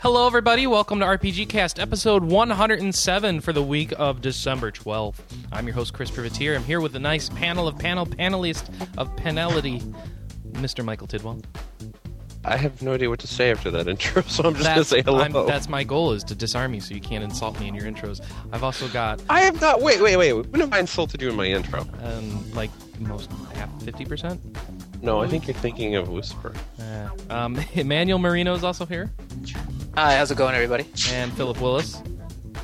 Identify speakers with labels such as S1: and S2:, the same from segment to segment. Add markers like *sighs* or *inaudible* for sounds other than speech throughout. S1: Hello, everybody. Welcome to RPG Cast, episode 107 for the week of December 12th. I'm your host, Chris Privateer. I'm here with a nice panel of panel panelists of penalty, Mr. Michael Tidwell.
S2: I have no idea what to say after that *laughs* intro, so I'm *laughs* just going to
S1: That's-
S2: say hello.
S1: I'm- that's my goal is to disarm you so you can't insult me in your intros. I've also got,
S2: I have not. Wait, wait, wait. When have I insulted you in my intro?
S1: um, like, most half, 50%.
S2: No, I think you're thinking of Lucifer.
S1: Uh, um, *laughs* Emmanuel Marino is also here,
S3: Hi, how's it going, everybody?
S1: and Philip Willis.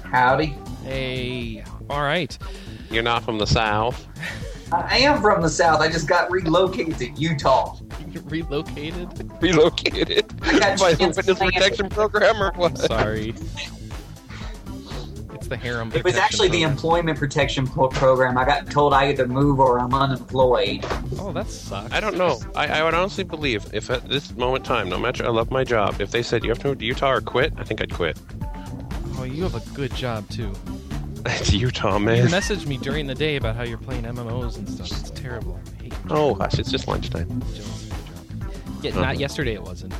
S4: Howdy.
S1: Hey, all right. *laughs*
S2: You're not from the South. *laughs*
S4: I am from the South. I just got relocated to Utah.
S1: Relocated.
S2: Relocated
S4: got
S2: by the
S4: chickens
S2: Witness
S4: planted.
S2: Protection Program or
S1: *laughs*
S2: what?
S1: Sorry. It's the harem.
S4: It was actually the
S1: protection
S4: Employment Protection Pro- Program. I got told I either move or I'm unemployed.
S1: program. Oh, that sucks.
S2: I don't know. I, I would honestly believe if at this moment in time, no matter I love my job, if they said you have to move to Utah or quit, I think I'd quit. *laughs*
S1: Oh, you have a good job too.
S2: It's Utah,
S1: You
S2: man.
S1: messaged me during the day about how you're playing MMOs and stuff. It's terrible. I hate your
S2: Oh gosh, it's just lunchtime.
S1: job. Jealous of your job. Yeah,
S2: Uh-huh.
S1: not yesterday. It wasn't.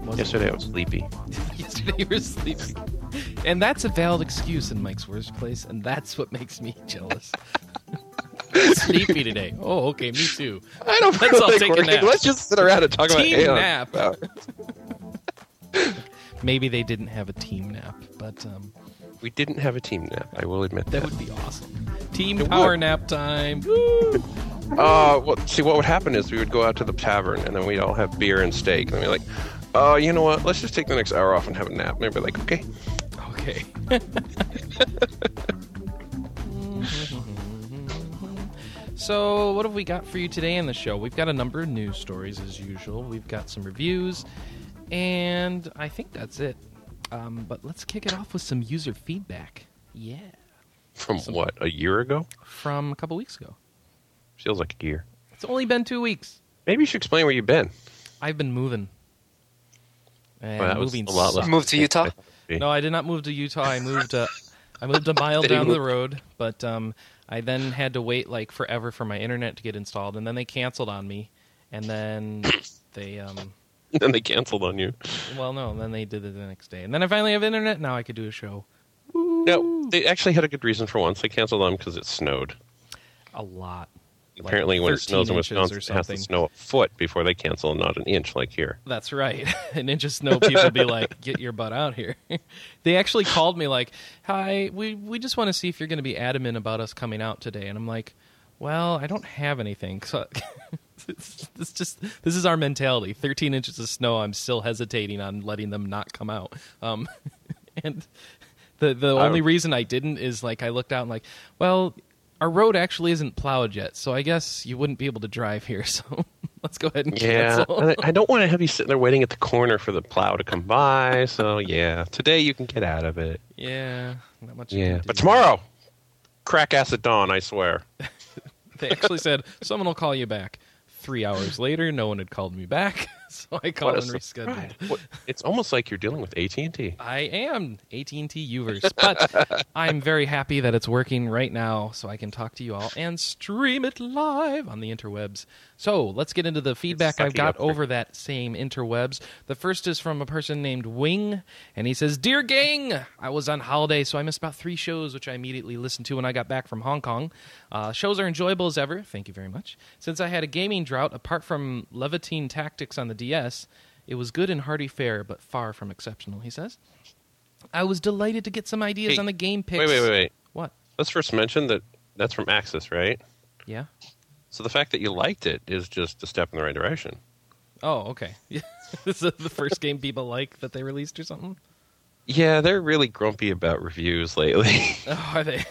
S1: wasn't.
S2: Yesterday I was sleepy.
S1: *laughs* yesterday you were sleeping, and that's a valid excuse in Mike's worst place, and that's what makes me *laughs* jealous. Sleepy today. Oh, okay, me too.
S2: I don't
S1: Let's
S2: feel
S1: all
S2: like
S1: take a
S2: working.
S1: nap.
S2: Let's just sit around and talk about
S1: Team
S2: Aeon.
S1: nap.
S2: Wow.
S1: Maybe they didn't have a team nap, but um,
S2: We didn't have a team nap. I will admit
S1: that
S2: that.
S1: would be awesome. Team
S2: It
S1: power
S2: would.
S1: nap time.
S2: Uh, well, see, what would happen is we would go out to the tavern, and then we'd all have beer and steak, and then we'd be like, uh, you know what? Let's just take the next hour off and have a nap. And they'd be like, okay.
S1: Okay. *laughs* so, what have we got for you today in the show? We've got a number of news stories as usual. We've got some reviews, and I think that's it. Um, but let's kick it off with some user feedback. Yeah,
S2: From what? A year ago?
S1: from a couple weeks ago.
S2: Feels like a year.
S1: It's only been two weeks.
S2: Maybe you should explain where you've been.
S1: I've been moving. And
S2: Well, that was
S1: moving
S2: a lot
S1: sucks.
S2: less.
S3: Moved to Utah?
S1: No, I did not move to Utah. I moved uh, I moved a mile
S2: Did he
S1: down
S2: move-
S1: the road, but um, I then had to wait like forever for my internet to get installed, and then they canceled on me, and then they um,
S2: *laughs* then they canceled on you.
S1: well no, and then they did it the next day, and then I finally have internet. Now I could do a show.
S2: No, they actually had a good reason for once. They canceled on because it snowed.
S1: A lot. Like
S2: Apparently, when it snows in
S1: 13 inches or
S2: Wisconsin, it has to
S1: something.
S2: snow a foot before they cancel, not an inch like here.
S1: That's right. *laughs* An inch of snow, people be like, *laughs* "Get your butt out here." they actually called me like, "Hi, we we just want to see if you're going to be adamant about us coming out today." And I'm like, "Well, I don't have anything." So *laughs* it's it's just this is our mentality. 13 inches of snow, I'm still hesitating on letting them not come out. Um, *laughs* and the the
S2: I-
S1: only reason I didn't is like I looked out and like, well, our road actually isn't plowed yet, so I guess you wouldn't be able to drive here. *laughs* So let's go ahead and
S2: Yeah,
S1: cancel.
S2: and I, I don't want to have you sitting there waiting at the corner for the plow to come by. So yeah, today you can get out of it.
S1: Yeah, not much. you can
S2: Yeah,
S1: do.
S2: but tomorrow, crack ass at dawn. I swear.
S1: they actually said someone will call you back. Three hours later, no one had called me back, *laughs* so I called
S2: a
S1: and rescheduled.
S2: surprise. What- It's almost like you're dealing with AT and T.
S1: I am AT&T Uverse, but I'm very happy that it's working right now, so I can talk to you all and stream it live on the interwebs. So let's get into the feedback I've
S2: sucking
S1: got
S2: up for-
S1: over that same interwebs. The first is from a person named Wing, and he says, "Dear gang, I was on holiday, so I missed about three shows, which I immediately listened to when I got back from Hong Kong. Uh, shows are enjoyable as ever. Thank you very much. Since I had a gaming drought, apart from Levantine Tactics on the DS." It was good and hearty fare, but far from exceptional, he says. I was delighted to get some ideas
S2: Hey,
S1: on the game picks.
S2: Wait, wait, wait, wait.
S1: What?
S2: Let's first mention that that's from Axis, right?
S1: Yeah.
S2: So the fact that you liked it is just a step in the right direction.
S1: Oh, okay. *laughs* this is the first game people like that they released or
S2: *laughs*
S1: something.
S2: Yeah, they're really grumpy about reviews lately. *laughs*
S1: Oh, are they?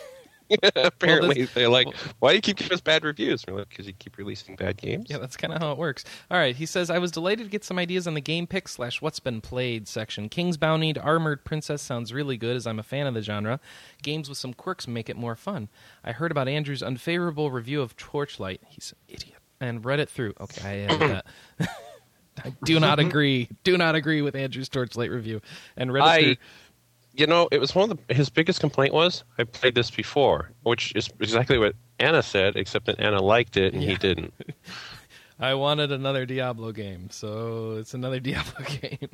S2: Apparently, they're like,
S1: well-
S2: "Why do you keep giving us bad reviews?" And we're like, "Because you keep releasing bad games."
S1: Yeah, that's kind of how it works. All right, he says I was delighted to get some ideas on the game pick slash what's been played section. King's Bounty to Armored Princess sounds really good, as I'm a fan of the genre. Games with some quirks make it more fun. I heard about Andrew's unfavorable review of Torchlight. He's an idiot, and read it through. Okay, I added that. *laughs* I do not agree. Do not agree with Andrew's Torchlight review, and read it through.
S2: I, you know, it was one of the, his biggest complaint was I played this before, which is exactly what Anna said, except that Anna liked it and
S1: Yeah.
S2: he didn't.
S1: I wanted another *laughs* Diablo game, so it's another Diablo game.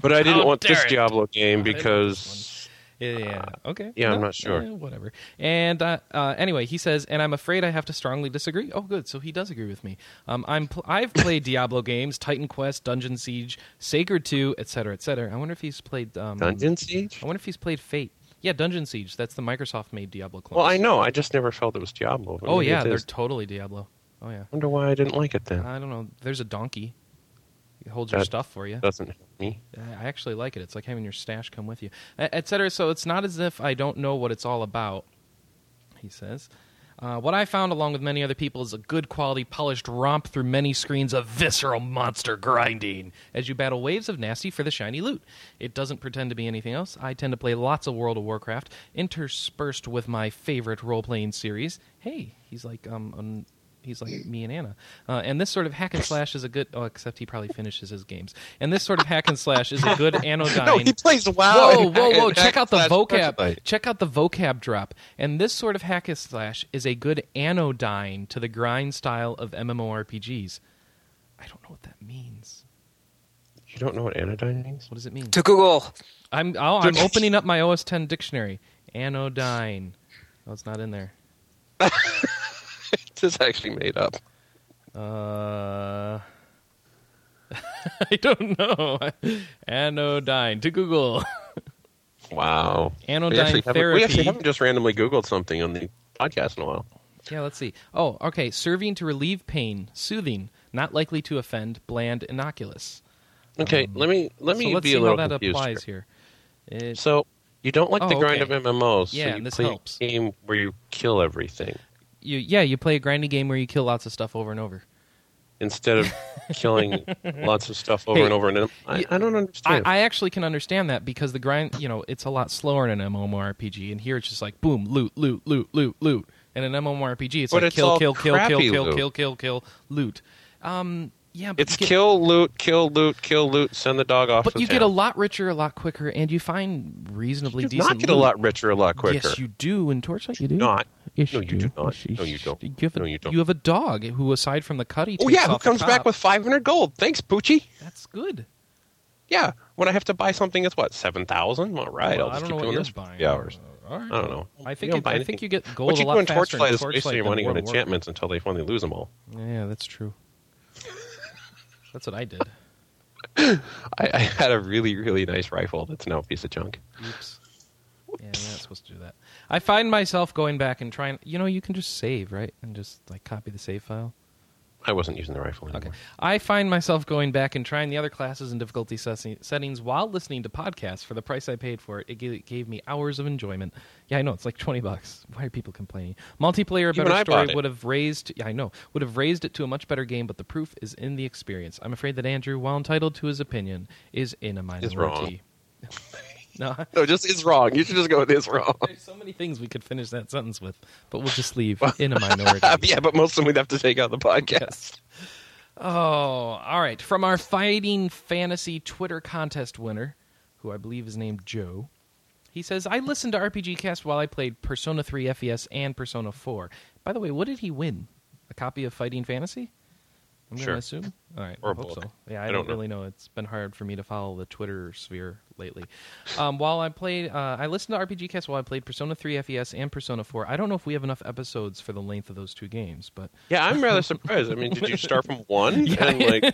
S2: But I didn't
S1: How
S2: want this
S1: dare it.
S2: Diablo game
S1: I didn't
S2: because
S1: Yeah, yeah. Okay.
S2: Uh, yeah, I'm not sure.
S1: eh, whatever. And uh, uh, anyway, he says, and I'm afraid I have to strongly disagree. Oh, good. So he does agree with me. Um, I'm pl- I've played *laughs* Diablo games, Titan Quest, Dungeon Siege, Sacred 2, etc., etc. I wonder if he's played um,
S2: Dungeon Siege.
S1: I wonder if he's played Fate. Yeah, Dungeon Siege. That's the Microsoft-made Diablo clone.
S2: Well, I know. I just never felt it was Diablo. but
S1: Oh
S2: maybe
S1: yeah,
S2: it
S1: they're Uh,
S2: is.
S1: totally Diablo. Oh yeah.
S2: wonder why I didn't like it then.
S1: I don't know. There's a donkey. It holds your
S2: That-
S1: stuff for you.
S2: Doesn't help me.
S1: I actually like it. It's like having your stash come with you, e- et cetera. So it's not as if I don't know what it's all about, he says. Uh, what I found, along with many other people, is a good quality, polished romp through many screens of visceral monster grinding as you battle waves of nasty for the shiny loot. It doesn't pretend to be anything else. I tend to play lots of World of Warcraft, interspersed with my favorite role playing series. Hey, he's like, um, um, he's like me and Anna. Uh, and this sort of hack and slash is a good. Oh, except he probably finishes his games. And this sort of hack and slash is a good anodyne.
S2: *laughs* No, he plays WoW. *laughs*
S1: Whoa,
S2: and-
S1: whoa, whoa!
S2: and
S1: Check out the
S2: backslash
S1: vocab.
S2: website.
S1: Check out the vocab drop. And this sort of hack and slash is a good anodyne to the grind style of MMORPGs. I don't know what that means.
S2: You don't know what anodyne means?
S1: What does it mean?
S3: To Google.
S1: I'm oh, I'm opening up my OS10 dictionary. Anodyne. Oh, it's not in there.
S2: *laughs* This is actually made up.
S1: Uh, *laughs* I don't know. *laughs* Anodyne to Google.
S2: Wow.
S1: Anodyne
S2: we actually haven't-
S1: therapy.
S2: We actually haven't just randomly Googled something on the podcast in a while.
S1: Yeah, let's see. Oh, okay. Serving to relieve pain, soothing, not likely to offend, bland, innocuous.
S2: Okay, let me let
S1: Um, so
S2: me
S1: let's
S2: be
S1: see
S2: a little
S1: how that
S2: confused
S1: applies
S2: here.
S1: here. It-
S2: So you don't like
S1: Oh,
S2: the grind
S1: okay.
S2: of MMOs.
S1: Yeah,
S2: so you
S1: and this
S2: play
S1: helps.
S2: a game where you kill everything
S1: you, yeah, you play a grinding game where you kill lots of stuff over and over.
S2: instead
S1: *laughs*
S2: of killing lots of stuff over
S1: Hey,
S2: and over. And I,
S1: y-
S2: I don't
S1: I,
S2: understand.
S1: I actually can understand that because the grind, you know, it's a lot slower in an MMORPG, and here it's just like boom, loot, loot, loot, loot, loot. In an MMORPG, it's
S2: But
S1: like
S2: it's
S1: kill,
S2: all
S1: kill, kill, kill,
S2: crappy
S1: kill,
S2: loot.
S1: kill, kill, kill, loot. Um, yeah, but
S2: it's
S1: you get-
S2: kill, loot, kill, loot, kill, loot. Send the dog off.
S1: But
S2: to
S1: you
S2: town.
S1: get a lot richer, a lot quicker, and you find reasonably
S2: You do
S1: decent.
S2: not get a
S1: loot.
S2: lot richer, a lot quicker.
S1: Yes, you do. In Torchlight, you do.
S2: not.
S1: Yes,
S2: No, you do not.
S1: Yes,
S2: No, you
S1: yes,
S2: don't.
S1: have a,
S2: No, you don't.
S1: have a dog who, aside from the cutty,
S2: oh
S1: takes
S2: yeah, who
S1: off the
S2: comes back
S1: top.
S2: with five hundred gold? Thanks, Poochie.
S1: That's good.
S2: Yeah, when I have to buy something, it's what seven thousand. All right,
S1: Well,
S2: I'll just
S1: I don't
S2: keep
S1: know what
S2: doing
S1: you're
S2: this for
S1: buying.
S2: three hours.
S1: All right.
S2: I don't know.
S1: I
S2: You
S1: think
S2: don't
S1: it,
S2: buy
S1: I
S2: anything.
S1: think you get gold
S2: What you
S1: a lot
S2: do in
S1: faster
S2: Torchlight
S1: in
S2: is
S1: Torchlight
S2: wasting your
S1: than
S2: money on
S1: World of Warcraft.
S2: enchantments until they finally lose them all.
S1: Yeah, that's true. That's what I did.
S2: I, I had a really, really nice rifle that's now a piece of junk.
S1: Oops. Yeah, we're not supposed to do that. I find myself going back and trying. You know, you can just save, right? And just like copy the save file.
S2: I wasn't using the rifle anymore.
S1: Okay. I find myself going back and trying the other classes and difficulty ses- settings while listening to podcasts for the price I paid for it. It gave, it gave me hours of enjoyment. Yeah, I know it's like twenty bucks. Why are people complaining? Multiplayer, a
S2: Even
S1: better
S2: I bought
S1: story
S2: it.
S1: would have raised. Yeah, I know would have raised it to a much better game, but the proof is in the experience. I'm afraid that Andrew, while entitled to his opinion, is in a minority. *laughs* no, I-
S2: No, just it's wrong. You should just go with it's wrong. *laughs*
S1: there's so many things we could finish that sentence with, but we'll just leave in a
S2: *laughs*
S1: minority.
S2: yeah, but most of them we'd have to take out the podcast.
S1: Oh, all right. From our Fighting Fantasy Twitter contest winner, who I believe is named Joe, he says, I listened to RPG Cast while I played Persona 3 FES and Persona 4. By the way, what did he win? A copy of Fighting Fantasy? I'm going to
S2: Sure.
S1: assume. All right.
S2: Or
S1: I
S2: a
S1: hope
S2: book.
S1: so. Yeah, I,
S2: I
S1: don't,
S2: don't know.
S1: really know. It's been hard for me to follow the Twitter sphere lately. Um, while I played, uh, I listened to RPG Cast while I played Persona 3 FES and Persona 4. I don't know if we have enough episodes for the length of those two games, but
S2: Yeah, I'm rather surprised. I mean, did you start from *laughs* one? And like,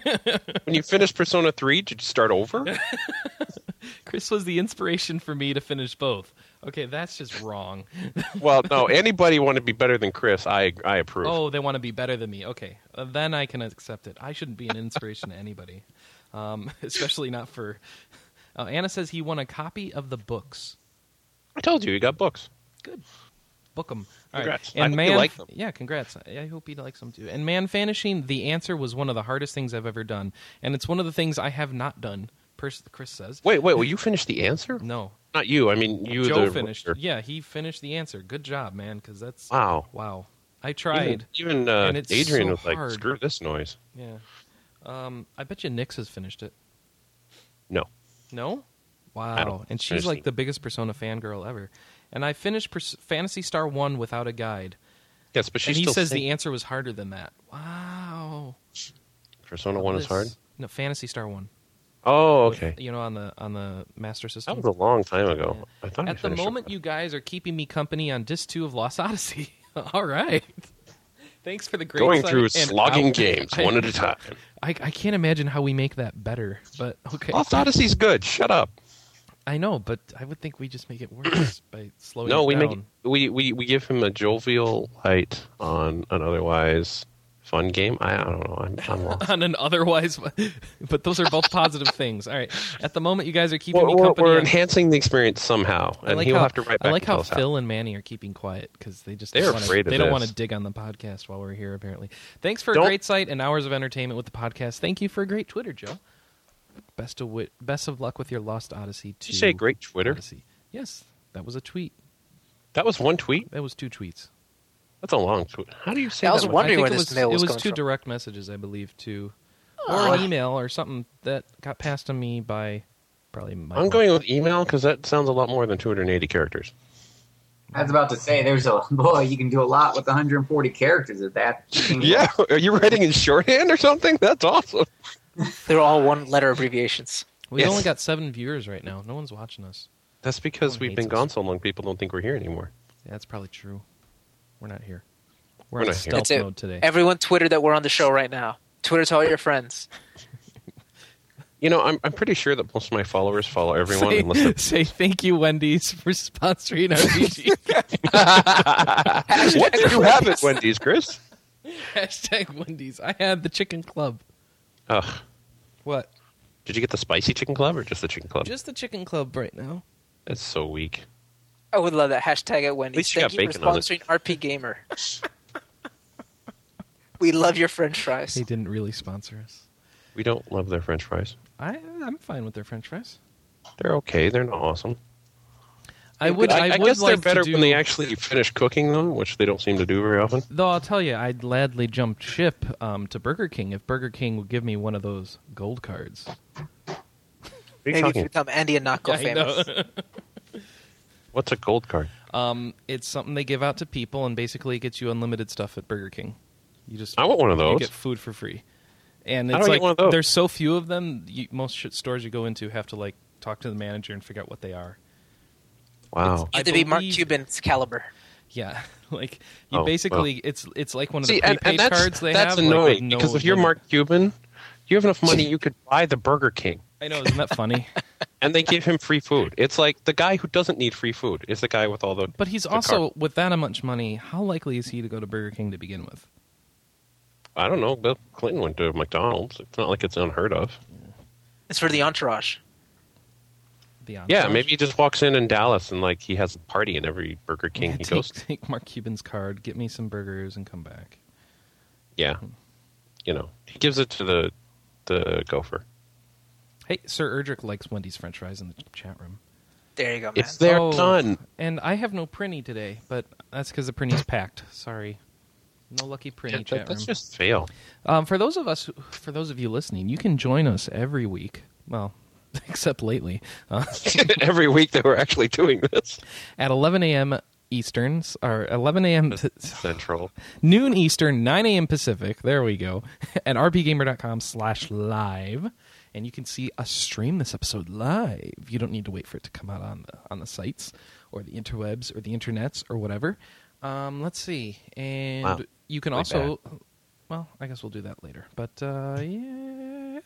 S2: when you finished Persona Three, did you start over?
S1: Chris was the inspiration for me to finish both. Okay, that's just wrong.
S2: *laughs* Well, no. Anybody want to be better than Chris? I I approve.
S1: oh, they want to be better than me. Okay, uh, then I can accept it. I shouldn't be an inspiration to anybody, um, *laughs* especially not for. *laughs* Uh, Anna says he won a copy of the books.
S2: I told you, you got books.
S1: Good. Book them.
S2: Congrats. I
S1: And
S2: hope
S1: man,
S2: you like them.
S1: yeah, congrats. I I hope he likes them too. And man, vanishing. The answer was one of the hardest things I've ever done, and it's one of the things I have not done. Pers- Chris says,
S2: Wait, wait. Will you finish the answer?
S1: "No,
S2: Not you. I mean, you.
S1: Joe
S2: the
S1: finished. Yeah, he finished the answer. Good job, man. Because that's
S2: Wow.
S1: Wow. I tried.
S2: Even, even uh,
S1: And it's
S2: Adrian
S1: so
S2: was like,
S1: hard.
S2: "Screw this noise."
S1: Yeah. Um, I bet you Nix has finished it.
S2: No.
S1: No? Wow.
S2: I don't
S1: And she's
S2: finish
S1: like
S2: it.
S1: the biggest Persona fangirl ever. And I finished Pers- Fantasy Star 1 without a guide.
S2: Yes, but she
S1: and he
S2: still
S1: says
S2: thinks
S1: the answer was harder than that. Wow.
S2: Persona One is
S1: This-
S2: hard.
S1: No, Fantasy Star 1.
S2: Oh, okay.
S1: you know, on the on the master system.
S2: That was a long time ago. I thought I
S1: At the
S2: finished it.
S1: moment, you guys are keeping me company on disc two of Lost Odyssey. *laughs* All right. Thanks for the great
S2: going
S1: side
S2: through
S1: and
S2: slogging
S1: out.
S2: games
S1: *laughs* I-
S2: one at a time.
S1: I, I can't imagine how we make that better, but okay.
S2: Lost Odyssey's good. Shut up.
S1: I know, but I would think we just make it
S2: *coughs*
S1: worse by slowing.
S2: No,
S1: it
S2: we
S1: down.
S2: make we, we we give him a jovial light on an otherwise fun game. I, I don't know. I'm,
S1: *laughs*
S2: I'm lost.
S1: on an otherwise, *laughs* but those are both positive things. All right. At the moment, you guys are keeping
S2: We're,
S1: me
S2: we're-
S1: company.
S2: we're
S1: on-
S2: enhancing the experience somehow,
S1: I
S2: and
S1: like
S2: he'll
S1: how,
S2: have to write back.
S1: I like
S2: to
S1: how
S2: tell us
S1: Phil and Manny are keeping quiet because they just
S2: They're
S1: don't wanna,
S2: afraid of
S1: they don't
S2: this.
S1: want to dig on the podcast while we're here. Apparently, thanks for a
S2: Don't-
S1: great site and hours of entertainment with the podcast. Thank you for a great Twitter, Joe. Best of wit- best of luck with your Lost Odyssey.
S2: Did you say great Twitter?
S1: Odyssey. Yes, that was a tweet.
S2: That was one tweet.
S1: That was two tweets.
S2: That's a long tweet. How do you say
S3: I was
S2: that?
S3: wondering-
S1: I think
S3: where
S1: it
S3: this
S1: was,
S3: mail was
S1: It was
S3: coming
S1: two
S3: from.
S1: direct messages, I believe, to
S3: Oh.
S1: or an email or something that got passed to me by probably. Michael.
S2: I'm going with email because that sounds a lot more than 280 characters.
S4: I was about to say, there's a boy you can do a lot with 140 characters at that. *laughs*
S2: Yeah, *laughs* are you writing in shorthand or something? That's awesome.
S3: They're all one letter abbreviations.
S1: We've
S2: Yes.
S1: only got seven viewers right now. No one's watching us.
S2: That's because
S1: Everyone
S2: we've been
S1: hates
S2: gone
S1: us.
S2: so long, people don't think we're here anymore.
S1: Yeah, that's probably true. We're not here. We're,
S2: We're
S1: in
S2: not here.
S1: stealth
S3: That's it.
S1: mode today.
S3: Everyone Twitter that we're on the show right now. Twitter to all your friends.
S2: You know, I'm, I'm pretty sure that most of my followers
S1: *laughs*
S2: follow everyone
S1: say,
S2: unless they're
S1: say thank you, Wendy's, for sponsoring
S2: *laughs*
S1: RPG.
S2: what did you have at Wendy's, Chris?
S1: Hashtag Wendy's. I had the chicken club.
S2: Ugh.
S1: What?
S2: Did you get the spicy chicken club or just the chicken club?
S1: Just the chicken club right now.
S2: That's so weak.
S3: I would love that. Hashtag at Wendy's.
S2: least you got
S3: Thank you for
S2: bacon on it.
S3: sponsoring RP Gamer. we love your french fries.
S1: They didn't really sponsor us.
S2: We don't love their french fries.
S1: I, I'm fine with their French fries.
S2: They're okay. They're not awesome.
S1: I would. I,
S2: I,
S1: would
S2: guess
S1: like
S2: they're better
S1: to do,
S2: when they actually finish cooking them, which they don't seem to do very often.
S1: Though I'll tell you, I'd gladly jump ship um, to Burger King if Burger King would give me one of those gold cards.
S2: What are you
S3: Maybe if you
S2: talking?
S3: become Andy and Nako famous.
S1: *laughs*
S2: What's a gold card?
S1: um, it's something they give out to people, and basically it gets you unlimited stuff at Burger King. You just
S2: I want one of
S1: You
S2: those.
S1: get food for free, and
S2: I
S1: it's
S2: don't
S1: like
S2: get one of those.
S1: there's so few of them. You, most sh- stores you go into have to like talk to the manager and figure out what they are.
S2: Wow.
S3: You
S1: I
S3: have to be Mark
S1: believe-
S3: Cuban's caliber.
S1: Yeah, *laughs* like you
S2: Oh,
S1: basically it's it's like one of
S2: See,
S1: the
S2: and,
S1: prepaid
S2: and that's,
S1: cards they
S2: that's
S1: have. like,
S2: annoying
S1: with no
S2: because if you're
S1: limit.
S2: Mark Cuban, you have enough money you could buy the Burger King,
S1: I know isn't that
S2: *laughs*
S1: funny?
S2: and they give him free food. It's like the guy who doesn't need free food is the guy with all the.
S1: But he's
S2: the
S1: also
S2: card.
S1: with that much money. How likely is he to go to Burger King to begin with?
S2: I don't know. Bill Clinton went to McDonald's. It's not like it's unheard of.
S3: It's for the entourage.
S1: The entourage?
S2: Yeah, maybe he just walks in in Dallas and like he has a party in every Burger King
S1: Yeah, *laughs*
S2: he
S1: take,
S2: goes. to.
S1: take Mark Cuban's card, get me some burgers, and come back.
S2: Yeah, you know he gives it to the the gopher.
S1: Hey, Sir Erdrick likes Wendy's French fries in the chat room.
S3: There you go, man.
S2: It's their
S1: Oh,
S2: son.
S1: And I have no prinny today, but that's because the prinny's packed. Sorry, no lucky
S2: Yeah,
S1: prinny
S2: that-
S1: chat room.
S2: that's just fail. *laughs*
S1: Um, for those of us, for those of you listening, you can join us every week. Well, *laughs* except lately, uh,
S2: every week they were actually doing this.
S1: at 11 a.m. Eastern or 11 a.m. to-
S2: Central.
S1: noon Eastern, 9 a.m. Pacific. There we go. *laughs* At rpgamer.com slash live. And you can see us stream this episode live. You don't need to wait for it to come out on the on the sites or the interwebs or the internets or whatever. Um, let's see. And
S2: Wow.
S1: you can
S2: Way
S1: also, well, I guess we'll do that later. But uh, yeah,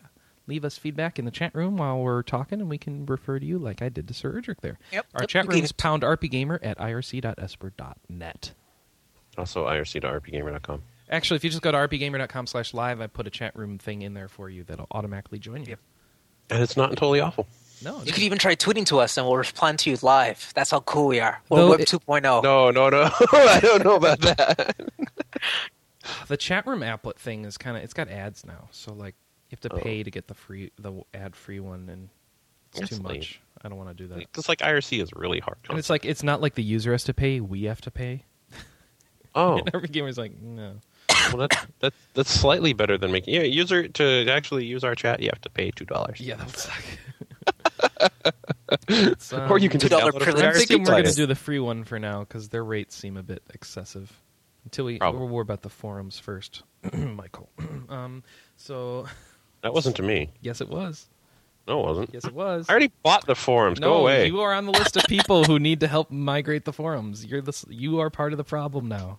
S1: leave us feedback in the chat room while we're talking, and we can refer to you like I did to Sir Erdrick there.
S3: Yep.
S1: Our
S3: Yep,
S1: chat
S3: you
S1: room
S3: can-
S1: is poundrpgamer at irc.esper.net.
S2: Also IRC to rpgamer.com.
S1: Actually, if you just go to rpgamer.com slash live, I put a chat room thing in there for you that'll automatically join you.
S3: Yep.
S2: And it's not totally awful.
S1: No,
S3: You could even try tweeting to us and we'll respond to you live. That's how cool we are. We're
S1: Though
S3: Web oh.
S1: it-
S3: 2.0.
S2: No, no, no. *laughs* I don't know about that. e-
S1: the chat room applet thing is kind of it's got ads now, so like you have to pay to get the free the ad free one, and it's
S2: Oh. That's
S1: too
S2: lame.
S1: much. I don't want to do that.
S2: It's like IRC is really hard.
S1: And it's like it's not like the user has to pay; we have to pay. *laughs*
S2: oh,
S1: And every gamer's like, no.
S2: well, that's, that's, that's slightly better than making. Yeah, user to actually use our chat, you have to pay two dollars.
S1: Yeah, that would suck. *laughs* It's,
S2: *laughs* or you
S1: um,
S2: can just
S3: $2
S2: download it from
S3: privilege.
S1: I'm
S2: IRC
S1: thinking we're going to
S2: players.
S1: do the free one for now because their rates seem a bit excessive. Until we
S2: Probably.
S1: we'll worry about the forums *clears throat* first, Michael. um, so *laughs*
S2: That wasn't to me.
S1: yes, it was.
S2: No, it wasn't.
S1: Yes, it was.
S2: I already bought the forums.
S1: no,
S2: Go away.
S1: you are on the list of people who need to help migrate the forums. You're the s- you are part of the problem now.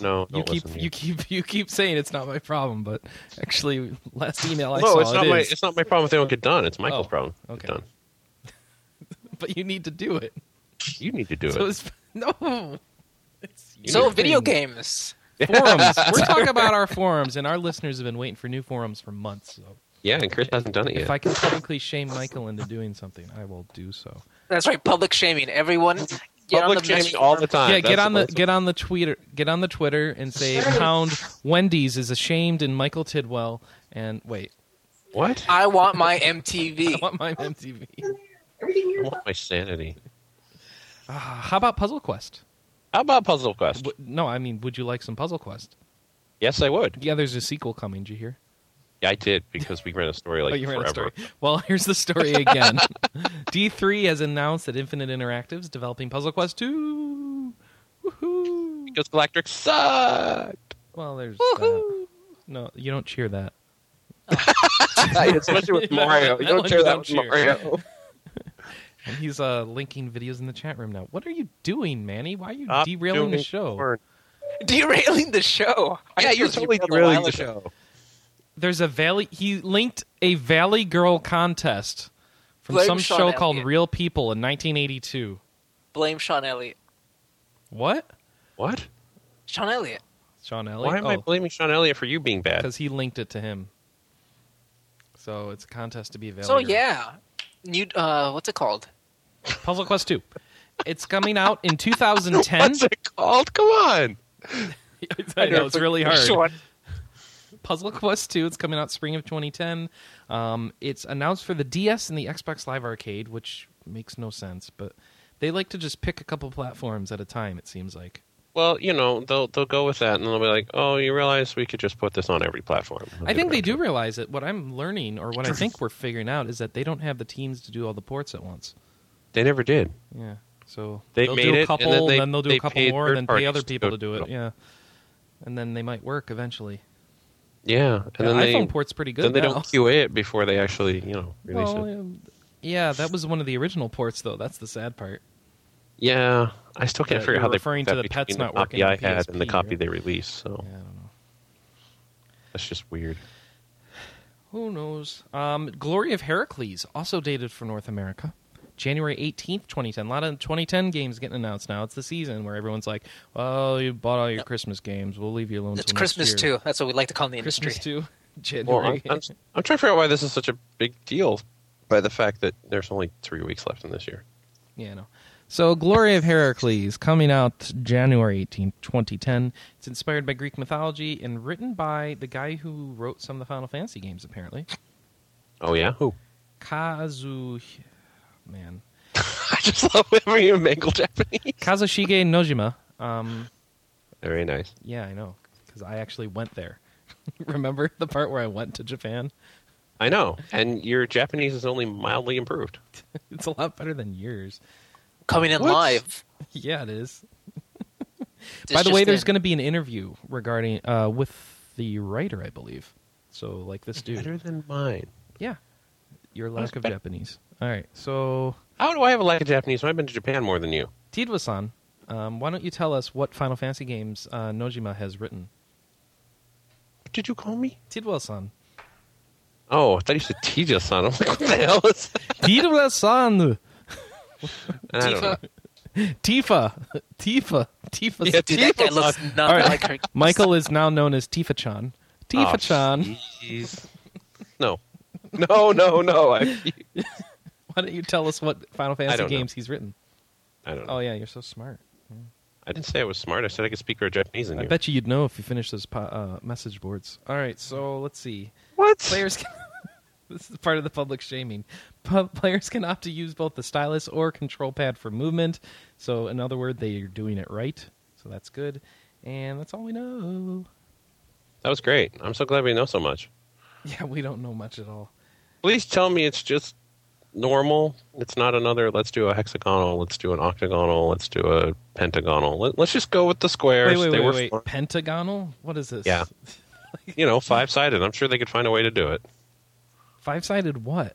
S2: no,
S1: You
S2: don't
S1: keep
S2: listen to
S1: you keep *laughs* you keep saying it's not my problem, but actually, last email I
S2: no,
S1: saw
S2: it's not
S1: it
S2: my.
S1: is.
S2: It's not my problem if they don't get done. It's Michael's
S1: Oh,
S2: problem. if
S1: okay.
S2: it's done.
S1: *laughs* But you need to do it.
S2: You need to do
S1: So
S2: it.
S1: it's
S3: *laughs*
S1: no. It's
S3: So
S1: your
S3: video
S1: thing.
S3: games.
S1: forums. We're
S3: *laughs*
S1: talking about our forums, and our listeners have been waiting for new forums for months. So
S2: Yeah, and Chris hasn't done it yet.
S1: if I can publicly shame Michael into doing something, I will do so.
S3: That's right. Public shaming. Everyone. Get on
S2: Public
S3: the
S2: shaming
S3: message
S2: all
S3: board.
S2: the time.
S1: yeah, get
S2: That's-
S1: on the
S2: that's-
S1: get on the Twitter get on the Twitter and say pound Wendy's is ashamed and Michael Tidwell and wait *laughs*
S2: what?
S3: I want my
S1: I
S3: MTV.
S1: want my MTV.
S2: I want my sanity.
S1: Ah, how about Puzzle Quest?
S2: How about Puzzle Quest?
S1: W- no, I mean, would you like some Puzzle Quest?
S2: Yes, I would.
S1: Yeah, there's a sequel coming. Did you hear?
S2: Yeah, I did because we ran a story like
S1: oh, you ran
S2: forever.
S1: a story. Well, *laughs* here's the story again. *laughs* D3 has announced that Infinite Interactive's developing Puzzle Quest 2. Woohoo!
S2: Because Galactic sucked.
S1: Well, there's that.
S3: Woohoo.
S1: No, you don't cheer that.
S2: Especially with Mario. You
S1: That
S2: don't
S1: one
S2: care
S1: you
S2: that
S1: don't
S2: with
S1: cheer.
S2: Mario.
S1: And he's uh, linking videos in the chat room now. What are you doing, Manny? Why are you derailing the show?
S3: *laughs* derailing the show. I
S2: Yeah,
S3: think it
S2: you're
S3: was
S2: totally
S3: derailed a
S2: derailing
S3: while
S2: the
S3: ago.
S2: show.
S1: There's a Valley. He linked a Valley Girl contest from
S3: Blame
S1: some
S3: Sean
S1: show called
S3: Elliott.
S1: Real People in 1982.
S3: Blame Sean Elliott.
S1: What?
S2: What?
S3: Sean Elliott.
S1: Sean Elliott?
S2: Why am I
S1: Oh.
S2: blaming Sean Elliott for you being bad?
S1: because he linked it to him. So it's a contest to be available.
S3: So yeah, new. Uh, what's it called?
S1: Puzzle Quest Two. It's coming out
S3: *laughs*
S1: in 2010.
S2: *laughs* What's it called? Come on.
S1: *laughs* I know it's really hard.
S3: Sean.
S1: Puzzle Quest Two. It's coming out spring of 2010. Um, it's announced for the DS and the Xbox Live Arcade, which makes no sense, but they like to just pick a couple platforms at a time. It seems like.
S2: Well, you know, they'll they'll go with that and they'll be like, "Oh, you realize we could just put this on every platform."
S1: I think they do realize it. What I'm learning, or what I think we're figuring out, is that they don't have the teams to do all the ports at once.
S2: They never did.
S1: Yeah. So
S2: They
S1: will
S2: made
S1: do
S2: it,
S1: a
S2: and
S1: couple,
S2: then they-
S1: they'll do
S2: they
S1: a couple
S2: paid
S1: more, and then
S2: third
S1: pay other
S2: parties to
S1: people to
S2: do
S1: do it.
S2: it.
S1: Yeah. And then they might work eventually.
S2: Yeah, and then
S1: the
S2: they
S1: iPhone port's pretty good.
S2: then they
S1: now.
S2: don't QA it before they actually you know release
S1: Well,
S2: it.
S1: um, yeah, that was one of the original ports, though. That's the sad part.
S2: Yeah, I still can't
S1: Yeah,
S2: figure
S1: you're
S2: out how they
S1: referring
S2: put
S1: to
S2: that
S1: the pets
S2: between
S1: not
S2: the copy
S1: working on
S2: I had and the
S1: PSP,
S2: copy
S1: right?
S2: they released. So
S1: Yeah, I don't know.
S2: that's just weird.
S1: Who knows? Um, Glory of Heracles also dated for North America. January 18th, 2010. A lot of 2010 games getting announced now. It's the season where everyone's like, well, you bought all your Christmas games. We'll leave you alone.
S3: It's
S1: till next
S3: Christmas
S1: year."
S3: too. That's what we like to call it in the
S1: Christmas 2.
S3: industry.
S2: Well, I'm,
S1: *laughs* January.
S2: I'm, I'm trying to figure out why this is such a big deal by the fact that there's only three weeks left in this year.
S1: Yeah, no. So, Glory of Heracles coming out January 18, 2010. It's inspired by Greek mythology and written by the guy who wrote some of the Final Fantasy games, apparently.
S2: Oh yeah, who? *laughs*
S1: Kazu. Man.
S2: I just love whenever you mangle *laughs* Japanese.
S1: Kazushige Nojima. Um,
S2: Very nice.
S1: yeah, I know. Because I actually went there. *laughs* Remember the part where I went to Japan? *laughs*
S2: I know, and your Japanese is only mildly improved.
S1: It's a lot better than yours. *laughs*
S3: Coming in
S2: What?
S3: live.
S1: Yeah, it is.
S3: It's
S1: By the way,
S3: just
S1: there's
S3: in.
S1: going to be an interview regarding uh, with the writer, I believe. So, like this dude.
S2: Better than mine.
S1: Yeah. Your lack
S2: That's
S1: of
S2: bet-
S1: Japanese. All right. So,
S2: How do I have a lack of Japanese when I've been to Japan more than you?
S1: Tidwa-san, um, why don't you tell us what Final Fantasy games uh, Nojima has written?
S2: What did you call me?
S1: Tidwa-san.
S2: Oh, I thought you said Tija-san. I'm like, what the hell is that?
S1: Tidwa-san.
S2: And I don't know.
S1: Tifa. *laughs* Tifa. Tifa.
S2: Yeah,
S3: Dude, that guy
S2: Tifa-
S3: looks nothing
S1: right.
S3: like her.
S1: Michael is now known as Tifa-chan. Tifa-chan.
S2: Oh, jeez. no. No,
S1: *laughs*
S2: no, no. I,
S1: why don't you tell us what Final Fantasy
S2: don't know.
S1: games he's written?
S2: I don't know.
S1: Oh, yeah. You're so smart.
S2: I didn't say I was smart. I said I could speak better Japanese than
S1: I
S2: you.
S1: bet you you'd know if you finished those po- uh, message boards. All right. So, let's see.
S2: What?
S1: Players can. *laughs* this is part of the public shaming. Pu- players can opt to use both the stylus or control pad for movement. So, in other words, they are doing it right. So that's good. And that's all we know. *laughs*
S2: That was great. I'm so glad we know so much.
S1: Yeah, we don't know much at all.
S2: Please tell me it's just normal. It's not another, let's do a hexagonal, let's do an octagonal, let's do a pentagonal. Let, us just go with the squares.
S1: Wait, wait,
S2: they
S1: wait,
S2: were
S1: wait.
S2: fun.
S1: Pentagonal? What is this?
S2: Yeah. You know, five sided. I'm sure they could find a way to do it.
S1: Five sided what?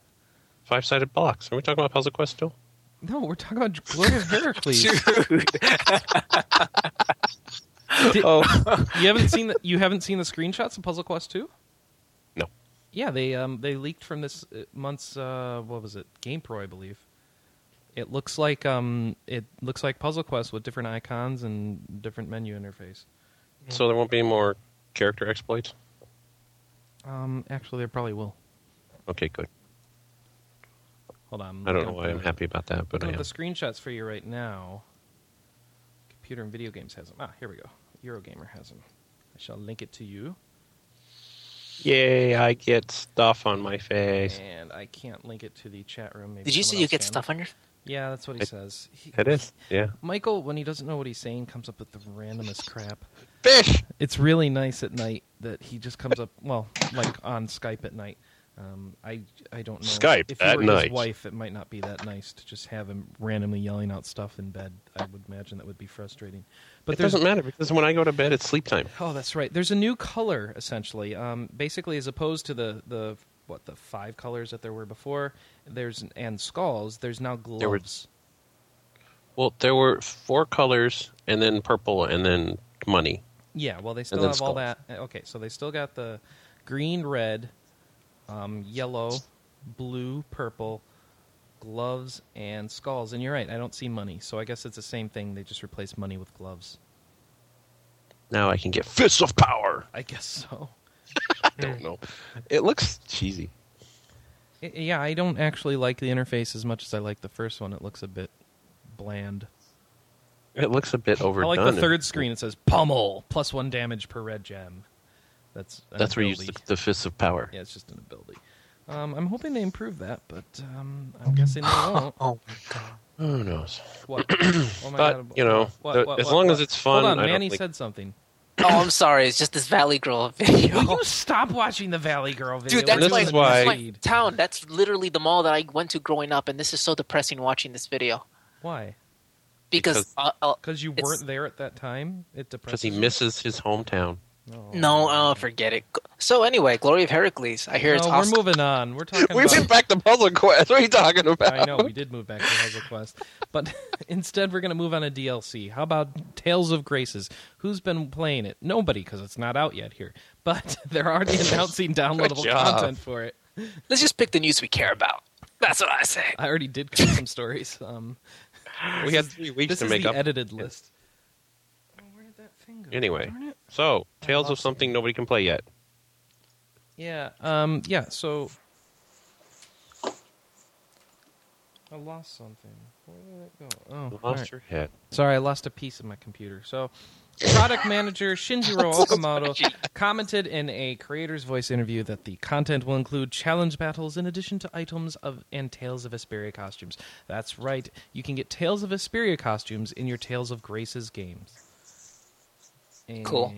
S2: five sided blocks. Are we talking about Puzzle Quest still?
S1: No, we're talking about Glory
S2: *laughs*
S1: of Heracles.
S3: Dude.
S1: Did-
S3: oh,
S1: you haven't seen the, you haven't seen the screenshots of Puzzle Quest 2?
S2: *laughs* No.
S1: Yeah, they um they leaked from this uh, month's uh what was it? GamePro, I believe. It looks like um it looks like Puzzle Quest with different icons and different menu interface.
S2: So there won't be more character exploits?
S1: Um actually there probably will.
S2: Okay, good.
S1: Hold on. I'm
S2: I don't
S1: looking
S2: know
S1: up
S2: why
S1: the-
S2: I'm happy about that, but I
S1: looking up
S2: am.
S1: the screenshots for you right now. Computer and video games has them. Ah, here we go. Eurogamer has them. I shall link it to you.
S2: Yay, I get stuff on my face.
S1: And I can't link it to the chat room. Maybe
S3: did you say
S1: someone
S3: you
S1: else
S3: get
S1: can.
S3: stuff on your?
S1: Yeah, that's what he
S2: It-
S1: says. He,
S2: It is. Yeah.
S1: Michael, when he doesn't know what he's saying, comes up with the randomest crap.
S2: Fish!
S1: It's really nice at night that he just comes up, well, like on Skype at night. Um, I I don't know.
S2: Skype
S1: if you
S2: at
S1: were
S2: night.
S1: His wife, it might not be that nice to just have him randomly yelling out stuff in bed. I would imagine that would be frustrating. But
S2: it
S1: there's
S2: doesn't matter because when I go to bed, it's sleep time.
S1: Oh, that's right. There's a new color essentially. Um, basically, as opposed to the the what the five colors that there were before, there's and skulls. There's now gloves.
S2: There were- Well, there were four colors, and then purple, and then money.
S1: Yeah, well, they still
S2: then
S1: have all
S2: skulls.
S1: that. uh, Okay, so they still got the green, red, um, yellow, blue, purple, gloves, and skulls. And you're right, I don't see money, so I guess it's the same thing. They just replace money with gloves. *laughs*
S2: Now I can get fists of power.
S1: I guess so.
S2: I
S1: Hmm.
S2: don't know. It looks cheesy.
S1: I- yeah, I don't actually like the interface as much as I like the first one. It looks a bit bland.
S2: It looks a bit
S1: I
S2: overdone.
S1: like the third screen. It says pummel plus one damage per red gem. That's an
S2: That's where you use
S1: ability.
S2: the, the fists of power.
S1: Yeah, it's just an ability. Um, I'm hoping they improve that, but um, I'm guessing they *coughs* won't.
S3: Oh my god.
S2: Who knows?
S1: What? *coughs* Oh my
S2: But, you know, the- as long as it's fun,
S1: Hold on,
S2: I don't
S1: Manny
S2: think-
S1: said something.
S3: Oh, I'm sorry. It's just this Valley Girl video.
S1: Will you stop watching the Valley Girl video?
S3: Dude, that's
S2: Oh. This
S3: my,
S2: is why-
S3: that's my town. That's literally the mall that I went to growing up, and this is so depressing watching this video
S1: Why?
S3: because,
S2: Because-
S3: uh, uh,
S1: Because you
S3: It's-
S1: weren't there at that time. It
S2: Because
S1: depresses.
S2: he misses his hometown.
S1: No, uh,
S3: no, oh, forget it. So anyway, Glory of Heracles. I hear
S1: No,
S3: it's
S1: we're
S3: awesome.
S1: moving on. We're talking.
S2: We
S1: about...
S2: went back to Puzzle Quest. *laughs* What are you talking about?
S1: I
S2: *laughs*
S1: know we did move back to Puzzle Quest, but *laughs* instead we're going to move on to DLC. How about Tales of Graces? Who's been playing it? Nobody, because it's not out yet here. But *laughs* they're
S2: *laughs*
S1: already announcing downloadable
S2: Good job.
S1: content for it.
S3: Let's just pick the news we care about. That's what I say.
S1: I already did cut some stories. Um,
S2: We had three weeks
S1: this
S2: to
S1: is
S2: make
S1: the
S2: up.
S1: edited list. Oh, where did that thing go?
S2: Anyway,
S1: Darn it.
S2: so Tales of
S1: lost
S2: Something Nobody Can Play Yet.
S1: yeah, um, yeah. So I lost something. Where did it go? Oh, all
S2: Lost
S1: right.
S2: your head.
S1: Sorry, I lost a piece of my computer. So, product manager Shinjiro
S2: *laughs*
S1: Okamoto commented in a creator's voice interview that the content will include challenge battles in addition to items of and Tales of Vesperia costumes. That's right, you can get Tales of Vesperia costumes in your Tales of Graces games. And
S3: Cool.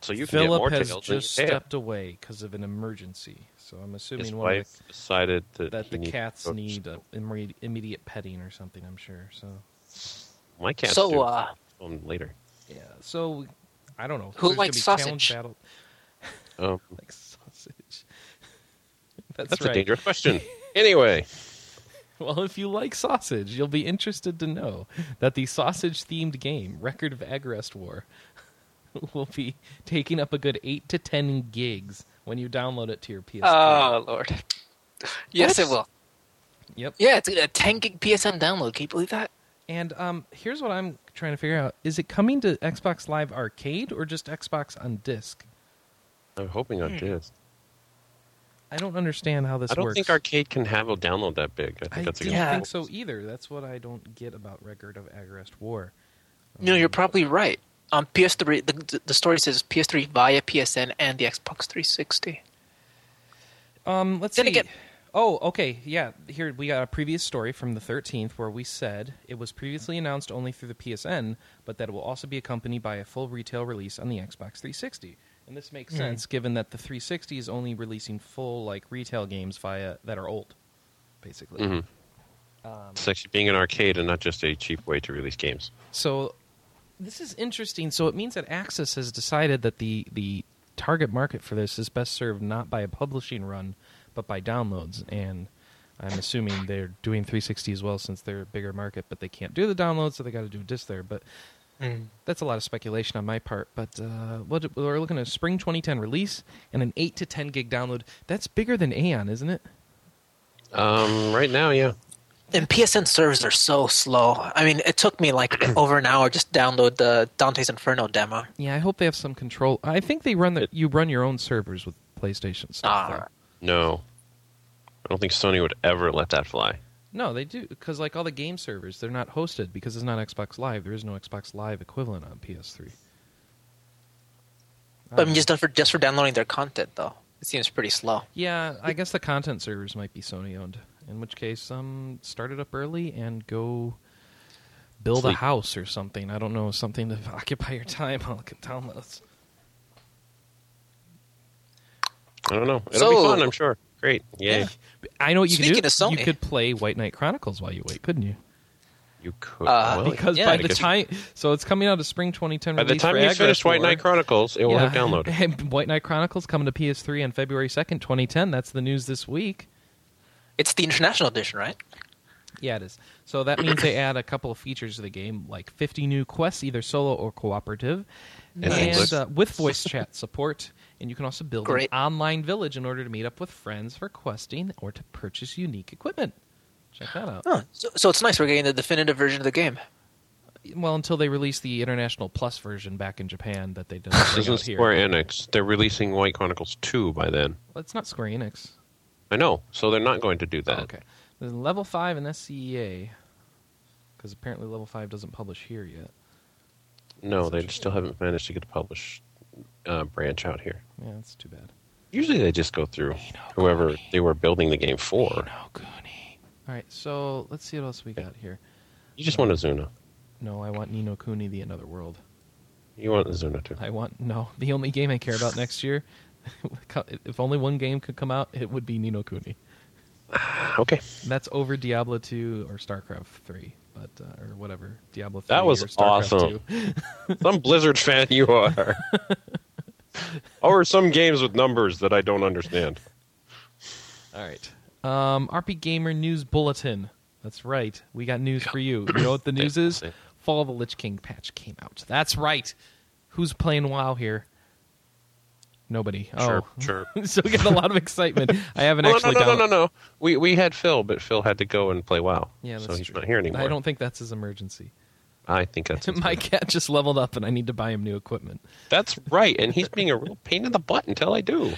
S2: So you can get
S1: Philip
S2: more
S1: has
S2: Tales
S1: just
S2: than you can.
S1: stepped away because of an emergency. So I'm assuming
S2: His
S1: one of
S2: wife decided that,
S1: the, that
S2: he
S1: the
S2: needed to
S1: cats
S2: go to
S1: need
S2: school.
S1: a imme- immediate petting or something. I'm sure. So
S2: My cats
S3: So,
S2: do.
S3: uh,
S2: Um, later.
S1: Yeah. So I don't know.
S3: Who
S1: There's gonna
S3: likes
S1: be challenge
S3: sausage?
S1: Battle. *laughs*
S2: Um,
S1: Like sausage. *laughs* That's,
S2: that's
S1: right.
S2: a dangerous question. anyway,
S1: Well, if you like sausage, you'll be interested to know that the sausage-themed game Record of Agrest War *laughs* will be taking up a good eight to ten gigs when you download it to your PS3.
S3: Oh lord. Yes, it will.
S1: yep.
S3: Yeah, it's a 10 gig PSN download. Can you believe that?
S1: And um, here's what I'm trying to figure out: Is it coming to Xbox Live Arcade or just Xbox on disc?
S2: I'm hoping on this.
S1: I don't understand how Hmm. this
S2: I don't
S1: works.
S2: think Arcade can have a download that big. I think
S1: I
S2: that's a
S1: didn't
S3: Yeah.
S1: think so either. That's what I don't get about Record of Agrest War.
S3: No, you're
S2: Mm.
S3: probably right. On PS3, the, the story says PS3 via PSN and the Xbox 360.
S1: Um, let's
S3: Then
S1: see.
S3: again-
S1: Oh, okay. Yeah, here we got a previous story from the 13th where we said it was previously announced only through the PSN, but that it will also be accompanied by a full retail release on the Xbox 360. And this makes sense given that the 360 is only releasing full like retail games via that are old, basically.
S2: Mhm.
S1: Um,
S2: It's actually being an arcade and not just a cheap way to release games.
S1: So this is interesting. So it means that Axis has decided that the the target market for this is best served not by a publishing run, but by downloads. And I'm assuming they're doing 360 as well since they're a bigger market, but they can't do the download, so they got to do disc there. But that's a lot of speculation on my part. But uh, what we're looking at a spring 2010 release and an 8 to 10 gig download. That's bigger than Aeon, isn't it?
S2: Um, right now, yeah.
S3: And PSN servers are so slow. I mean, it took me like over an hour just to download the Dante's Inferno demo.
S1: Yeah, I hope they have some control. I think they run the, you run your own servers with PlayStation stuff.
S3: Ah.
S1: though.
S2: No, I don't think Sony would ever let that fly.
S1: No, they do because like all the game servers, they're not hosted because it's not Xbox Live. There is no Xbox Live equivalent on PS3.
S3: But I
S1: Um, Oh.
S3: mean, just for just for downloading their content though, it seems pretty slow.
S1: Yeah, I guess the content servers might be Sony owned. In which case, um, start it up early and go build a
S2: Sleep.
S1: house or something. I don't know, something to *laughs* occupy your time while it downloads.
S2: I don't know. It'll be
S3: So-
S2: fun, I'm sure. Great, yay!
S1: I know what you
S3: Speaking
S1: could do.
S3: of Sony-
S1: You could play White Knight Chronicles while you wait, couldn't you?
S2: You could
S3: Uh,
S2: well,
S1: Because
S3: yeah,
S1: by
S3: I
S1: the
S2: guess-
S1: time, so it's coming out of spring 2010.
S2: by the
S1: release
S2: time
S1: for
S2: you
S1: Agra
S2: finish White
S1: Store.
S2: Knight Chronicles, it will have
S1: Yeah. *laughs*
S2: downloaded.
S1: And White Knight Chronicles coming to PS3 on February 2nd, 2010. That's the news this week.
S3: It's the international edition, right?
S1: Yeah, it is. So that means they add a couple of features to the game, like 50 new quests, either solo or cooperative,
S2: And English.
S1: uh, with voice chat support. And you can also build
S3: Great.
S1: an online village in order to meet up with friends for questing or to purchase unique equipment. Check that out.
S3: Huh. So, so it's nice we're getting the definitive version of the game.
S1: Well, until they release the International Plus version back in Japan that they didn't
S2: *laughs* This
S1: bring out
S2: is
S1: here.
S2: Square Enix. They're releasing White Chronicles 2 by then.
S1: Well, it's not Square Enix.
S2: I know, so they're not going to do that.
S1: okay. Then level 5 and SCEA, because E apparently level 5 doesn't publish here yet.
S2: No, they still haven't managed to get a published uh, branch out here.
S1: Yeah, that's too bad.
S2: Usually they just go through whoever they were building the game for.
S1: All right, so let's see what else we got here.
S2: You just want Azuna.
S1: No, I want Nino Cooney, The Another World.
S2: You want Azuna too.
S1: I want no. *laughs* The only game I care about next year, *laughs* if only one game could come out, it would be Nino Cooney.
S2: Okay.
S1: That's over Diablo two or StarCraft three, but uh, or whatever Diablo. 3
S2: That was
S1: or StarCraft *laughs*
S2: awesome.
S1: 2.
S2: Some Blizzard fan
S1: *laughs*
S2: you are. or some games with numbers that I don't understand.
S1: All right, um, RP Gamer News Bulletin. That's right. We got news for you. You know what the news is? Fall of the Lich King patch came out. That's right. Who's playing WoW here? Nobody.
S2: Chirp,
S1: oh, *laughs*
S2: chirp.
S1: so we got a lot of excitement.
S2: *laughs*
S1: I haven't
S2: Well, Oh, no,
S1: actually
S2: no, no,
S1: downloaded-
S2: no, no. We, we had Phil, but Phil had to go and play WoW.
S1: Yeah, that's
S2: so he's
S1: true.
S2: not here anymore.
S1: I don't think that's his emergency.
S2: I think
S1: *laughs*
S2: that's his
S1: My
S2: thing.
S1: cat just leveled up, and I need to buy him new equipment.
S2: That's right, and he's being a real pain in the butt until I do.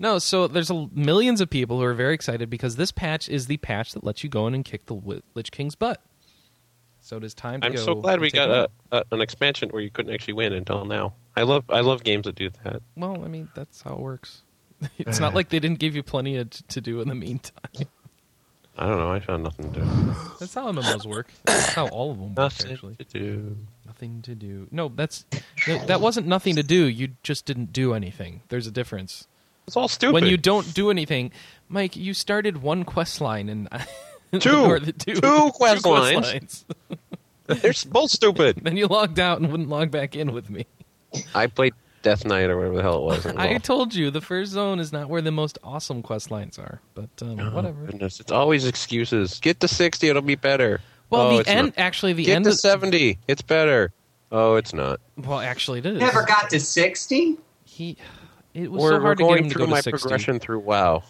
S1: No, so there's a, millions of people who are very excited because this patch is the patch that lets you go in and kick the Wi- Lich King's butt. So it is time to
S2: I'm
S1: go.
S2: so glad
S1: and
S2: we
S1: take
S2: got
S1: it
S2: a,
S1: out.
S2: a, an expansion where you couldn't actually win until now. I love I love games that do that.
S1: Well, I mean that's how it
S2: *laughs*
S1: works. It's not like they didn't give you plenty of, to do in the meantime.
S2: I don't know. I found nothing to do.
S1: That's how MMOs work. That's how all of them work,
S2: Nothing
S1: actually.
S2: to do.
S1: Nothing to do. No, that's no, that wasn't nothing to do. You just didn't do anything. There's a difference.
S2: It's all stupid.
S1: when you don't do anything. Mike, you started one quest line and *laughs*
S2: Two.
S1: or the two,
S2: Two quest lines. *laughs* They're both stupid.
S1: Then you logged out and wouldn't log back in with me.
S2: I played Death Knight or whatever the hell it
S1: *laughs*
S2: was.
S1: I told you the first zone is not where the most awesome quest lines are, but um,
S2: Oh,
S1: whatever.
S2: Goodness, it's always excuses. Get to sixty, it'll be better.
S1: Well,
S2: Oh,
S1: the
S2: it's
S1: end
S2: not.
S1: actually the
S2: Get
S1: end
S2: to
S1: is-
S2: seventy, it's better. Oh, it's not.
S1: well actually it is.
S4: *laughs* Never got to 60?
S1: he it was
S2: We're,
S1: so
S2: we're
S1: hard to get
S2: going
S1: him to
S2: through
S1: go to
S2: my
S1: 60.
S2: progression through WoW.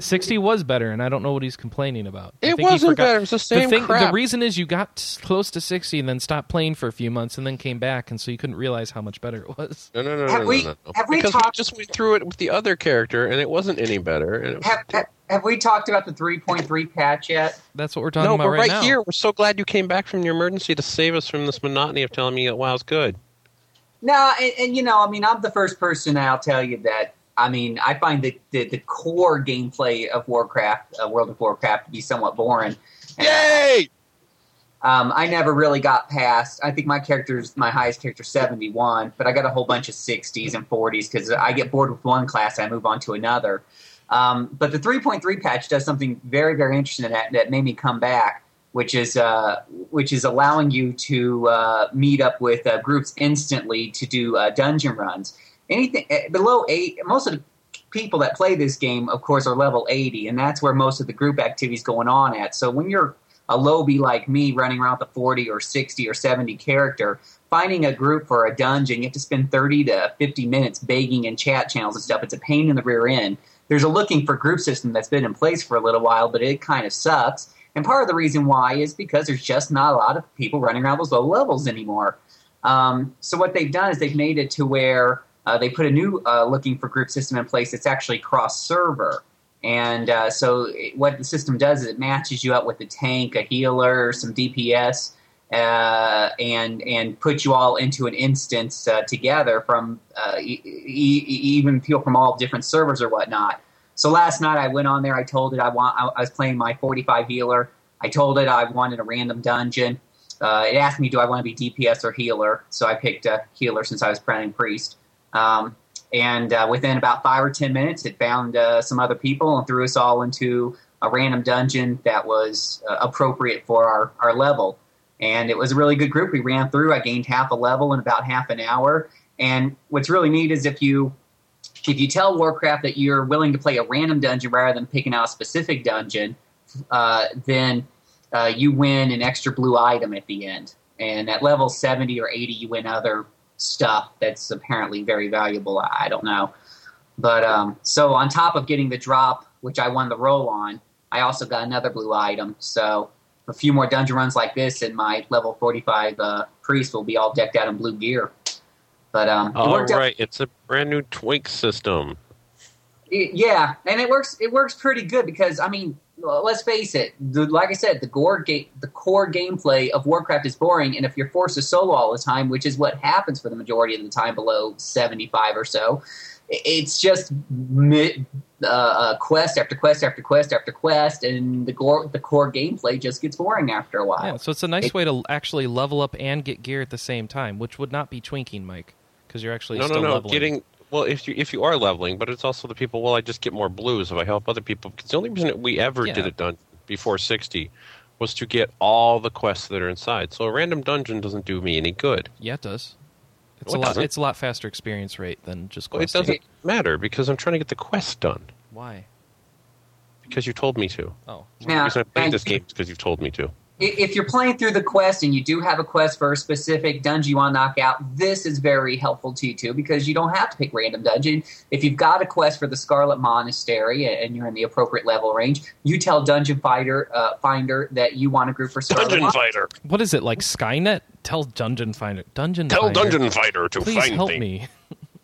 S1: 60 was better, and I don't know what he's complaining about. I
S2: It
S1: think he
S2: wasn't
S1: forgot-
S2: better. It was the same
S1: thing,
S2: crap.
S1: The reason is you got s- close to 60 and then stopped playing for a few months and then came back, and so you couldn't realize how much better it was. *laughs*
S2: No, no, no,
S4: Have
S2: no,
S4: we-
S2: no, no.
S4: have we
S2: because
S4: talked-
S2: we just went through it with the other character, and it wasn't any better. And it was
S4: Have, have, have we talked about the 3.3 patch yet?
S1: That's what we're talking
S2: no,
S1: about
S2: we're
S1: right,
S2: right,
S1: now.
S2: here. We're so glad you came back from your emergency to save us from this monotony of telling me that WoW's good.
S4: No, and, and you know, I mean, I'm the first person I'll tell you that. I mean, I find the, the, the core gameplay of Warcraft, uh, World of Warcraft, to be somewhat boring. And,
S2: Yay!
S4: Um, I never really got past. I think my character's my highest character 71, but I got a whole bunch of 60s and 40s because I get bored with one class, I move on to another. Um, but the 3.3 patch does something very, very interesting that that made me come back, which is uh, which is allowing you to uh, meet up with uh, groups instantly to do uh, dungeon runs. Anything eh, below eight, most of the people that play this game, of course, are level 80, and that's where most of the group activity's going on at. So when you're a lobby like me running around with a 40 or 60 or 70 character, finding a group for a dungeon, you have to spend 30 to 50 minutes begging in chat channels and stuff. It's a pain in the rear end. There's a looking for group system that's been in place for a little while, but it kind of sucks. And part of the reason why is because there's just not a lot of people running around those low levels anymore. Um, so what they've done is they've made it to where uh, they put a new uh, looking for group system in place that's actually cross server. And uh, so it, what the system does is it matches you up with a tank, a healer, some DPS, uh, and and put you all into an instance uh, together from uh, e- e- even people from all different servers or whatnot. So last night I went on there. I told it I want. I I was playing my 45 healer. I told it I wanted a random dungeon. Uh, it asked me, do I want to be DPS or healer? So I picked uh, healer since I was praying priest. Um, and uh, within about five or ten minutes, it found uh, some other people and threw us all into a random dungeon that was uh, appropriate for our, our level. And it was a really good group. We ran through. I gained half a level in about half an hour. And what's really neat is if you if you tell Warcraft that you're willing to play a random dungeon rather than picking out a specific dungeon, uh, then uh, you win an extra blue item at the end. And at level 70 or 80, you win other stuff that's apparently very valuable. I, I don't know. But um, so on top of getting the drop, which I won the roll on, I also got another blue item. So a few more dungeon runs like this, and my level 45 uh, priest will be all decked out in blue gear. But um, it
S2: All
S4: worked out-
S2: right, it's a brand new twink system.
S4: it- yeah, and it works. It works pretty good because I mean, l- let's face it. The, like I said, the gore ga- the core gameplay of Warcraft is boring, and if you're forced to solo all the time, which is what happens for the majority of the time below seventy five or so, i- it's just mi- uh, uh, quest after quest after quest after quest, and the gore the core gameplay just gets boring after a while.
S1: Yeah, so it's a nice way to actually level up and get gear at the same time, which would not be twinking, Mike, because you're actually
S2: No, no,
S1: still
S2: no.
S1: leveling.
S2: Getting well, if you if you are leveling, but it's also the people. Well, I just get more blues if I help other people. Because the only reason that we ever
S1: Yeah.
S2: did it done before sixty was to get all the quests that are inside. So a random dungeon doesn't do me any good.
S1: yeah, it does. It's
S2: No,
S1: a
S2: it
S1: lot.
S2: doesn't.
S1: It's a lot faster experience rate than just
S2: Well, it
S1: questing.
S2: doesn't matter because I'm trying to get the quest done
S1: Why?
S2: because you told me to.
S1: Oh,
S2: The
S4: Now,
S2: reason I played
S4: and-
S2: this game is because you've told me to.
S4: i- if you're playing through the quest and you do have a quest for a specific dungeon you want to knock out, this is very helpful to you too because you don't have to pick random dungeon. If you've got a quest for the Scarlet Monastery and you're in the appropriate level range, you tell Dungeon Fighter uh, Finder that you want a group for Scarlet
S2: Dungeon
S4: Mon-
S2: fighter,
S1: what is it like? Skynet? Tell Dungeon Finder. Dungeon.
S2: tell
S1: Finder,
S2: dungeon fighter to
S1: Please
S2: find
S1: help
S2: me.
S1: me.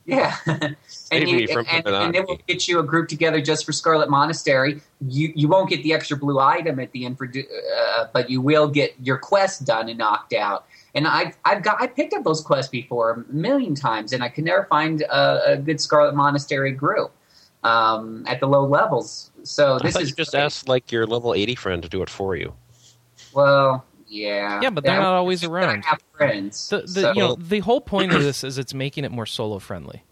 S4: Yeah, and,
S2: *laughs* Save
S4: you,
S2: me from
S4: and, and
S2: Fibonacci.
S4: they will get you a group together just for Scarlet Monastery. You you won't get the extra blue item at the end for, do- uh, but you will get your quest done and knocked out. And I've I've got I picked up those quests before a million times, and I could never find a, a good Scarlet Monastery group um, at the low levels. So
S2: I
S4: this
S2: thought
S4: is
S2: you just asked like your level eighty friend to do it for you.
S4: Well, yeah,
S1: Yeah, but they're
S4: I-
S1: not always
S4: I
S1: around.
S4: have friends.
S1: The, the,
S4: so-
S1: you know, the whole point of this is it's making it more solo friendly.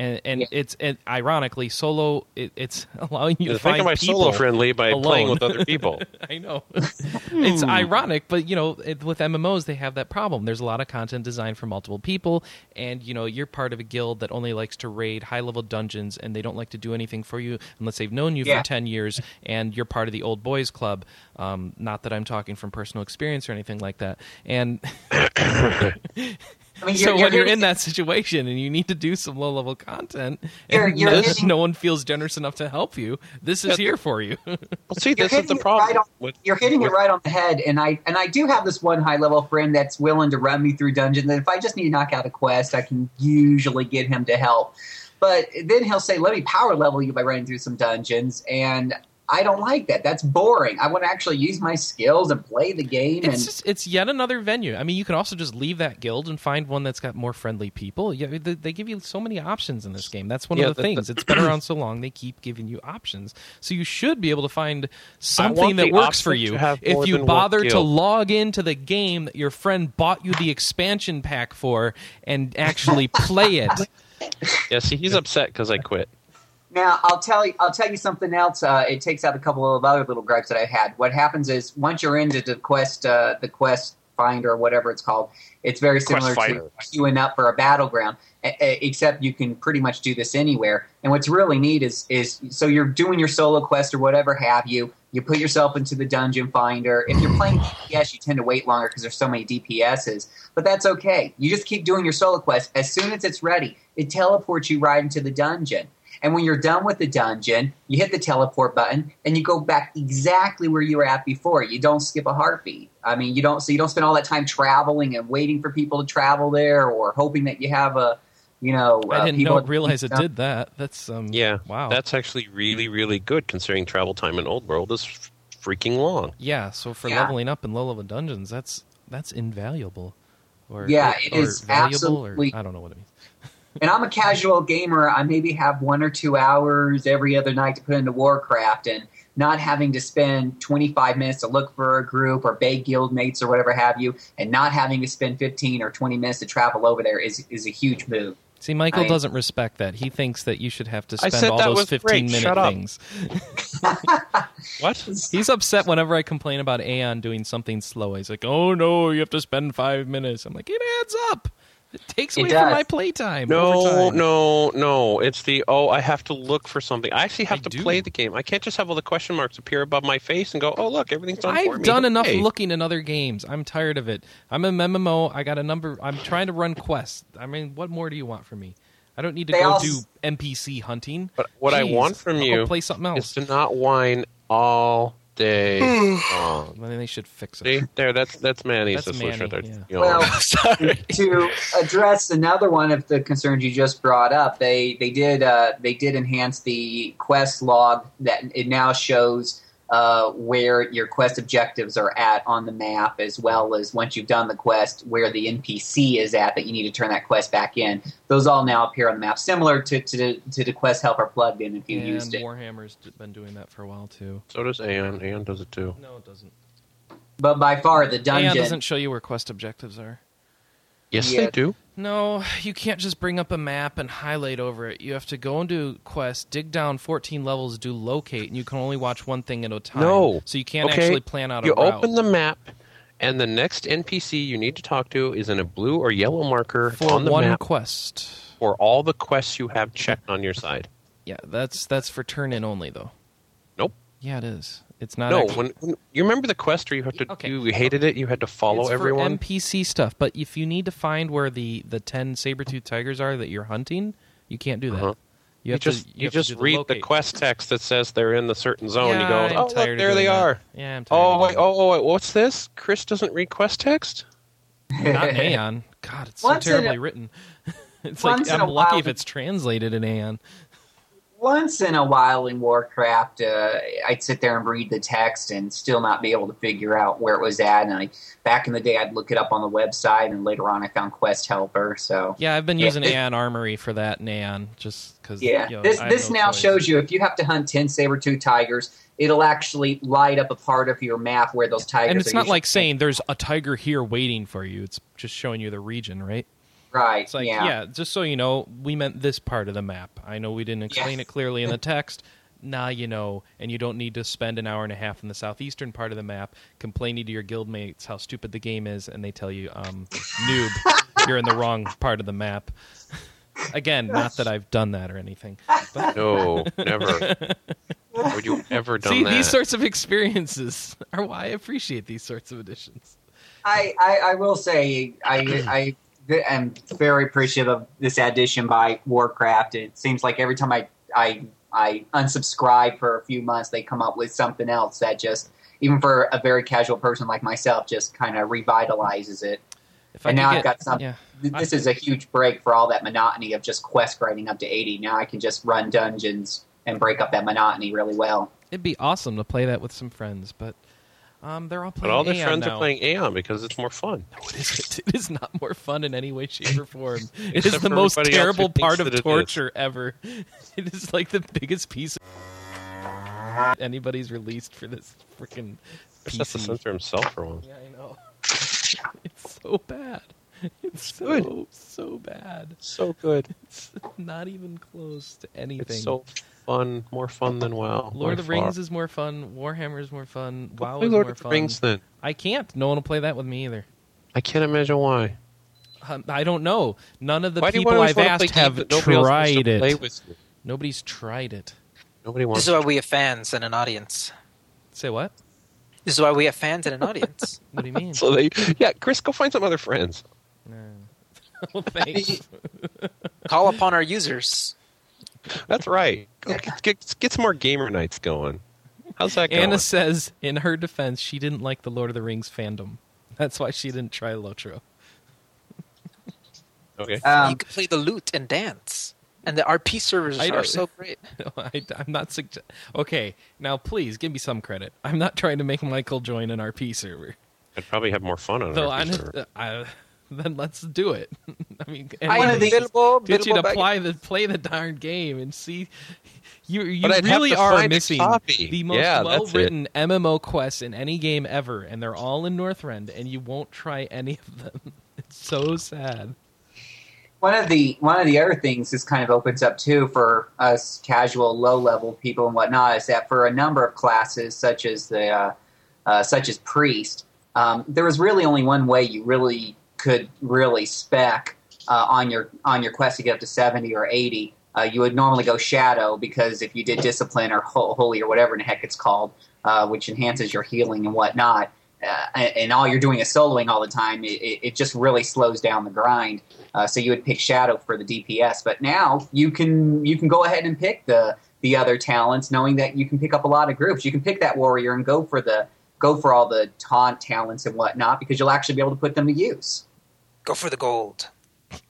S1: And, and
S4: Yeah.
S1: it's and ironically solo. It, it's *laughs* allowing you to
S2: think
S1: find
S2: of my
S1: people.
S2: solo friendly by
S1: alone.
S2: playing with *laughs* other people.
S1: *laughs* I know.
S4: Hmm.
S1: It's ironic, but you know, it, with MMOs they have that problem. There's a lot of content designed for multiple people and you know, you're part of a guild that only likes to raid high-level dungeons and they don't like to do anything for you unless they've known you
S4: Yeah.
S1: for 10 years and you're part of the old boys club. Um, not that I'm talking from personal experience or anything like that. And *laughs*
S4: I mean,
S1: so when you're
S4: hitting-
S1: in that situation and you need to do some low-level content
S4: You're-
S1: and
S4: you're
S1: no-
S4: hitting-
S1: no one feels generous enough to help you, this is here for you.
S2: Well, see,
S4: You're
S2: this is
S4: hitting
S2: the
S4: it
S2: problem.
S4: right on-
S2: with-
S4: you're hitting it right on the head and i and i do have this one high level friend that's willing to run me through dungeon that if i just need to knock out a quest i can usually get him to help but then he'll say let me power level you by running through some dungeons and i don't like that that's boring i want to actually use my skills and play the game and
S1: It's just, it's yet another venue. I mean, you can also just leave that guild and find one that's got more friendly people. Yeah, they, they give you so many options in this game. That's one
S2: Yeah,
S1: of the
S2: that-
S1: things. it's been around so long; they keep giving you options. So you should be able to find something
S2: want
S1: that
S2: the
S1: works for
S2: option
S1: you
S2: to have
S1: if
S2: more
S1: you
S2: than one
S1: bother to
S2: guild.
S1: log into the game that your friend bought you the expansion pack for and actually play it.
S2: *laughs* Yeah, see, he's upset because I quit.
S4: Now I'll tell you. I'll tell you something else. Uh, it takes out a couple of other little gripes that I had. What happens is once you're into the quest, uh, the quest Finder or whatever it's called. It's very similar to
S5: Finder.
S4: queuing up for a battleground, e- e- except you can pretty much do this anywhere. And what's really neat is is so you're doing your solo quest or whatever have you. You put yourself into the dungeon finder. If you're playing DPS, you tend to wait longer because there's so many DPSs. But that's okay. You just keep doing your solo quest. As soon as it's ready, it teleports you right into the dungeon. And when you're done with the dungeon, you hit the teleport button and you go back exactly where you were at before. You don't skip a heartbeat. I mean, you don't so you don't spend all that time traveling and waiting for people to travel there or hoping that you have a, you know,
S1: I
S4: uh,
S1: didn't
S4: people
S1: know, realize it
S4: No.
S1: did that. That's um,
S2: Yeah.
S1: Wow.
S2: That's actually really, really good considering travel time in Old World is f- freaking long.
S1: yeah. So for
S4: Yeah.
S1: leveling up in low level dungeons, that's that's invaluable. Or
S4: Yeah,
S1: it is
S4: it is absolutely-
S1: Or, I don't know what it means.
S4: and I'm a casual gamer. I maybe have one or two hours every other night to put into Warcraft, and not having to spend 25 minutes to look for a group or beg guildmates or whatever have you, and not having to spend 15 or 20 minutes to travel over there is is a huge move.
S1: See, Michael
S4: I-
S1: doesn't respect that. He thinks that you should have to
S2: I
S1: spend
S2: said
S1: all
S2: that
S1: those
S2: was great.
S1: fifteen minute
S2: Shut up.
S1: things.
S2: What?
S1: He's upset whenever I complain about Aeon doing something slow. He's like, "Oh no, you have to spend five minutes." I'm like, "It adds up. It takes
S4: It
S1: away from
S4: does.
S1: my playtime."
S2: No,
S1: overtime."
S2: no, no. It's the oh, I have to look for something. I actually have
S1: I
S2: to
S1: do.
S2: play the game. I can't just have all the question marks appear above my face and go, "Oh, look, everything's on." for
S1: I've
S2: me.
S1: done enough
S2: Hey.
S1: looking in other games. I'm tired of it. I'm a MMO. I got a number. I'm trying to run quests. I mean, what more do you want from me? I don't need to
S4: They
S1: go
S4: all-
S1: do NPC hunting.
S2: But what I
S1: Jeez,
S2: want from
S1: I'll go
S2: you
S1: play something
S2: Is
S1: else.
S2: to not whine all
S1: *sighs*
S2: day long.
S1: Well, then they should fix
S2: See
S1: it.
S2: there, that's that's Manny's
S1: That's
S2: the solution.
S1: Manny,
S2: there.
S1: yeah.
S2: You know, *laughs*
S4: Well,
S3: Sorry.
S4: to address another one of the concerns you just brought up, they they did uh, they did enhance the quest log that it now shows uh, where your quest objectives are at on the map, as well as once you've done the quest, where the NPC is at that you need to turn that quest back in. Those all now appear on the map, similar to to, to the quest helper plugged in if you
S1: and
S4: used it.
S1: Warhammer's d- been doing that for a while too.
S2: so does Aeon. Aeon does it too.
S1: No, it doesn't.
S4: But by far, the
S1: Aeon
S4: dungeon
S1: doesn't show you where quest objectives are.
S2: Yes,
S4: Yeah.
S2: they do.
S1: No, you can't just bring up a map and highlight over it. You have to go into quest, dig down 14 levels, do locate, and you can only watch one thing at a time.
S2: No.
S1: So you can't
S2: Okay,
S1: actually plan out a
S2: You
S1: route.
S2: open the map, and the next NPC you need to talk to is in a blue or yellow marker
S1: for
S2: on the
S1: one
S2: map
S1: quest.
S2: for all the quests you have checked on your side.
S1: Yeah, that's that's for turn in only though.
S2: Nope.
S1: Yeah, it is. It's not.
S2: no,
S1: actually-
S2: when, when- you remember the quest where you had to
S1: Okay.
S2: you hated it, you had to follow
S1: it's
S2: everyone.
S1: for NPC stuff. But if you need to find where the the ten saber tooth tigers are that you're hunting, you can't do that.
S2: Uh-huh.
S1: You,
S2: You,
S1: have
S2: just
S1: to,
S2: you,
S1: have to
S2: just
S1: do the
S2: read the
S1: locate.
S2: quest text that says they're in the certain zone.
S1: Yeah,
S2: you go,
S1: I'm
S2: oh
S1: tired
S2: look,
S1: of
S2: there
S1: doing
S2: they
S1: that.
S2: are.
S1: Yeah, I'm tired.
S2: Oh
S1: of
S2: wait,
S1: doing
S2: oh, oh wait, what's this? Chris doesn't read
S1: *laughs*
S2: quest text.
S1: that.
S2: *laughs*
S4: *laughs*
S1: not in Aeon. God, it's so
S4: Once in a-
S1: terribly written. *laughs* it's like
S4: once in
S1: I'm
S4: a
S1: lucky
S4: while-
S1: if it's translated in Aeon.
S4: once in a while in Warcraft, uh, I'd sit there and read the text and still not be able to figure out where it was at. And I, back in the day, I'd look it up on the website, and later on, I found Quest Helper. So
S1: Yeah, I've been
S4: Yeah,
S1: using
S4: this-
S1: Aeon Armory for that in Aeon just because.
S4: yeah, this this now shows you if you have to hunt ten saber tooth tigers, it'll actually light up a part of your map where those tigers.
S1: And it's
S4: are
S1: not
S4: usually-
S1: like saying there's a tiger here waiting for you. It's just showing you the region, right?
S4: right,
S1: It's like, yeah.
S4: yeah.
S1: just so you know, we meant this part of the map. I know we didn't explain it
S4: Yes.
S1: clearly
S4: *laughs*
S1: in the text. Now you know, and you don't need to spend an hour and a half in the southeastern part of the map complaining to your guildmates how stupid the game is, and they tell you, um,
S4: *laughs*
S1: noob, you're in the wrong part of the map. *laughs* Again, not that I've done that or anything. But
S2: No, never. Would you
S1: *laughs*
S2: ever done
S1: see,
S2: that?
S1: these sorts of experiences *laughs* are why I appreciate these sorts of additions.
S4: I, I, I will say I, I am very appreciative of this addition by Warcraft. It seems like every time I, I, I unsubscribe for a few months, they come up with something else that just, even for a very casual person like myself, just kind of revitalizes it.
S1: If
S4: And
S1: could
S4: now I've
S1: get-
S4: got some-
S1: Yeah.
S4: Th- This
S1: I-
S4: is a huge break for all that monotony of just quest grinding up to 80. Now I can just run dungeons and break up that monotony really well.
S1: It'd be awesome to play that with some friends, but um, they're all
S2: But
S1: playing.
S2: all their
S1: Aeon
S2: friends
S1: now.
S2: are playing Aeon because it's more fun.
S1: What is *laughs* it? It is not more fun in any way, shape, or
S2: *laughs*
S1: form. It is
S2: Except
S1: the
S2: for
S1: most
S2: everybody else who
S1: terrible
S2: thinks
S1: part
S2: that
S1: of
S2: it is.
S1: torture ever. *laughs* It is like the biggest piece of *laughs* anybody's released for this freaking
S2: Chris has to
S1: PC.
S2: censor himself for once.
S1: Yeah, I know. *laughs* It's so bad. *laughs* It's so
S2: good.
S1: so bad.
S2: So good.
S1: It's *laughs* not even close to anything.
S2: It's so fun. More fun than WoW.
S1: Lord of the
S2: by far.
S1: Rings is more fun. Warhammer is more fun.
S2: Go
S1: WoW
S2: play
S1: is
S2: Lord
S1: more
S2: of the
S1: fun.
S2: Rings then.
S1: I can't. No one will play that with me either.
S2: I can't imagine why.
S1: Um, I don't know. None of the
S2: why do you
S1: people
S2: always
S1: I've
S2: wanna play
S1: asked
S2: games
S1: have
S2: that nobody else wants to
S1: tried it.
S2: Play with you?
S1: Nobody's tried it.
S2: Nobody
S3: This
S2: wants.
S3: is why we have fans and an audience.
S1: Say what?
S3: This is why we have fans and an audience.
S1: What
S2: *laughs*
S1: do you mean?
S2: So they, yeah, Chris, go find some other friends.
S1: No. *laughs* well,
S2: *laughs*
S1: thanks.
S3: Call upon our users.
S2: That's right. Go get, get, get some more gamer nights going. How's that going?
S1: Anna says, in her defense, she didn't like the Lord of the Rings fandom. That's why she didn't try Lotro.
S2: okay.
S4: Um,
S3: you can play the lute and dance. And the RP servers
S1: I
S3: are
S1: don't-
S3: so great.
S1: *laughs* No, I, am not suggest. Okay, now please give me some credit. I'm not trying to make Michael join an RP server.
S2: I'd probably have more fun on
S1: Though uh,
S2: it.
S1: honest, I, *laughs* then let's do it. *laughs* I mean,
S4: I
S1: anyone
S4: don't think-
S1: teach
S3: Bilbo,
S1: you to
S3: Bilbo back-
S1: play the play the darn game and see. You you
S2: But I'd have
S1: really
S2: to
S1: are
S2: find a
S1: missing
S2: copy.
S1: the most
S2: Yeah, that's it.
S1: well written MMO quests in any game ever, and they're all in Northrend, and you won't try any of them. *laughs* It's so sad.
S4: one of the one of the other things this kind of opens up too for us casual low level people and whatnot is that for a number of classes such as the uh, uh, such as priest um, there was really only one way you really could really spec uh, on your on your quest to get up to 70 or 80 uh, you would normally go shadow because if you did discipline or ho- holy or whatever in the heck it's called uh, which enhances your healing and whatnot uh, and, and all you're doing is soloing all the time it, it, it just really slows down the grind uh, so you would pick Shadow for the DPS. But now you can you can go ahead and pick the the other talents, knowing that you can pick up a lot of groups. You can pick that warrior and go for the go for all the taunt talents and whatnot because you'll actually be able to put them to use.
S3: Go for the gold.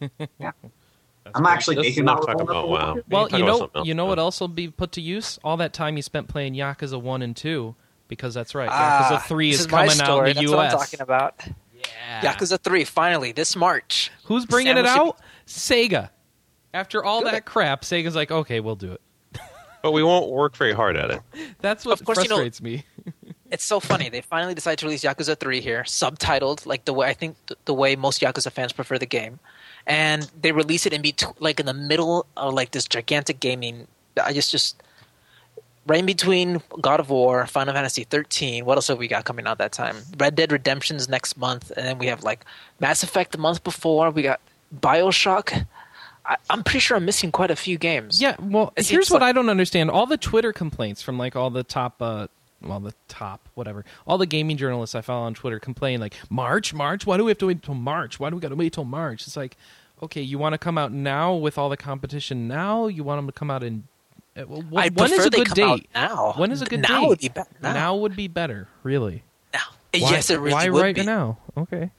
S4: I'm actually
S2: Let's
S4: making
S2: not
S4: my
S2: talk
S4: roll
S2: about
S4: up a
S2: WoW.
S4: little
S1: Well,
S2: Talk
S1: you
S2: about
S1: know,
S2: something else.
S1: you know what else will be put to use? All that time you spent playing Yakuza one and two, because that's right,
S3: Ah,
S1: Yakuza three
S3: this
S1: is
S3: is my
S1: coming out
S3: story.
S1: in the
S3: That's
S1: U.S.
S3: what I'm talking about.
S1: Yeah.
S3: Yakuza 3, finally, this March.
S1: Who's bringing
S3: Samus-
S1: it out? Sega. After all
S3: Good.
S1: that crap, Sega's like, okay, we'll do it.
S2: But we won't work very hard at it.
S1: That's what
S3: Of course, you know-
S1: frustrates me.
S3: It's so funny. They finally decided to release Yakuza 3 here, subtitled, like the way I think th- the way most Yakuza fans prefer the game. And they release it in between, like in the middle of like this gigantic gaming. I just, just right in between God of War, Final Fantasy 13. What else have we got coming out that time? Red Dead Redemption's next month, and then we have like Mass Effect the month before. We got Bioshock. I, I'm pretty sure I'm missing quite a few games.
S1: Yeah, well,
S3: It's-
S1: here's
S3: it's
S1: what
S3: like-
S1: I don't understand: all the Twitter complaints from like all the top, uh, well, the top, whatever, all the gaming journalists I follow on Twitter complain like March, March. Why do we have to wait till March? Why do we got to wait till March? It's like, okay, you want to come out now with all the competition now? You want them to come out in? uh, Well, wh-
S3: I
S1: when
S3: prefer
S1: is a
S3: they
S1: good
S3: come out
S1: date?
S3: now.
S1: When is a good
S3: Now
S1: date?
S3: would be better. Now.
S1: Now would be better, really.
S3: now.
S1: Why-
S3: yes, it really
S1: why
S3: would
S1: right
S3: be.
S1: now? Okay.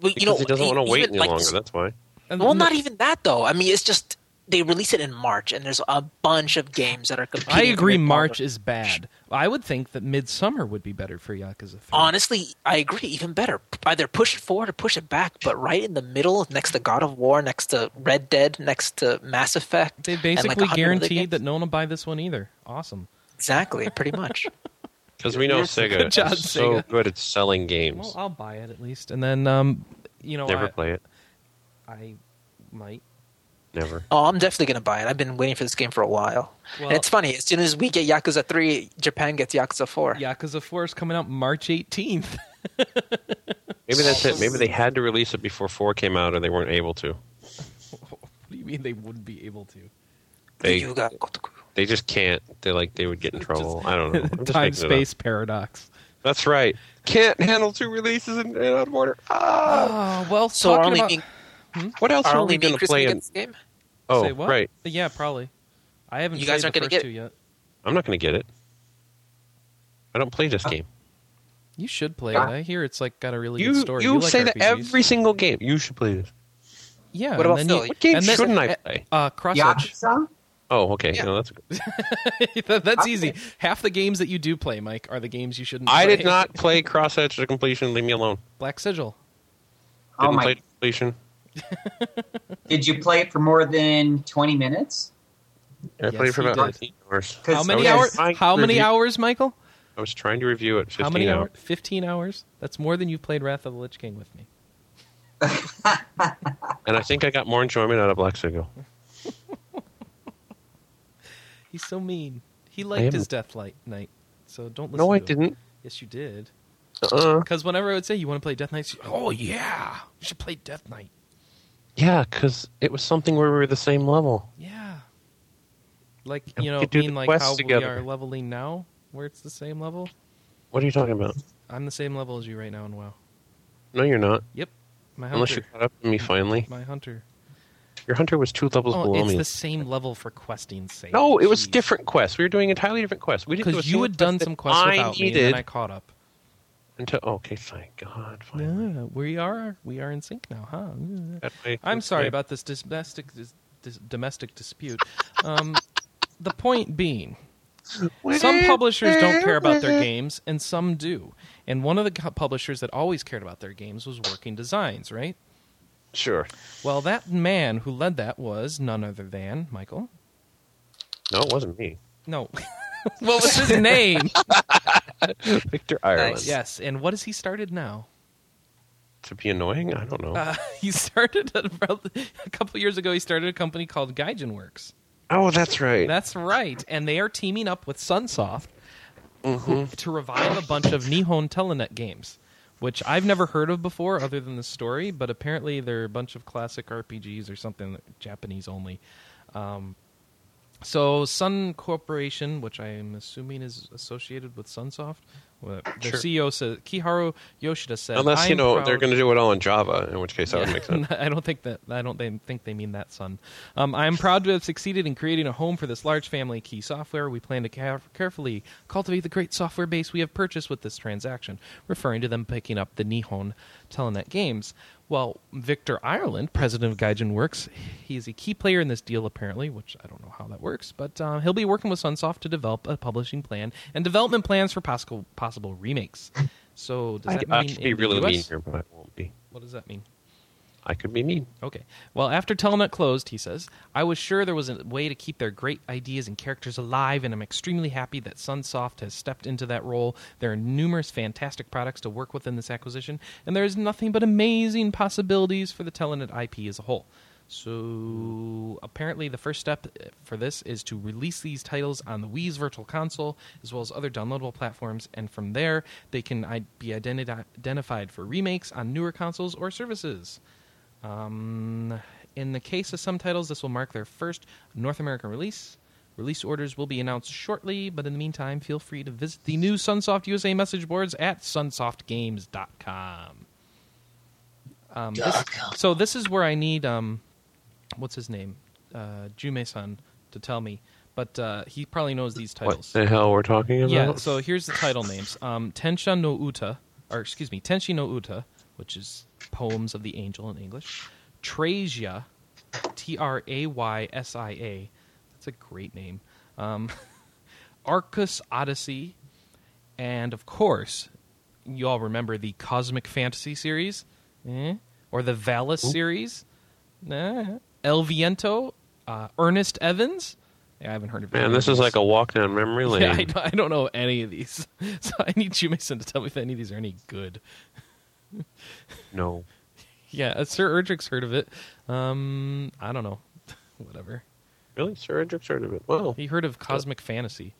S3: Well,
S2: Because
S3: you know,
S2: he doesn't want
S3: e-
S2: to wait
S3: even,
S2: any
S3: like,
S2: longer.
S1: *laughs*
S2: That's why.
S1: And-
S3: Well, not even that though. I mean, it's just they release it in March, and there's a bunch of games that are competing. *laughs*
S1: I agree.
S3: with all
S1: March
S3: of-
S1: is bad. I would think that midsummer would be better for Yakuza. 3.
S3: Honestly, I agree. Even better, either push it forward or push it back. But right in the middle, next to God of War, next to Red Dead, next to Mass Effect,
S1: they
S3: and, like,
S1: basically
S3: 100 other games.
S1: guaranteed that no one will buy this one either. Awesome.
S3: Exactly, pretty much.
S2: Because we know
S1: *laughs*
S2: Sega
S1: Good job,
S2: is so
S1: Sega.
S2: good at selling
S1: Well,
S2: games.
S1: I'll buy it at least, and then um, you know,
S2: Never
S1: I,
S2: play it.
S1: I might.
S2: Never.
S3: oh, I'm definitely gonna buy it. I've been waiting for this game for a while. And
S1: Well-
S3: it's funny. As soon as we get Yakuza three, Japan gets Yakuza four.
S1: Yakuza Four is coming out March eighteenth. *laughs*
S2: Maybe that's it. Maybe they had to release it before four came out, or they weren't able to.
S1: what do you mean they wouldn't be able to?
S2: They
S3: Ryuga Gotoku.
S2: they just can't. They like they would get in trouble.
S1: *laughs*
S2: I don't know. I'm just
S1: Time
S2: making it up.
S1: space paradox.
S2: That's right. Can't handle two releases in, in out of order. Ah,
S1: *gasps* Oh well,
S3: So our
S1: talking
S3: only
S1: about-
S3: mean-
S2: what else
S3: our
S2: are
S3: only
S2: we going
S3: mean
S2: to
S3: Chris
S2: play? In,
S3: gets the game.
S2: oh,
S1: say what?
S2: right.
S1: Yeah, probably. I haven't.
S3: You guys
S1: played
S3: aren't
S1: the
S3: gonna
S1: first
S3: get
S1: two
S3: it.
S1: yet.
S2: I'm not going to get it. I don't play this game.
S1: You should play
S4: Huh?
S1: it. I hear it's like got a Uh, really
S2: You
S1: good
S2: you,
S1: story. like
S2: say that
S1: RPGs.
S2: every single game. You should play this.
S1: Yeah.
S3: What
S1: and
S3: about
S1: then
S3: Phil?
S1: You,
S2: What game
S1: and then-
S2: shouldn't I play?
S1: Uh, Cross Edge.
S4: Yakuza?
S2: Oh, okay.
S3: Yeah.
S2: No, that's good.
S1: That- *laughs* That's easy. Half the games that you do play, Mike, are the games you shouldn't.
S2: I
S1: play.
S2: did not play Cross Edge to completion. Leave me alone.
S1: Black Sigil.
S4: Oh
S2: Didn't
S4: my!
S2: play to completion.
S4: Did you play it for more than twenty minutes?
S2: I
S1: Yes,
S2: played it for
S1: you
S2: about
S1: did.
S2: 15 hours.
S4: 'Cause
S1: How many hours?
S4: there's-
S2: I
S1: How many
S2: review-
S1: hours, Michael?
S2: I was trying to review it. 15
S1: How many hours?
S2: hours.
S1: Fifteen hours. That's more than you played Wrath of the Lich King with me.
S2: And I think I got more enjoyment out of Black Sigil.
S1: He's so mean. He
S2: am-
S1: liked his Deathlight Night, so don't listen.
S2: No, I
S1: to him.
S2: didn't.
S1: Yes, you did.
S2: Uh-uh.
S1: Because whenever I would say you want to play Death Knight, she'd, oh yeah, you should play Death Knight.
S2: Yeah, because it was something where we were the same level.
S1: Yeah. Like
S2: And
S1: you
S2: we
S1: know,
S2: could do
S1: mean
S2: the
S1: like
S2: quests
S1: how we
S2: together.
S1: are leveling now, where it's the same level.
S2: What are you talking about?
S1: I'm the same level as you right now in WoW.
S2: No, you're not.
S1: My
S2: Unless you
S1: hunter,
S2: caught up to me finally.
S1: my hunter.
S2: Your hunter was two levels
S1: Oh,
S2: below
S1: it's
S2: me.
S1: the same level for questing sake.
S2: No, it was
S1: Jeez.
S2: different quests. We were doing entirely different quests. We didn't do a
S1: Because you
S2: single
S1: had
S2: quest
S1: done
S2: that
S1: some quests
S2: I
S1: without me,
S2: needed
S1: and then I caught up.
S2: *laughs* Until okay, thank God, finally.
S1: Yeah, we are we are in sync now, huh? Yeah.
S2: That way-
S1: I'm
S2: this
S1: sorry
S2: way-
S1: about this domestic dis, dis, domestic dispute. Um, the point being, some publishers don't care about their games, and some do. And one of the co- publishers that always cared about their games was Working Designs, right?
S2: Sure.
S1: Well, that man who led that was none other than Michael.
S2: No, it wasn't me.
S1: No, *laughs* what was
S2: *laughs*
S1: his name?
S2: Victor Ireland.
S3: Nice.
S1: yes, and what has he started now?
S2: To be annoying, I don't know.
S1: Uh, he *laughs* started at about a couple years ago. He started a company called Gaijin Works.
S2: oh, that's right.
S1: That's right. And they are teaming up with Sunsoft
S2: Mm-hmm.
S1: who- to revive a bunch of Nihon Telenet games, which I've never heard of before other than the story, but apparently they're a bunch of classic RPGs or something, Japanese only. Um, so Sun Corporation, which I'm assuming is associated with Sunsoft, well, their
S2: Sure.
S1: CEO says Kiharu Yoshida said,
S2: Unless you
S1: "I'm
S2: know
S1: proud-
S2: they're going to do it all in Java, in which case that
S1: yeah.
S2: would make sense.
S1: *laughs* I don't think that. I don't they- think they mean that, son. Um, I am proud to have succeeded in creating a home for this large family key software. We plan to care- carefully cultivate the great software base we have purchased with this transaction, referring to them picking up the Nihon Telenet games. Well, Victor Ireland, president of Gaijin Works, he is a key player in this deal, apparently, which I don't know how that works, but uh, he'll be working with Sunsoft to develop a publishing plan and development plans for possible possible remakes. So does
S2: I,
S1: that mean
S2: I could be
S1: in the
S2: really
S1: US?
S2: mean here, but I won't be.
S1: What does that mean?
S2: I could be mean.
S1: Okay. Well, after Telenet closed, he says, I was sure there was a way to keep their great ideas and characters alive, and I'm extremely happy that Sunsoft has stepped into that role. There are numerous fantastic products to work with in this acquisition, and there is nothing but amazing possibilities for the Telenet IP as a whole. So apparently, the first step uh, for this is to release these titles on the Wii's Virtual Console as well as other downloadable platforms, and from there they can i- be identi- identified for remakes on newer consoles or services. Um, in the case of some titles, this will mark their first North American release. Release orders will be announced shortly, but in the meantime, feel free to visit the new Sunsoft USA message boards at sunsoftgames.com. Um, this, so this is where I need um, what's his name, uh, Jume-san, to tell me, but uh, he probably knows these
S2: What uh,
S1: titles.
S2: the hell we're talking about?
S1: Yeah, so here's the title names. Um, Tensha no Uta, or excuse me, Tenshi no Uta, which is Poems of the Angel in English. Trasia, T R A Y S I A. That's a great name. Um, *laughs* Arcus Odyssey, and of course, you all remember the Cosmic Fantasy series, eh? or the Valis series. Nah. El Viento, uh, Ernest Evans. Yeah, I haven't heard of
S2: man,
S1: any
S2: this
S1: of
S2: is
S1: these.
S2: like a walk down memory lane.
S1: Yeah, I, don't- I don't know any of these, *laughs* so I need Jumison to tell me if any of these are any good.
S2: No.
S1: Yeah, uh, Sir Erdrick's heard of it. Um, I don't know, *laughs* whatever.
S2: Really? Sir Edric's heard of it. Well,
S1: He heard of cosmic fantasy,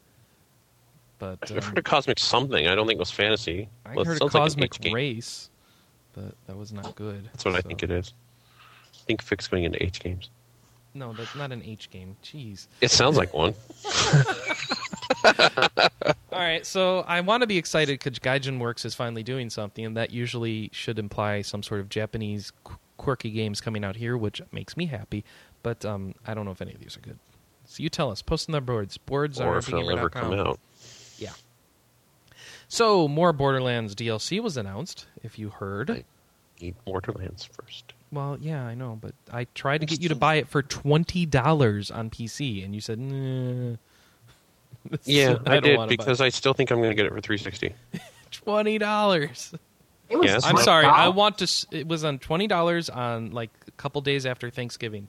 S1: but
S2: I've
S1: um,
S2: heard of Cosmic something. I don't think it was fantasy.
S1: I
S2: Well, it
S1: heard of
S2: sounds like an
S1: cosmic
S2: H game.
S1: race, but that was not good.
S2: That's what I think it is. I think Fix going into H games.
S1: No, that's not an H game. Jeez.
S2: It sounds like
S1: *laughs*
S2: one.
S1: All right, so I want to be excited because Gaijin Works is finally doing something, and that usually should imply some sort of Japanese qu- quirky games coming out here, which makes me happy. But um, I don't know if any of these are good. So you tell us. Post on the boards. Boards
S2: or
S1: are
S2: if it'll ever come out.
S1: Yeah. So more Borderlands DLC was announced. If you heard,
S2: Right. Need Borderlands first.
S1: well, yeah, *laughs* I know, but I tried to get you to buy it for twenty dollars on PC, and you said, nah. *laughs*
S2: Yeah, I,
S1: don't
S2: did
S1: wanna buy it.
S2: because I still think I'm going to get it for 360.
S1: twenty dollars.
S4: It was Oh,
S2: Yeah, that's
S1: I'm
S2: Wow.
S4: $20.
S1: sorry. I want to. s- It was on twenty dollars on like a couple days after Thanksgiving.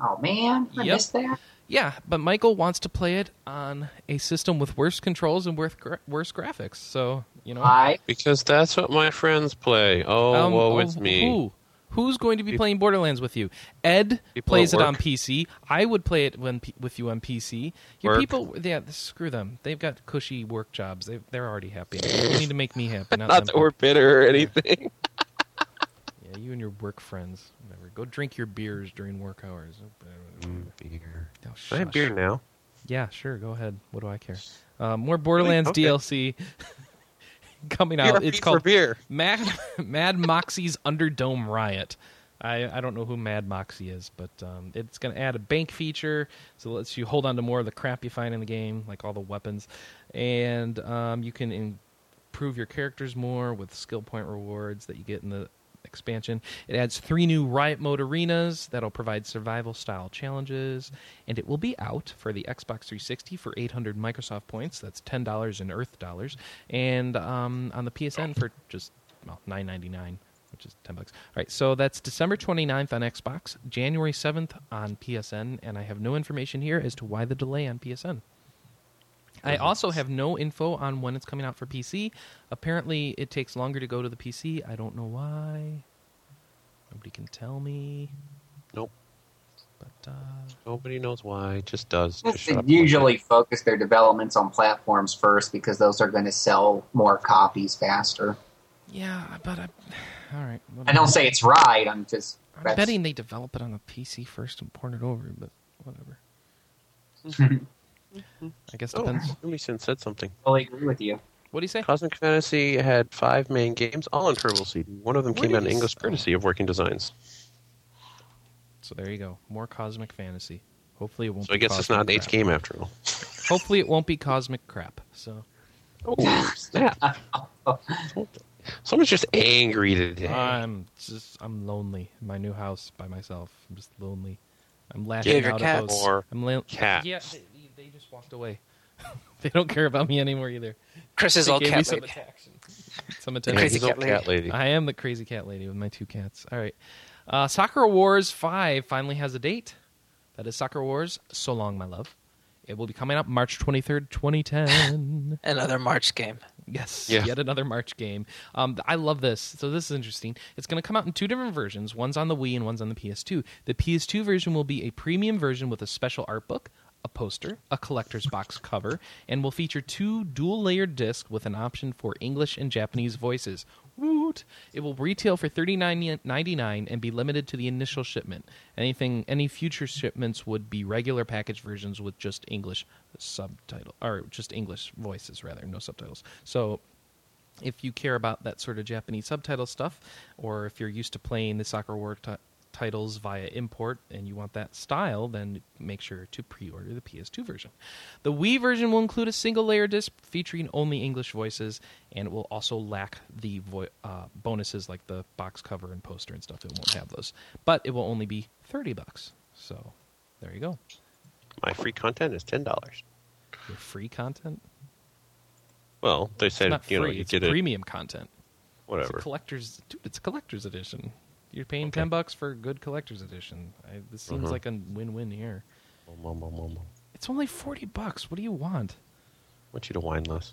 S4: Oh man, I
S1: Yep.
S4: missed that.
S1: Yeah, but Michael wants to play it on a system with worse controls and worse, gra- worse graphics. So you know,
S4: I
S2: Because that's what my friends play. Oh,
S1: Um,
S2: woe
S1: oh,
S2: is me.
S1: Who? Who's going to be playing Borderlands with you? Ed
S2: People
S1: plays
S2: at
S1: it on
S2: work.
S1: PC. I would play it when, P- with you on PC. Your
S2: Work.
S1: people, yeah, screw them. They've got cushy work jobs. They, they're already happy. You need to make me
S2: *laughs*
S1: happy. Not,
S2: Not
S1: them.
S2: that we're bitter or anything.
S1: Yeah, you and your work friends. Whatever. Go drink your beers during work hours.
S2: Beer.
S1: Oh,
S2: I have
S1: shush.
S2: beer now.
S1: Yeah, sure. Go ahead. What do I care? Uh, more Borderlands
S2: Okay.
S1: DLC *laughs* coming out.
S2: Beer
S1: it's
S2: feet
S1: called
S2: for beer.
S1: Mad *laughs* Mad Moxie's Underdome Riot. I, I don't know who Mad Moxie is, but um, it's going to add a bank feature, so it lets you hold on to more of the crap you find in the game, like all the weapons, and um, you can improve your characters more with skill point rewards that you get in the expansion. It adds three new Riot Mode arenas that'll provide survival style challenges, and it will be out for the Xbox 360 for 800 Microsoft points. That's ten dollars in Earth dollars, and um, on the PSN for just well, nine ninety nine, which is ten bucks. All right, so that's December 29th on Xbox, January seventh on PSN, and I have no information here as to why the delay on PSN. I also have no info on when it's coming out for PC. Apparently, it takes longer to go to the PC. I don't know why. Nobody can tell me.
S2: Nope.
S1: But uh,
S2: Nobody knows why. It just does. Just
S4: They
S2: shut up.
S4: usually focus their developments on platforms first because those are going to sell more copies faster.
S1: yeah, but I, *sighs* all right.
S4: I don't
S1: whatever.
S4: say it's right. I'm just
S1: I'm
S4: that's-
S1: betting they develop it on the PC first and port it over, but
S2: *laughs*
S1: whatever. I guess
S2: Oh,
S1: depends.
S2: Lumison said something.
S4: totally agree with you.
S1: What do you say?
S2: Cosmic Fantasy had five main games, all on Turbo CD. One of them
S1: Where
S2: came out in
S1: did
S2: English
S1: this-
S2: courtesy of Working Designs.
S1: So there you go. More cosmic fantasy. Hopefully it won't.
S2: So I
S1: be
S2: guess it's
S1: cosmic
S2: not an H
S1: crap.
S2: game after all.
S1: Hopefully it won't be cosmic crap. So
S3: *laughs*
S2: Oh, snap. Someone's just angry today.
S1: I'm just I'm lonely in my new house by myself. I'm just lonely. I'm lashing
S3: Give your
S1: out at
S3: cats.
S1: those.
S2: Or
S1: I'm la-
S2: cats.
S1: Yeah, they, they just walked away. *laughs* they don't care about me anymore either.
S3: Chris is
S1: They
S3: all
S1: gave me
S3: cat
S1: some
S3: lady.
S1: attention. *laughs* Some
S2: Yeah,
S1: attention.
S3: Crazy
S2: he's all
S3: cat lady.
S1: I am the crazy cat lady with my two cats. All right. Uh, Soccer Wars 5 finally has a date. That is Soccer Wars. So long, my love. It will be coming up March 23rd,
S3: *laughs*
S1: 2010.
S3: Another March game.
S1: yes.
S2: Yeah.
S1: Yet another March game. Um, th- I love this. So this is interesting. It's going to come out in two different versions. One's on the Wii and one's on the PS2. The PS2 version will be a premium version with a special art book. A poster, a collector's box *laughs* cover, and will feature two dual layered discs with an option for English and Japanese voices. Woot! It will retail for thirty nine ninety nine and be limited to the initial shipment. Anything, any future shipments would be regular package versions with just English subtitle or just English voices rather, no subtitles. So. If you care about that sort of Japanese subtitle stuff, or if you're used to playing the Soccer War ti- titles via import and you want that style, then make sure to pre order the PS2 version. The Wii version will include a single layer disc featuring only English voices, and it will also lack the vo- uh, bonuses like the box cover and poster and stuff. It won't have those. But it will only be 30 bucks. So there you go.
S2: My free content is ten dollars.
S1: Your free content?
S2: Well, they
S1: It's
S2: said
S1: not free,
S2: you know you
S1: it's
S2: get it
S1: premium content. It's
S2: whatever.
S1: a collector's dude. It's a collector's edition. You're paying
S2: Okay.
S1: ten bucks for a good collector's edition. I, this seems
S2: Uh-huh.
S1: like a win-win here.
S2: Mom, mom, mom, mom, mom.
S1: It's only forty bucks. What do you want?
S2: I want you to whine less.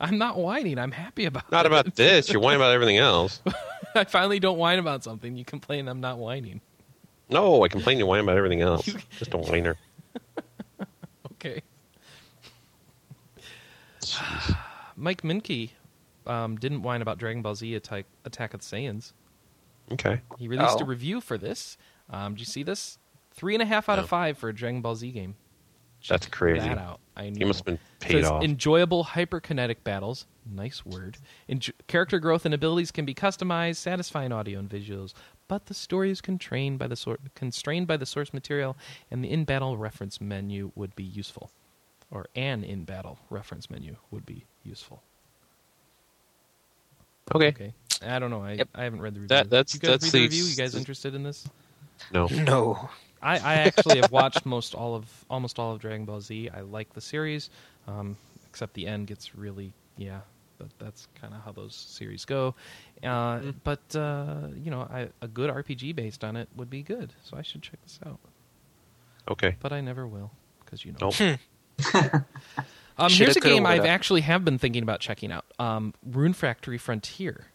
S1: I'm not whining. I'm happy about.
S2: Not
S1: it.
S2: about this. You're whining about everything else.
S1: *laughs* I finally don't whine about something. You complain I'm not whining. *laughs*
S2: No, I complain you whine about everything else. Just a whiner.
S1: Okay. *sighs* Mike Minkey um, didn't whine about Dragon Ball Z Attack, Attack of the Saiyans.
S2: Okay.
S1: He released a
S4: Oh.
S1: review for this. Um, did you see this? Three and a half out of
S2: No.
S1: five for a Dragon Ball Z game.
S2: That's
S1: Check
S2: crazy.
S1: That out. I know.
S2: He must have been
S1: It
S2: paid
S1: says,
S2: off.
S1: Enjoyable hyperkinetic battles. Nice word. Enj- character growth and abilities can be customized, satisfying audio and visuals, but the story is constrained by the sor- constrained by the source material, and the in-battle reference menu would be useful, or an in-battle reference menu would be useful.
S2: okay.
S1: Okay. I don't know. I,
S3: Yep.
S1: I haven't read the review.
S2: That- that's-
S1: you guys read
S2: that's
S1: the
S2: the-
S1: review. You guys interested in this?
S2: No.
S3: No. *laughs*
S1: I, I actually have watched most all of almost all of Dragon Ball Z. I like the series, um, except the end gets really yeah. But that's kind of how those series go. Uh, But uh, you know, I, a good RPG based on it would be good. So I should check this out.
S2: Okay.
S1: But I never will because you know.
S2: Nope.
S1: Um,
S3: Shoulda,
S1: here's a
S3: coulda,
S1: game I've
S3: woulda.
S1: actually have been thinking about checking out. Um, Rune Factory Um, Frontier.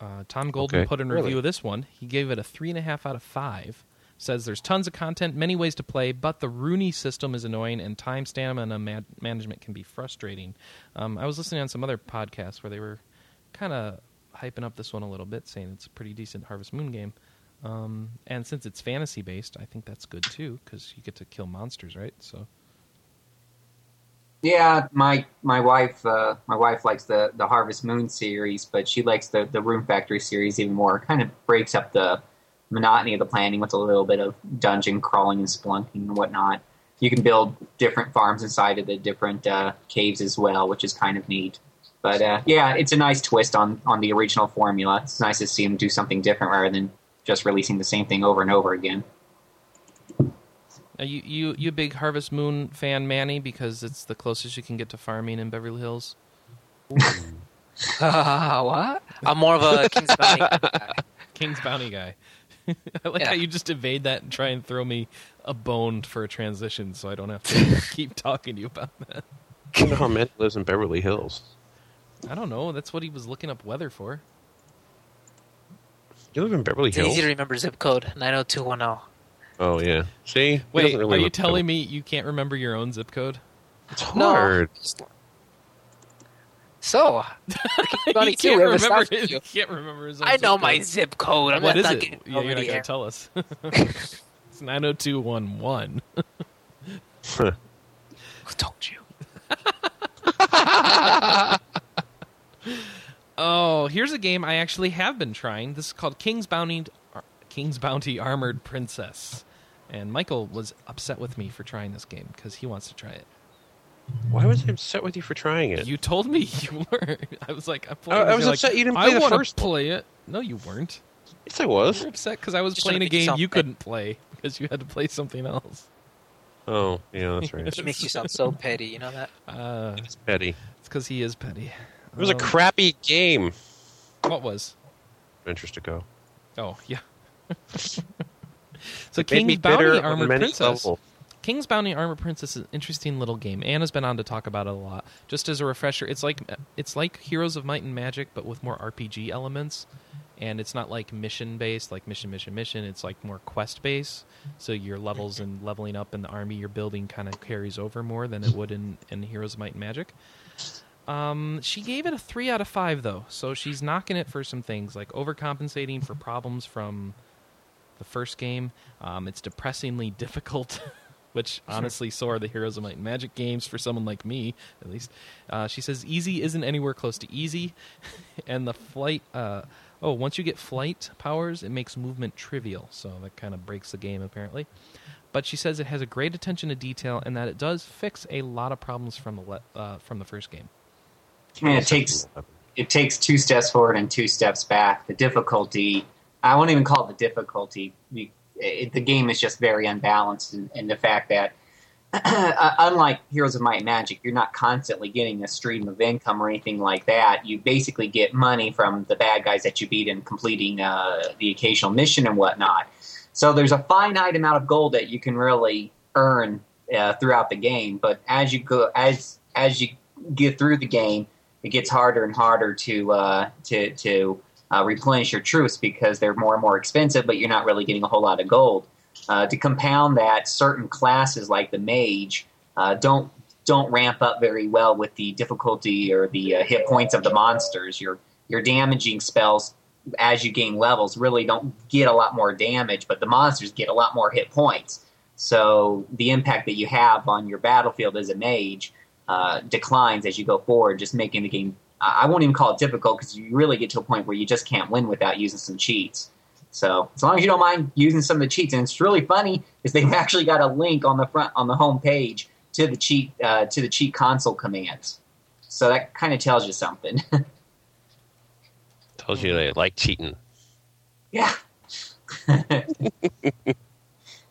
S1: Uh, Tom Golden
S2: Okay.
S1: put in a review of this one. He gave it a three and a half out of five. Says there's tons of content, many ways to play, but the Rooney system is annoying, and time stamina ma- management can be frustrating. Um, I was listening on some other podcasts where they were kind of hyping up this one a little bit, saying it's a pretty decent Harvest Moon game. Um, and since it's fantasy based, I think that's good too because you get to kill monsters, right? So
S4: Yeah, my my wife uh, my wife likes the, the Harvest Moon series, but she likes the, the Room Factory series even more. It kind of breaks up the monotony of the planning with a little bit of dungeon crawling and spelunking and whatnot. You can build different farms inside of the different uh, caves as well, which is kind of neat. But uh, yeah, it's a nice twist on, on the original formula. It's nice to see them do something different rather than just releasing the same thing over and over again.
S1: Are you you you a big Harvest Moon fan, Manny? Because it's the closest you can get to farming in Beverly Hills.
S3: what? I'm more
S1: *laughs*
S3: of a King's Bounty.
S1: King's Bounty guy. *laughs* I like
S3: Yeah.
S1: how you just evade that and try and throw me a bone for a transition, so I don't have
S3: *laughs*
S1: to keep talking to you about that.
S2: I don't know how Manny lives in Beverly Hills.
S1: I don't know. That's what he was looking up weather for.
S2: You live in Beverly
S3: It's
S2: Hills?
S3: easy to remember zip code 90210.
S2: Oh, yeah. See?
S1: Wait, are you telling me you can't remember your own zip
S3: *laughs*
S1: code?
S2: It's hard.
S3: No.
S1: *laughs*
S3: So, the King's Bounty
S1: he
S3: 2
S1: can't
S3: ever
S1: remember.
S3: stops
S1: His, *laughs*
S3: you.
S1: can't remember his own.
S3: I
S1: zip
S3: know
S1: code.
S3: my zip code. I'm
S1: What
S3: not
S1: is
S3: not
S1: it?
S3: getting
S1: Yeah,
S3: over
S1: you're not
S3: the
S1: going
S3: air.
S1: to tell
S3: *laughs*
S1: us. it's nine zero two one one.
S3: Who told
S1: *laughs*
S3: you?
S1: Oh, here's a game I actually have been trying. This is called King's Bounty, King's Bounty Armored Princess. And Michael was upset with me for trying this game because he wants to try it.
S2: Why was I upset with you for trying it?
S1: You told me *laughs* you were. I was like, I'm
S2: I-
S1: playing. this.
S2: I was
S1: You're
S2: upset
S1: like,
S2: you didn't
S1: I
S2: play the
S1: wanna
S2: first one."
S1: Play it? No, you weren't.
S2: Yes, I
S1: You
S2: was.
S1: were upset because I was
S3: Just
S1: playing a
S3: wanna make you
S1: game
S3: sound
S1: you
S3: bad.
S1: couldn't play because you had to play something else.
S2: Oh, yeah, that's right.
S3: He makes you sound so petty. You know that?
S1: Uh,
S2: It's petty.
S1: it's because he is petty.
S2: It was a
S1: Um,
S2: crappy game.
S1: What was?
S2: Adventures to go.
S1: Oh yeah. *laughs* so
S2: It made me
S1: King's Bounty
S2: bitter on
S1: Armored
S2: many
S1: Princess.
S2: levels.
S1: King's Bounty Armor Princess is an interesting little game. Anna's been on to talk about it a lot. Just as a refresher, it's like it's like Heroes of Might and Magic, but with more RPG elements. And it's not like mission based, like mission, mission, mission. It's like more quest based. So your levels and leveling up and the army you're building kind of carries over more than it would in, in Heroes of Might and Magic. Um, she gave it a three out of five though, so she's knocking it for some things like overcompensating for problems from the first game. Um, it's depressingly *laughs* difficult, which honestly, so are the Heroes of Might and Magic games for someone like me, at least. Uh, she says easy isn't anywhere close to easy, *laughs* and the flight. Uh, oh, once you get flight powers, it makes movement trivial, so that kind of breaks the game apparently. But she says it has a great attention to detail, and that it does fix a lot of problems from the le- uh, from the first game.
S4: And it takes it takes two steps forward and two steps back. The difficulty, I won't even call it the difficulty. We- It, the game is just very unbalanced, and, and the fact that *clears throat* uh, unlike Heroes of Might and Magic, you're not constantly getting a stream of income or anything like that. You basically get money from the bad guys that you beat and completing uh, the occasional mission and whatnot. So there's a finite amount of gold that you can really earn uh, throughout the game. But as you go, as as you get through the game, it gets harder and harder to uh, to to uh, replenish your troops because they're more and more expensive, but you're not really getting a whole lot of gold. Uh, to compound that, certain classes like the mage uh, don't don't ramp up very well with the difficulty or the uh, hit points of the monsters. Your your damaging spells as you gain levels really don't get a lot more damage, but the monsters get a lot more hit points. So the impact that you have on your battlefield as a mage uh, declines as you go forward, just making the game. I I won't even call it difficult because you really get to a point where you just can't win without using some cheats. So as long as you don't mind using some of the cheats, and it's really funny is they've *laughs* actually got a link on the front on the home page to the cheat uh, to the cheat console commands. So that kind of tells you something. *laughs*
S2: Tells you they like cheating.
S4: yeah. *laughs*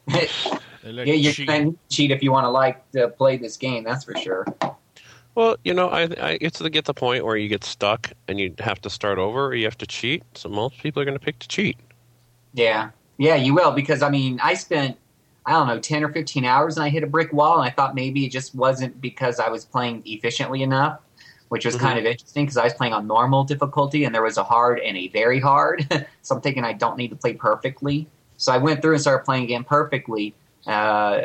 S4: yeah, you can cheat if you want to like to play this game. That's for sure.
S2: Well, you know, I, I it's to get the point where you get stuck and you have to start over or you have to cheat. So most people are going to pick to cheat.
S4: Yeah, yeah, you will because I mean, I spent I don't know ten or fifteen hours and I hit a brick wall and I thought maybe it just wasn't because I was playing efficiently enough. which was kind of interesting because I was playing on normal difficulty and there was a hard and a very hard. *laughs* so I'm thinking I don't need to play perfectly. So I went through and started playing again perfectly. Uh,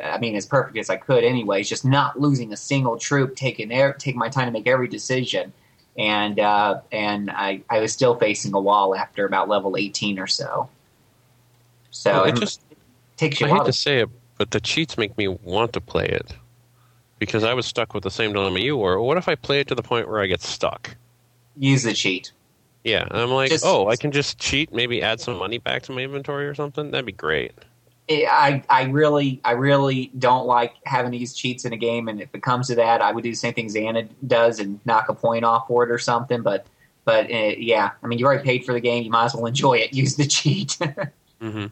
S4: I mean, as perfect as I could, anyways. Just not losing a single troop, taking air, taking my time to make every decision, and uh, and I, I was still facing a wall after about level 18 or so. So
S2: Well, it
S4: it
S2: just-
S4: takes you
S2: I
S4: a while
S2: hate to
S4: to-
S2: say it, but the cheats make me want to play it because I was stuck with the same dilemma you were. What if I play it to the point where I get stuck?
S4: use the cheat.
S2: Yeah, and I'm like,
S4: Just-
S2: oh, I can just cheat, maybe add some money back to my inventory or something. That'd be great.
S4: I I really I really don't like having to use cheats in a game, and if it comes to that, I would do the same thing Xana does and knock a point off for it or something. But but uh, yeah, I mean, you already paid for the game, you might as well enjoy it. *laughs* Use the cheat.
S2: Mm-hmm.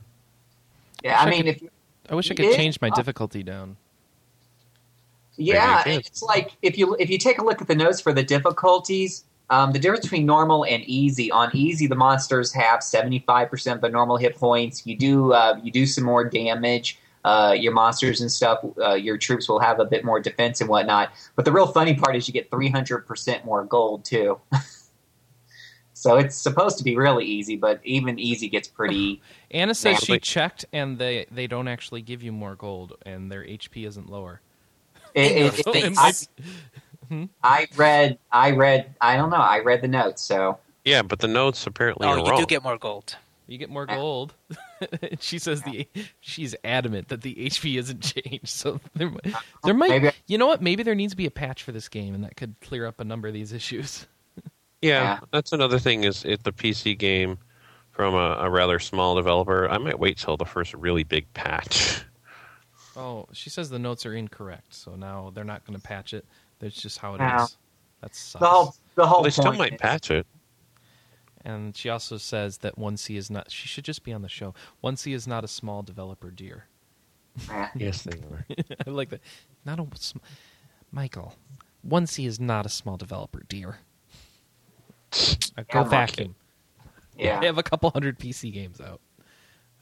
S4: yeah, I
S1: Check
S4: mean, if
S1: I wish I could
S4: Yeah.
S1: change my difficulty down.
S4: Yeah,
S2: Maybe it is.
S4: it's like if you if you take a look at the notes for the difficulties, um, the difference between normal and easy. On easy, the monsters have seventy five percent of the normal hit points. You do uh, you do some more damage. Uh, your monsters and stuff, uh, your troops will have a bit more defense and whatnot. But the real funny part is you get three hundred percent more gold too. *laughs* so it's supposed to be really easy, but even easy gets pretty.
S1: Anna says
S4: Yeah.
S1: she checked and they, they don't actually give you more gold and their HP isn't lower.
S4: It, it,
S1: So
S4: it,
S1: it
S4: e-, I,
S1: might-
S4: I read, I read, I don't know, I read the notes, so.
S2: Yeah, but the notes apparently
S3: Oh,
S2: are
S3: you
S2: wrong.
S3: do get more gold.
S1: you get
S4: Uh.
S1: more gold. *laughs* she says the she's adamant that the HP isn't *laughs* changed. So there, mi- there might
S4: Maybe-
S1: you know what? Maybe there needs to be a patch for this game and that could clear up a number of these issues. *laughs*
S2: yeah,
S4: Yeah.
S2: that's another thing is it the PC game from a, a rather small developer. I might wait till the first really big patch.
S1: Oh, she says the notes are incorrect. So now they're not going to patch it. That's just how it is.
S4: Wow.
S1: That sucks.
S4: The whole, the whole
S2: Well, they still
S4: point
S2: might
S4: is-
S2: patch it.
S1: And she also says that 1C is not, she should just be on the show. 1C is not a small developer, dear.
S4: Eh.
S2: Yes, they are.
S1: *laughs* I like that. Not a, sm- Michael, 1C is not a small developer,
S3: *sniffs*
S1: dear. Now
S4: Yeah,
S1: go
S4: I'm
S1: vacuum.
S4: Yeah.
S1: They have a couple hundred PC games out.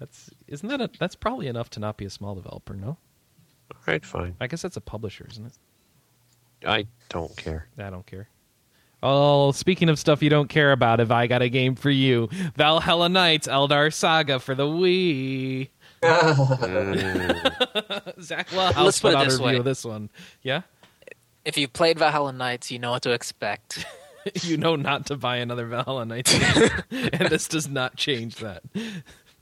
S1: That's isn't that a, that's probably enough to not be a small developer, no?
S2: All right, fine.
S1: I guess that's a publisher, isn't it?
S2: I don't care.
S1: I don't care. Oh, speaking of stuff you don't care about, have I got a game for you? Valhalla Knights Eldar Saga for the
S3: *laughs*
S1: Wii. *laughs*
S2: Mm.
S1: Zach Wild
S3: Let's
S1: put
S3: put it
S1: out a
S3: this
S1: review
S3: way.
S1: of this one. Yeah?
S3: If you played Valhalla Knights, you know what to expect.
S1: *laughs* you know not to buy another Valhalla Knights. *laughs* and this does not change that.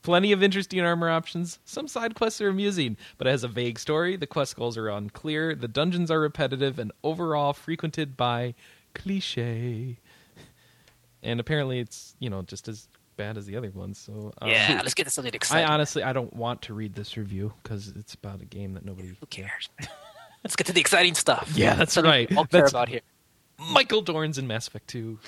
S1: Plenty of interesting armor options. Some side quests are amusing, but it has a vague story. The quest goals are unclear. The dungeons are repetitive and overall frequented by cliche. And apparently, it's you know just as bad as the other ones. So um,
S3: yeah, let's get this something
S1: I
S3: exciting.
S1: honestly I don't want to read this review because it's about a game that nobody
S3: Who cares? *laughs* let's get to the exciting stuff.
S1: Yeah, that's
S3: Something
S1: right.
S3: we all
S1: That's-
S3: care about here.
S1: Michael Dorn's in Mass Effect Two.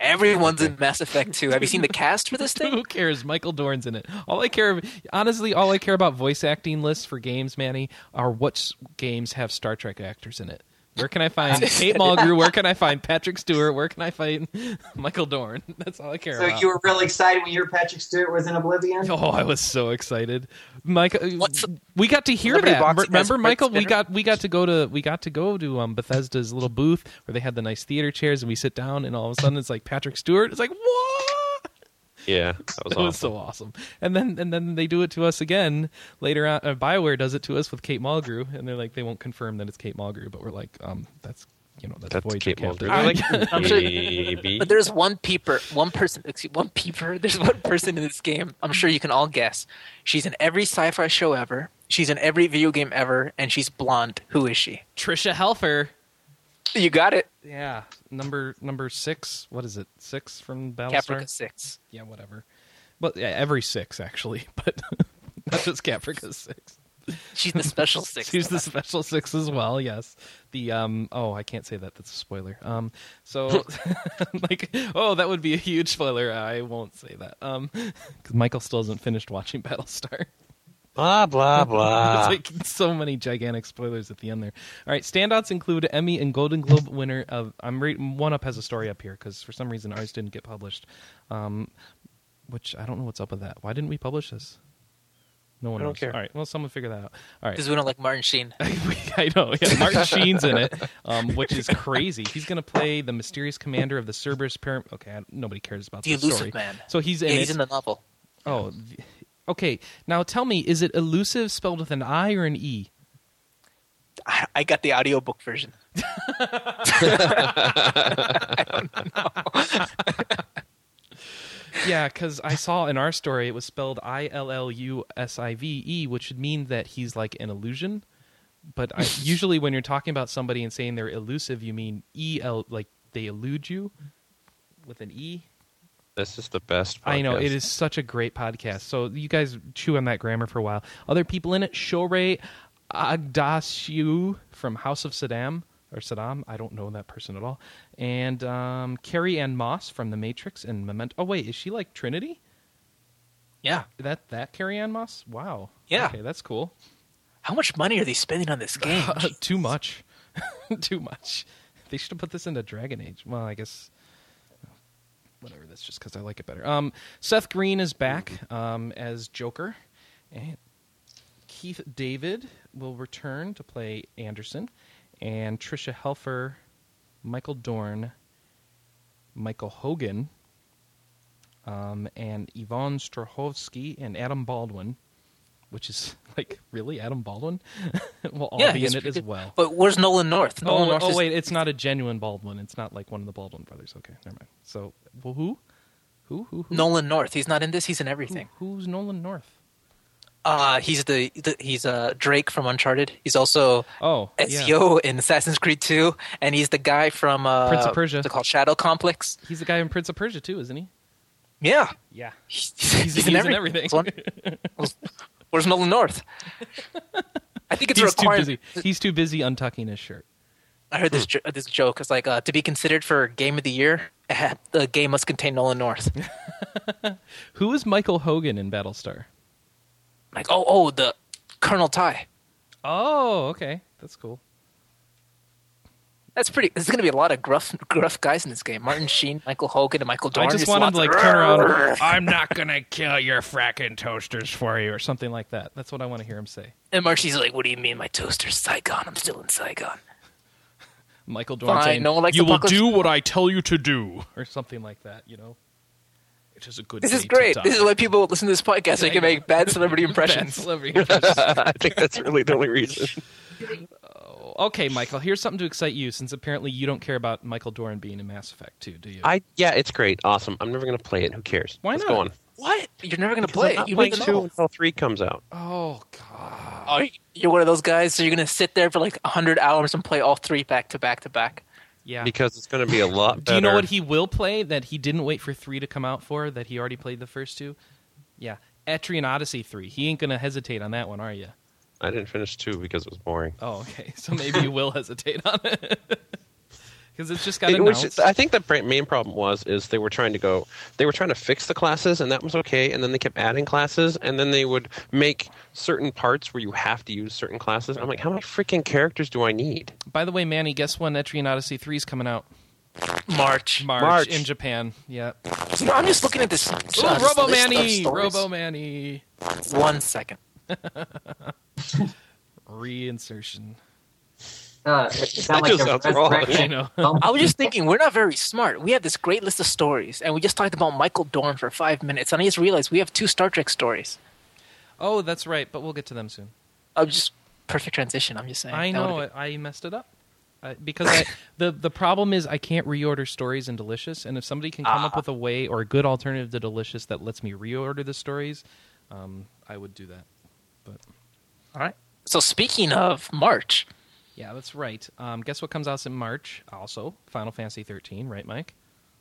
S3: Everyone's in Mass Effect 2. Have you seen the cast for this
S1: *laughs*
S3: thing?
S1: Who cares? Michael Dorn's in it. All I care, honestly, all I care about voice acting lists for games, Manny, are what s- games have Star Trek actors in it. Where can I
S3: *laughs*
S1: find Kate Mulgrew? Where can I find Patrick Stewart? Where can I find *laughs* Michael Dorn? *laughs* That's all I care
S4: So
S1: about.
S4: you were really excited when your Patrick Stewart was in Oblivion.
S1: Oh, I was so excited, Michael.
S3: What's the-
S1: we got to hear
S3: Celebrity
S1: that.
S3: boxing
S1: Remember,
S3: as
S1: Michael, we
S3: Prince
S1: got we got to go to we got to go to um, Bethesda's little booth where they had the nice theater chairs, and we sit down, and all of a sudden it's like Patrick Stewart. It's like what?
S2: yeah, that was
S1: That was
S2: awesome.
S1: so awesome. And then and then they do it to us again later on. Uh, Bioware does it to us with Kate Mulgrew, and they're like they won't confirm that it's Kate Mulgrew, but we're like, um, that's you know that's,
S2: That's
S1: Voyager
S2: Kate
S1: Captain.
S2: Mulgrew.
S3: I
S1: *laughs*
S3: like- I'm sure-
S2: Maybe.
S3: *laughs* But there's one peeper, one person, excuse, one peeper. *laughs* There's one person in this game. I'm sure you can all guess. She's in every sci-fi show ever. She's in every video game ever, and she's blonde. Who is she?
S1: Trisha Helfer.
S3: You got it.
S1: Yeah, number number six. What is it? Six from Battlestar.
S3: Caprica Six.
S1: Yeah, whatever. But yeah, every six actually, *laughs* but not just Caprica six.
S3: She's
S1: *laughs*
S3: the special six.
S1: She's the special six as well. Yes, the um. Oh, I can't say that. That's a spoiler. Um.
S2: *laughs*
S1: So, *laughs* like, oh, that would be a huge spoiler. I won't say that. Um, *laughs* because Michael still hasn't finished watching *laughs* Battlestar.
S2: blah blah *laughs*
S1: It's
S2: blah.
S1: like so many gigantic spoilers at the end there. All right, standouts include Emmy and Golden Globe winner of. I'm re- one up has a story up here because for some reason ours didn't get published. Um, which I don't know what's up with that. Why didn't we publish this? No one
S2: I don't
S1: knows.
S2: care.
S1: All right. Well, someone figure that out. All right.
S3: because we don't like Martin
S1: *laughs*
S3: Sheen.
S1: I know. Yeah, Martin Sheen's in it, um, which is crazy. He's going to play the mysterious commander of the Cerberus Pyramid. Okay, I, nobody cares about
S3: The
S1: this
S3: Elusive
S1: story.
S3: Man.
S1: So he's in
S3: Yeah,
S1: it.
S3: he's in the novel.
S1: oh, th- okay. Now tell me, is it elusive spelled with an I or an E?
S3: I, I got the audiobook version.
S1: Yeah, because I saw in our story it was spelled I L L U S I V E, which would mean that he's like an illusion. But
S3: *laughs*
S1: I, usually, when you're talking about somebody and saying they're elusive, you mean E L, like they elude you with an E.
S2: This is the best.
S1: I know
S2: podcast.
S1: it is such a great podcast. So you guys chew on that grammar for a while. Other people in it: Shorey Agdashiu from House of Saddam or Saddam. I don't know that person at all. And um, Carrie Ann Moss from The Matrix and Memento. Oh wait, is she like Trinity?
S3: Yeah.
S1: That that Carrie Ann Moss? Wow.
S3: Yeah.
S1: Okay, that's cool.
S3: How much money are they spending
S1: *laughs*
S3: on this game?
S1: Too much. *laughs* Too much. They should have put this into Dragon Age. Well, I guess whatever. That's just because I like it better. Um, Seth Green is back um, as Joker, and Keith David will return to play Anderson, and Trisha Helfer, Michael Dorn, Michael Hogan, um, and Yvonne Strahovski and Adam Baldwin. Which is *laughs* like really Adam Baldwin *laughs* will all
S3: yeah,
S1: be
S3: he's
S1: in it as
S3: pretty-
S1: well
S3: But where's Nolan North? Nolan
S1: oh,
S3: North
S1: oh,
S3: is
S1: wait, it's not a genuine Baldwin. It's not like one of the Baldwin brothers. Okay, never mind. So well, who, who, who, who?
S3: Nolan North. He's not in this. He's in
S1: who-
S3: everything.
S1: who's Nolan North?
S3: Uh, he's the, the he's uh Drake from Uncharted. He's also
S1: Oh, yeah.
S3: Ezio in Assassin's Creed 2, and he's the guy from uh,
S1: Prince of Persia.
S3: What's it called Shadow Complex.
S1: he's the guy in Prince of Persia too, isn't he?
S3: Yeah, *laughs*
S1: Yeah,
S3: he's,
S1: he's, he's in everything.
S3: Where's
S1: *laughs*
S3: Nolan North? I think it's
S1: he's too
S3: required.
S1: busy. He's too busy untucking his shirt.
S3: I heard
S1: Hmm.
S3: this jo- this joke. It's like uh, to be considered for Game of the Year, *laughs* eh, the game must contain Nolan North.
S1: Who is Michael Hogan in Battlestar?
S3: like oh oh the Colonel Ty.
S1: Oh, okay, that's cool.
S3: That's pretty. There's gonna be a lot of gruff gruff guys in this game. Martin Sheen, Michael Hogan, and Michael Dorn.
S1: I just
S3: There's
S1: want him
S3: lots
S1: to
S3: of-
S1: like turn around
S5: I'm not gonna kill your fracking toasters for you.
S1: or something like that. That's what I want to hear him say.
S3: and Martin Sheen's like, "What do you mean, my toaster's Saigon? I'm still in Saigon."
S1: Michael Dorn
S3: Fine,
S1: saying,
S3: no one likes
S1: "You
S3: the
S1: will
S3: buckles."
S1: do what I
S5: tell you to do.
S1: or something like that." You know, *laughs* it is a good.
S3: This
S1: day
S3: is
S1: to
S3: great.
S1: die.
S3: This is why people listen to this podcast. They can make bad
S1: *laughs*
S3: celebrity
S1: Bad
S3: impressions.
S1: celebrity impressions.
S2: *laughs* I think that's really the only reason.
S1: *laughs* Okay, Michael, here's something to excite you since apparently you don't care about Michael Doran being in Mass Effect too, do you?
S2: I yeah, it's great, awesome. I'm never gonna play it. Who cares?
S1: Why
S2: Let's
S1: not?
S2: Go on.
S3: What? You're never gonna
S2: Because
S3: play
S2: I'm
S3: it.
S2: not
S3: You
S2: playing
S3: read the
S2: two
S3: novel.
S2: until three comes out.
S1: oh god.
S3: Oh, you're one of those guys. So you're gonna sit there for like hundred hours and play all three back to back to back.
S1: Yeah.
S2: Because it's going to be a lot better.
S1: *laughs* do you know what he will play that he didn't wait for 3 to come out for that he already played the first two? Yeah. Etrian Odyssey 3. He ain't going to hesitate on that one, are you?
S2: I didn't finish two because it was boring.
S1: Oh, okay. *laughs* So maybe you will hesitate on it. *laughs* Cuz it's just got
S2: It was-
S1: announced.
S2: I think the pr- main problem was is they were trying to go, they were trying to fix the classes, and that was okay. And then they kept adding classes, and then they would make certain parts where you have to use certain classes. I'm like, how many freaking characters do I need?
S1: By the way, Manny, guess when Etrian Odyssey 3 is coming out?
S3: March.
S1: March,
S2: March.
S1: in Japan. Yeah.
S3: You know, I'm just looking at this. uh,
S1: Ooh,
S3: this list
S1: Robo
S3: of
S1: Manny.
S3: stories.
S1: Robo Manny.
S3: One second.
S1: Reinsertion.
S4: Uh, it sound
S2: That
S4: like
S2: just
S4: a
S2: sounds wrong,
S4: resurrection.
S1: you know.
S4: Bump-
S3: I was just thinking, we're not very smart. We have this great list of stories, and we just talked about Michael Dorn for five minutes, and I just realized we have two Star Trek stories.
S1: Oh, that's right, but we'll get to them soon.
S3: I'm just perfect transition. I'm just saying.
S1: I
S3: That would've
S1: know it. I messed it up I, because
S3: *laughs*
S1: I, the the problem is I can't reorder stories in Delicious, and if somebody can come
S3: Ah.
S1: up with a way or a good alternative to Delicious that lets me reorder the stories, um, I would do that. But
S3: been- All right. So speaking of March,
S1: yeah, that's right. Um, guess what comes out in March? Also, Final Fantasy thirteen, right, Mike?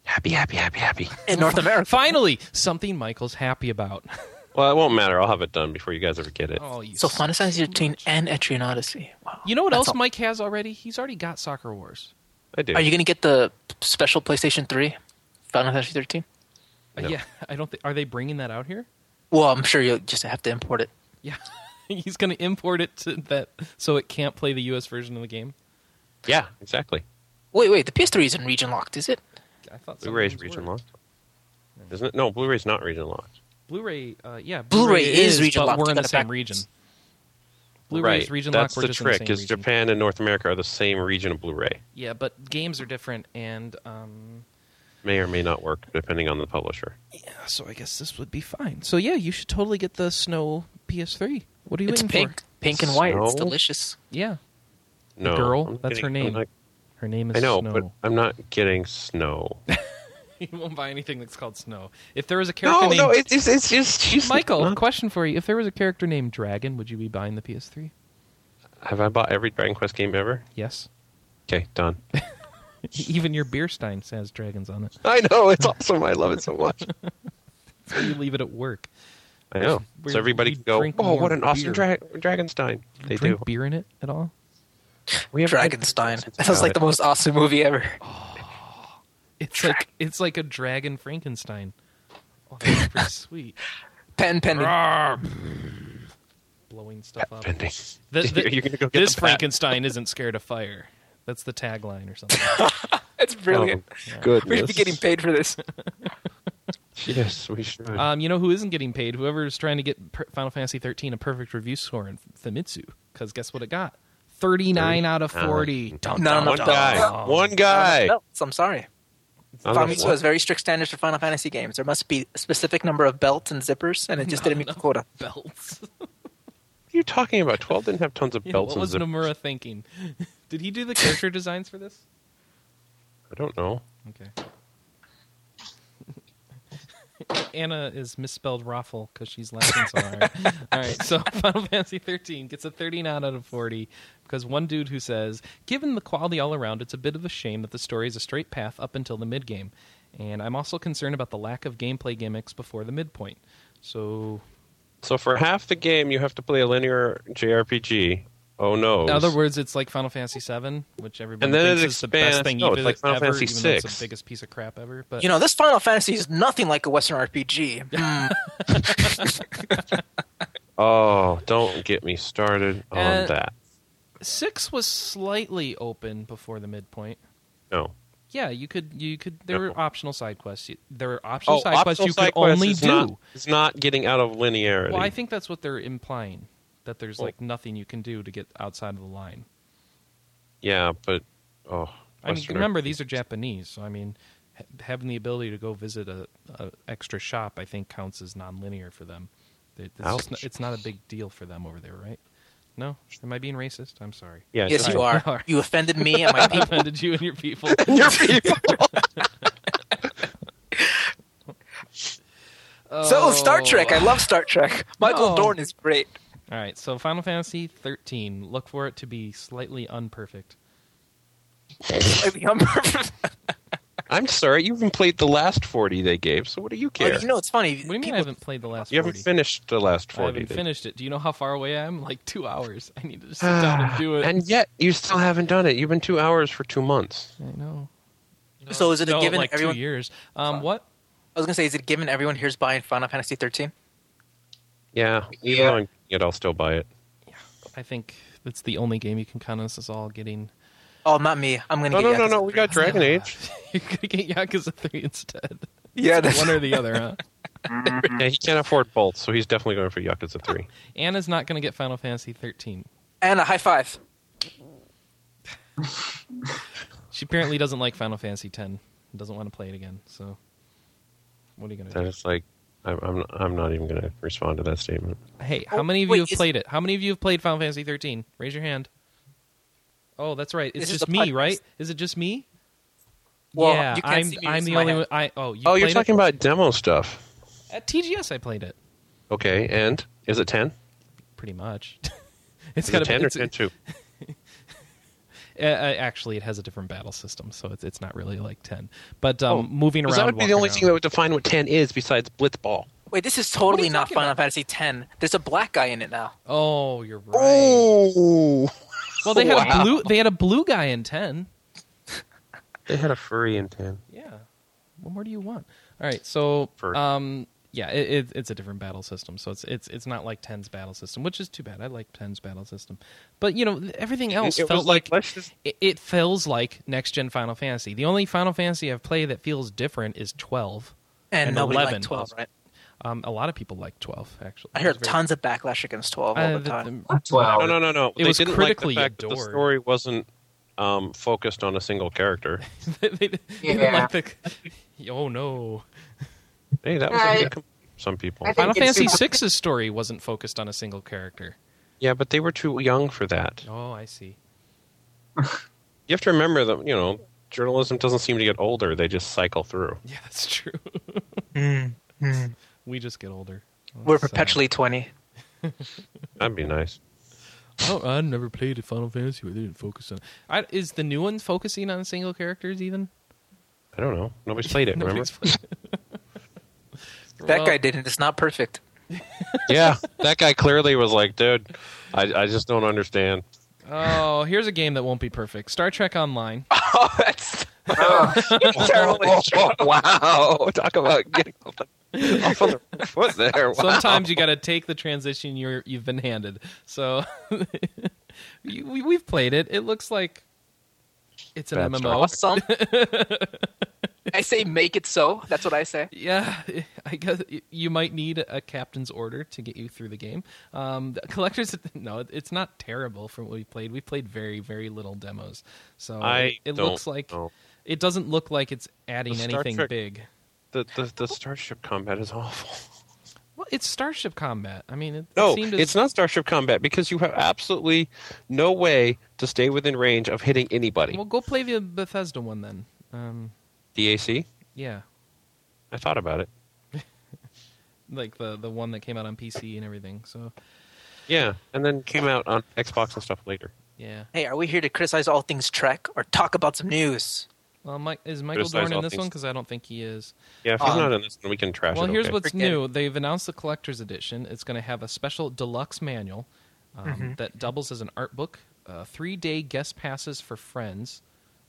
S2: Happy, happy, happy, happy.
S3: in North America,
S1: Finally, something Michael's happy about. *laughs*
S2: Well, it won't matter. I'll have it done before you guys ever get it.
S1: oh, you
S3: so
S1: s-
S3: Final Fantasy 13 and Etrian Odyssey. Wow.
S1: You know what
S3: That's
S1: else
S3: all.
S1: Mike has already? He's already got Soccer Wars.
S2: I do.
S3: Are you going to get the special PlayStation 3 Final Fantasy 13?
S1: Uh,
S2: No.
S1: Yeah, *laughs* I don't. Th- are they bringing that out here?
S3: Well, I'm sure you'll just have to import it.
S1: Yeah, *laughs* he's going to import it to that so it can't play the U.S. version of the game.
S2: yeah, exactly.
S3: Wait, wait. The PS3 isn't region locked, is it?
S1: I thought some
S2: Blu-ray's
S1: things
S2: region
S1: were.
S2: locked, isn't it? No, Blu-ray's not region locked.
S1: Blu-ray, uh, yeah,
S3: Blu-ray is region
S1: but
S3: locked.
S1: We're
S3: You
S1: in
S3: gotta
S1: the same
S3: back-
S1: region. Blu-ray is region
S2: That's
S1: locked. We're
S2: the
S1: just
S2: trick.
S1: in the same
S2: is
S1: region.
S2: Japan and North America are the same region of Blu-ray.
S1: Yeah, but games are different, and um,
S2: May or may not work depending on the publisher.
S1: yeah, so I guess this would be fine. So yeah, you should totally get the Snow PS3. What are you
S3: It's
S1: waiting
S3: pink,
S1: for?
S3: pink and white. It's
S2: Snow?
S3: delicious.
S1: Yeah,
S2: No,
S1: girl?
S2: I'm
S1: That's her
S2: getting-
S1: name.
S2: I'm not-
S1: her name is
S2: I know,
S1: Snow.
S2: but I'm not getting snow.
S1: *laughs* you won't buy anything that's called Snow. If there was a character
S2: no,
S1: named
S2: no, it's it's, it's just she's
S1: Michael,
S2: not-
S1: question for you: If there was a character named Dragon, would you be buying the PS3?
S2: have I bought every Dragon Quest game ever?
S1: Yes. *laughs*
S2: Okay, done.
S1: Even your beer stein says dragons on it.
S2: *laughs* I know it's awesome. I love it so
S1: *laughs*
S2: much.
S1: So you leave it at work.
S2: I know.
S1: We're-
S2: so everybody
S1: we
S2: can go.
S1: drink
S2: Oh, what
S1: more
S2: an awesome
S1: beer."
S2: dra- Dragonstein! *laughs* They
S1: Drink
S2: do.
S1: beer in it at all?
S2: We have
S3: Dragonstein. That was like the most awesome movie ever.
S1: It's like it's like a dragon Frankenstein. Oh, that's
S2: *laughs*
S1: pretty sweet.
S3: Pen pending.
S1: Blowing stuff up.
S2: Pending.
S1: The- the-
S2: *laughs* You're gonna go get
S1: this
S2: the patent.
S1: Frankenstein isn't scared of fire. That's the tagline or something.
S3: It's
S2: Um,
S3: brilliant. *laughs*
S2: Good.
S3: we should be getting paid for Oh, this.
S2: Yes, we should.
S1: Um, you know who isn't getting paid? Whoever's trying to get per- Final Fantasy 13 a perfect review score in Famitsu. Because guess what it got? 39 out of 40. Dun,
S3: No,
S1: dun,
S3: no,
S2: one
S1: dun.
S3: no.
S2: guy. One guy.
S3: No, I'm sorry.
S2: Not enough
S3: Famitsu
S2: one.
S3: has very strict standards for Final Fantasy games. There must be a specific number of belts and zippers, and it just didn't meet the quota.
S1: Belts.
S2: What are you talking about? Twelve didn't have tons
S1: *laughs*
S2: of
S1: Yeah, *laughs*
S2: belts
S1: what was
S2: and zippers.
S1: Nomura thinking? *laughs* Did he do the character designs for this?
S2: I don't know.
S1: Okay. *laughs* Anna is misspelled Raffle because she's laughing so
S2: *laughs*
S1: hard. All right, so *laughs* Final Fantasy 13 gets a 39 out of 40 because one dude who says, given the quality all around, it's a bit of a shame that the story is a straight path up until the mid game. And I'm also concerned about the lack of gameplay gimmicks before the midpoint. So,
S2: So for half the game, you have to play a linear JRPG. Oh no!
S1: in other words, it's like Final Fantasy 7, which everybody
S2: And then it
S1: thinks is the best
S2: expands-
S1: thing
S2: no,
S1: you've
S2: it's like Final
S1: ever,
S2: Fantasy
S1: even though it's
S2: 6.
S1: the biggest piece of crap ever. But
S3: You know, this Final Fantasy is nothing like a Western RPG. Hmm.
S2: Oh, don't get me started on
S1: Uh,
S2: that.
S1: six was slightly open before the midpoint.
S2: No.
S1: Yeah, you could you could there were
S2: No.
S1: optional side quests. You- There were optional side quests you could
S2: Oh, side quests
S1: only
S2: is
S1: do.
S2: Not, it's not getting out of linearity.
S1: well, I think that's what they're implying that there's
S2: Well-
S1: like nothing you can do to get outside of the line.
S2: yeah, but oh,
S1: I mean,
S2: Western
S1: remember
S2: RPGs.
S1: these are Japanese, so I mean ha- having the ability to go visit a, a extra shop I think counts as nonlinear for them. It- It's, just
S2: Ouch.
S1: not, it's not a big deal for them over there, right? No, am I being racist? I'm
S2: *laughs*
S1: sorry.
S2: Yeah,
S3: yes,
S2: sorry.
S3: you are. You offended me and my
S1: I
S3: people.
S1: offended you and your
S2: *laughs*
S1: people.
S2: Your people.
S3: So Star
S1: Oh.
S3: Trek. I love Star Trek. Michael
S1: No.
S3: Dorn is great.
S1: All right, so Final Fantasy 13. Look for it to be slightly unperfect.
S3: Like, I'm- *laughs*
S2: I'm sorry, you haven't played the last 40 they gave, so what do you care?
S3: Oh, you know, it's funny.
S1: What do you mean I haven't played the last
S2: You haven't
S1: 40?
S2: finished the last
S1: I
S2: 40.
S1: haven't
S2: they-
S1: finished it. Do you know how far away I am? *laughs* Like two hours. I need to
S2: *sighs*
S1: just sit down and do it.
S2: And yet, you still haven't done it. You've been two hours for two months.
S1: I know.
S3: So is it a
S1: no,
S3: given
S1: like
S3: everyone-
S1: two years. Um, what?
S3: I was gonna say, is it given everyone here's buying Final Fantasy 13?
S2: Yeah. Even
S4: Yeah.
S2: though I'm yet I'll still buy it.
S1: I think that's the only game you can count on us all getting.
S3: Oh, not me. I'm gonna
S2: No,
S3: get
S2: no, no,
S3: Yakuza
S2: no. We
S3: 3.
S2: got *laughs*
S1: *laughs*
S2: Dragon
S3: *laughs*
S2: Age.
S1: You're going to get Yakuza 3 instead.
S2: *laughs*
S3: Yeah, that's *laughs*
S1: One or the other, huh?
S2: Yeah, he can't afford both, so he's definitely going for Yakuza 3.
S1: Anna's not going to get Final Fantasy 13.
S3: and a high five.
S1: She apparently doesn't like Final Fantasy 10. Doesn't want to play it again, so. What are you going to do?
S2: That is like, I'm, I'm, I'm not even going to respond to that statement.
S1: Hey, how
S3: Oh,
S1: many of
S3: wait,
S1: you have
S3: is-
S1: played it? How many of you have played Final Fantasy 13? Raise your hand. Oh, that's right. It's
S3: This is
S1: just
S3: a
S1: me,
S3: podcast.
S1: right? Is it just me?
S3: Well,
S1: yeah,
S3: you can't
S1: I'm
S3: see me,
S1: I'm
S3: it's
S1: the
S3: my
S1: only
S3: hand.
S1: one. I oh, you
S2: oh, you're
S1: played
S2: talking
S1: it?
S2: about demo stuff.
S1: at TGS I played it
S2: Okay, and is it 10?
S1: pretty much. *laughs* it's
S2: Is
S1: got
S2: it 10 or
S1: it's,
S2: 10 2?
S1: uh, uh, actually it has a different battle system, so it's it's not really like 10. But um, moving around
S2: Because Oh, that would be the
S1: walking
S2: only
S1: around.
S2: thing that would define what 10 is besides Blitzball.
S3: Wait, this is
S1: What are
S3: totally
S1: you
S3: not
S1: talking
S3: Final
S1: about?
S3: Fantasy 10. There's a black guy in it now.
S1: Oh, you're right.
S2: Oh!
S1: well, they had a
S2: wow.
S1: blue they had a blue guy in 10.
S2: They had a furry in 10.
S1: Yeah. What more do you want? All right. So,
S2: For-
S1: um, yeah, it, it, it's a different battle system. So it's it's it's not like Ten's battle system, which is too bad. I like Ten's battle system, but you know th- everything else
S2: it
S1: felt
S2: was
S1: like,
S2: let's just-
S1: it, it feels like next gen Final Fantasy. The only Final Fantasy I've played that feels different is twelve
S3: And,
S1: and
S3: nobody
S1: eleven.
S3: liked 12, right?
S1: Um, a lot of people like 12, actually.
S3: I heard tons of backlash against 12 all
S1: Uh,
S3: the
S1: the-
S3: time.
S1: the-
S4: Fuck Twelve. *laughs*
S2: No, no, no, no.
S1: It
S2: they
S1: was
S2: didn't
S1: critically
S2: like the fact that the
S1: adored.
S2: story wasn't um, focused on a
S1: *laughs*
S2: single character.
S1: they, they, they didn't
S4: Yeah.
S1: like the- *laughs* oh no!
S2: Hey, that was
S4: Uh,
S2: a good com- some people.
S4: I think-
S1: Final
S4: it's
S3: *laughs*
S1: Fantasy
S4: super-
S1: VI's story wasn't focused on a single character.
S2: Yeah, but they were too young for that.
S1: Oh, I see.
S2: You have to remember that you know journalism doesn't seem to get older; they just cycle through.
S1: Yeah, that's true. we just get older.
S3: Mm, We're
S1: That's sad.
S3: perpetually 20.
S2: That'd be nice.
S1: Oh, I never played a Final Fantasy where they didn't focus on. I, is the new one focusing on single characters even?
S2: I don't know. Nobody's played it. remember?
S1: Nobody's played it.
S3: *laughs* That
S1: Well,
S3: guy didn't. It's not perfect.
S2: yeah, *laughs* that guy clearly was like, dude, I, I just don't understand.
S1: Oh, here's a game that won't be perfect. Star Trek
S3: *laughs*
S1: Online.
S2: *laughs* Oh, that's
S4: Oh,
S2: terrible. *laughs* wow, talk about getting off the, off on the foot there. Wow.
S1: Sometimes you got to take the transition you're you've been handed. So *laughs* you, we, we've played it. It looks like it's an
S2: Bad Star
S1: MMO. *laughs*
S3: Awesome. I say make it so. That's what I say.
S1: Yeah, *laughs* I guess you might need a captain's order to get you through the game. Um, the *laughs* collectors, no, it's not terrible from what we played. We played very, very little demos, so
S2: I
S1: Oh, it
S2: don't
S1: looks like
S2: know.
S1: it doesn't look like it's adding
S2: The Star
S1: anything
S2: Trek-
S1: big.
S2: the, the the starship combat is awful.
S1: Well, it's Starship Combat. I mean, it
S2: No,
S1: seemed as-
S2: it's not starship combat because you have absolutely no way to stay within range of hitting anybody.
S1: Well, go play the Bethesda one then. Um,
S2: DAC.
S1: yeah,
S2: I thought about it.
S1: like the the one that came out on PC and everything. So
S2: Yeah, and then came out on Xbox and stuff later.
S1: yeah,
S3: Hey, are we here to criticize all things Trek or talk about some news?
S1: well, Mike, is Michael
S2: Criticize
S1: Dorn in
S2: all
S1: this
S2: things.
S1: one? Because I don't think he is.
S2: Yeah, if he's
S3: Um,
S2: not in this one, we can trash
S1: Well,
S2: it.
S1: here's
S2: okay.
S1: what's
S3: Forget
S1: new. They've announced the collector's edition. It's going to have a special deluxe manual um, that doubles as an art book, uh, three day guest passes for friends.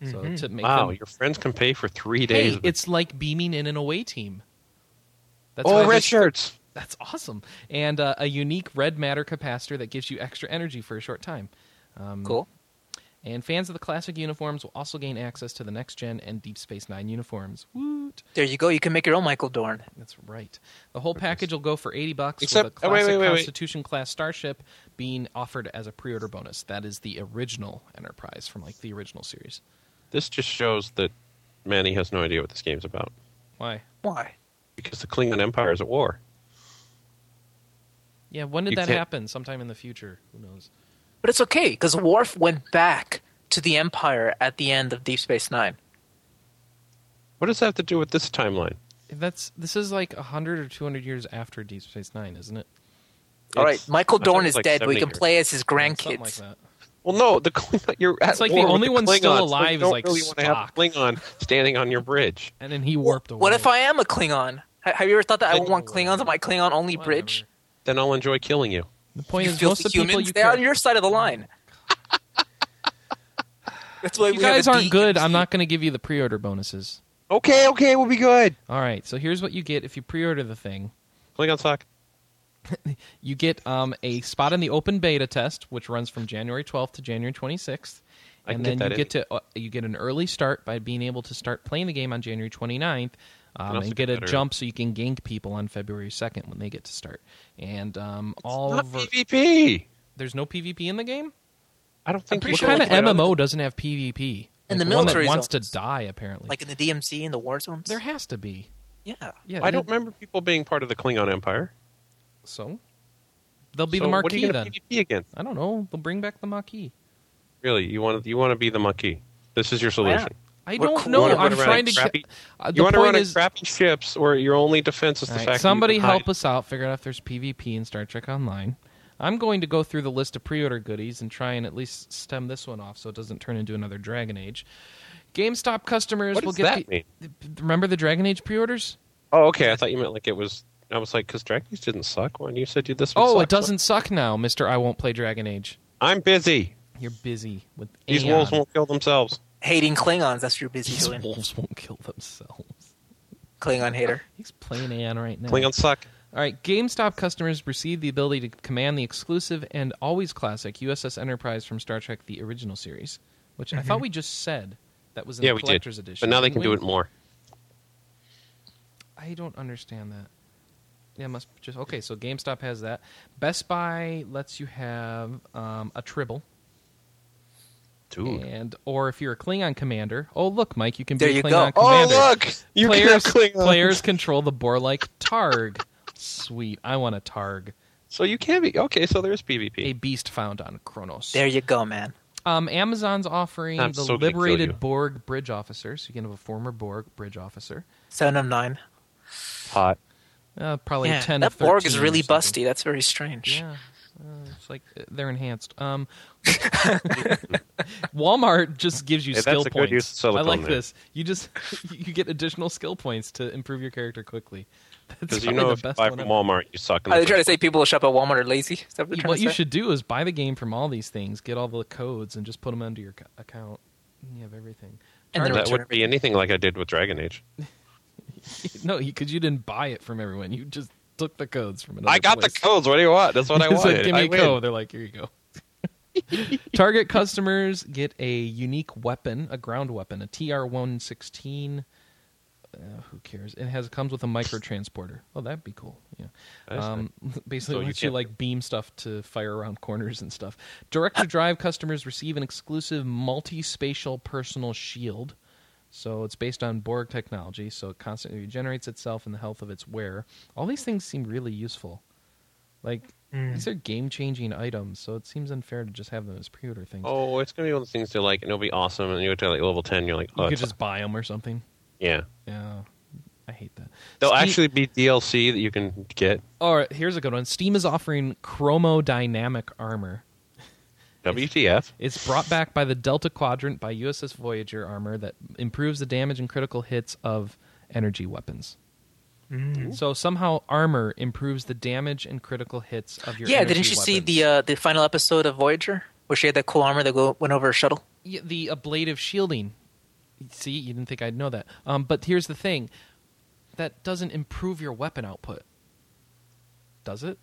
S1: So to make
S2: Wow,
S1: them,
S2: your friends can pay for three
S1: hey,
S2: days. of
S1: it's like beaming in an away team. That's why
S2: oh,
S1: they-
S2: red shirts.
S1: That's awesome, and uh, a unique red matter capacitor that gives you extra energy for a short time. Um,
S3: Cool.
S1: And fans of the classic uniforms will also gain access to the next gen and Deep Space Nine uniforms. Woot!
S3: There you go. You can make your own Michael Dorn.
S1: That's right. The whole package will go for eighty bucks,
S2: Except-
S1: with a
S2: oh, wait,
S1: classic
S2: wait, wait, wait.
S1: Constitution class starship being offered as a pre-order bonus. That is the original Enterprise from like the original series.
S2: This just shows that Manny has no idea what this game's about
S1: Why?
S3: Why?
S2: because the Klingon Empire is at war.
S1: Yeah, when did
S2: You
S1: that
S2: can't-
S1: happen? Sometime in the future. Who knows?
S3: But it's okay because Worf went back to the Empire at the end of Deep Space Nine.
S2: What does that have to do with this timeline?
S1: That's this is like hundred or two hundred years after Deep Space Nine, isn't it?
S3: All
S2: It's-
S3: right, Michael
S2: I thought it
S3: Dorn
S2: was
S3: is
S2: like
S3: dead, but we
S2: 70
S3: can
S2: years.
S3: play as his
S1: Something
S3: grandkids.
S1: like that.
S2: Well, no, the Klingon, *laughs* you're at
S1: It's like the
S2: war with
S1: only one still
S2: Klingons, so
S1: alive
S2: you
S1: is,
S2: don't
S1: like,
S2: really wanna have
S1: Spock.
S2: a Klingon standing on your bridge.
S1: And then he warped away.
S3: What if I am a Klingon? Ha- Have you ever thought that I
S2: Then
S3: would want
S1: you-
S3: Klingons on my Klingon-only
S1: Whatever.
S3: bridge?
S2: Then I'll enjoy killing you.
S1: The point
S3: You
S1: is,
S3: filthy
S1: most of the people
S3: humans,
S1: you
S3: they're
S1: care-
S3: on your side of the line. *laughs* That's why
S1: you
S3: we have
S1: guys
S3: a
S1: aren't
S3: D-
S1: good. I'm not going to give you the pre-order bonuses.
S2: Okay, okay, we'll be good.
S1: All right, so here's what you get if you pre-order the thing.
S2: Klingon sock.
S1: You get um, a spot in the open beta test, which runs from January 12th to January 26th.
S2: I
S1: and
S2: can
S1: then
S2: get that
S1: you
S2: in.
S1: get to uh, you get an early start by being able to start playing the game on January 29th, um,
S2: also
S1: and
S2: get
S1: get a
S2: that early.
S1: jump so you can gank people on February 2nd when they get to start. And um, all
S2: Not
S1: over,
S2: PvP.
S1: there's no PvP in the game.
S2: I don't think.
S3: pretty
S1: What
S2: we
S3: sure
S2: can
S1: kind of
S3: like
S2: play
S3: that
S1: MMO doesn't have PvP? Like, one
S3: In the
S1: that
S3: military
S1: wants to
S3: zones.
S1: die apparently.
S3: Like in the DMC and the war zones.
S1: there has to be.
S3: yeah.
S1: Yeah,
S2: I don't
S1: there-
S2: remember people being part of the Klingon Empire.
S1: So they'll be
S2: so
S1: the
S2: what are
S1: marquee
S2: you
S1: then.
S2: going to PvP against?
S1: I don't know. They'll bring back the marquee.
S2: Really, you want to you want to be the monkey? This is your solution.
S1: I
S3: What
S1: don't
S3: cool-
S1: know.
S2: You
S3: wanna
S1: I'm
S2: run around
S1: trying
S2: in
S1: to.
S2: crappy,
S1: get- uh, the
S2: you want to
S1: point
S2: run in
S1: is,
S2: crappy ships, or your only defense is the
S1: All right,
S2: fact
S1: somebody
S2: that you can hide.
S1: help us out figure out if there's PvP in Star Trek Online. I'm going to go through the list of pre-order goodies and try and at least stem this one off so it doesn't turn into another Dragon Age. GameStop customers
S2: What
S1: will
S2: does
S1: get
S2: that
S1: the,
S2: mean?
S1: the- remember the Dragon Age pre-orders?
S2: Oh, okay. I thought you meant like it was. I was like, because Dragon Age didn't suck when you said you this. would
S1: Oh,
S2: suck.
S1: it doesn't suck now, Mister. I won't play Dragon Age.
S2: I'm busy.
S1: You're busy with
S2: These
S1: Aeon.
S2: wolves won't kill themselves.
S3: Hating Klingons, that's your busy
S1: These
S3: doing.
S1: wolves won't kill themselves.
S3: Klingon hater.
S1: He's playing Aeon right now.
S2: Klingons suck.
S1: All right, GameStop customers receive the ability to command the exclusive and always classic USS Enterprise from Star Trek: The Original Series, which
S2: Mm-hmm.
S1: I thought we just said that was in
S2: Yeah,
S1: the
S2: we did.
S1: collector's edition.
S2: But now they
S1: didn't
S2: can do
S1: we?
S2: it more.
S1: I don't understand that. Yeah, must just okay. So GameStop has that. Best Buy lets you have um, a Tribble,
S2: Dude.
S1: and or if you're a Klingon commander. Oh look, Mike, you can
S3: There
S1: be a
S3: you go.
S1: Klingon
S2: Oh,
S1: commander.
S2: look! You can
S1: players,
S2: have Klingons.
S1: players control the Borlike Targ. *laughs* Sweet, I want a Targ.
S2: So you can be. Okay, so there's PvP.
S1: A beast found on Kronos.
S3: There you go, man.
S1: Um, Amazon's offering
S2: I'm
S1: the
S2: so gonna kill you.
S1: liberated Borg bridge officer, so you can have a former Borg bridge officer.
S3: Seven of nine.
S2: Hot.
S1: Uh, probably
S3: yeah,
S1: ten.
S3: that
S1: to 13
S3: Borg is
S1: or
S3: really
S1: something.
S3: busty. That's very strange.
S1: Yeah, uh, it's like uh, they're enhanced. Um, *laughs* Walmart just gives you
S2: Hey, that's
S1: skill
S2: a good
S1: points.
S2: use of silicone
S1: I like
S2: there.
S1: this. You just *laughs* you get additional skill points to improve your character quickly. *laughs* That's
S2: Because you
S1: probably
S2: know,
S1: the
S2: if you
S1: best
S2: buy
S1: one ever.
S2: from Walmart, you suck. in
S3: Are
S2: the
S3: they trying to
S2: first-
S3: say people who shop at Walmart are lazy? Is that what they're trying
S1: what
S3: to
S1: you
S3: say?
S1: should do is buy the game from all these things, get all the codes, and just put them under your co- account. And you have everything.
S3: And
S1: Target-
S2: that
S3: return
S2: would be anything like I did with Dragon Age.
S1: no, because you didn't buy it from everyone. You just took the codes from another.
S2: I got
S1: place.
S2: the codes. What do you want? That's what I
S1: *laughs* It's like,
S2: wanted.
S1: Give me
S2: I
S1: a
S2: win.
S1: code. They're like, here you
S2: *laughs*
S1: go. Target customers get a unique weapon, a ground weapon, a TR-116. Uh, who cares? It has comes with a microtransporter. Oh, that'd be cool. Yeah.
S2: That's
S1: Um, *laughs* basically,
S2: So you
S1: lets you
S2: can't-
S1: like beam stuff to fire around corners and stuff. Direct to drive customers receive an exclusive multi-spatial personal shield. So it's based on Borg technology, so it constantly regenerates itself and the health of its wearer. All these things seem really useful. Like these are game-changing items, so it seems unfair to just have them as pre-order things.
S2: Oh, it's gonna be one of the things they like, and it'll be awesome. And you get to like level ten, you're like,
S1: you
S2: oh,
S1: could
S2: it's-
S1: just buy them or something.
S2: yeah.
S1: Yeah, I hate that.
S2: There'll
S1: Steam-
S2: actually be DLC that you can get.
S1: All right, here's a good one. Steam is offering chromodynamic armor.
S2: WTF?
S1: It's brought back by the Delta Quadrant by USS Voyager armor that improves the damage and critical hits of energy weapons. So somehow armor improves the damage and critical hits of your.
S3: yeah,
S1: energy
S3: didn't you see
S1: weapons.
S3: the uh, the final episode of Voyager where she had that cool armor that go, went over her shuttle?
S1: Yeah, the ablative shielding? See, you didn't think I'd know that. Um, but here's the thing: that doesn't improve your weapon output, does it?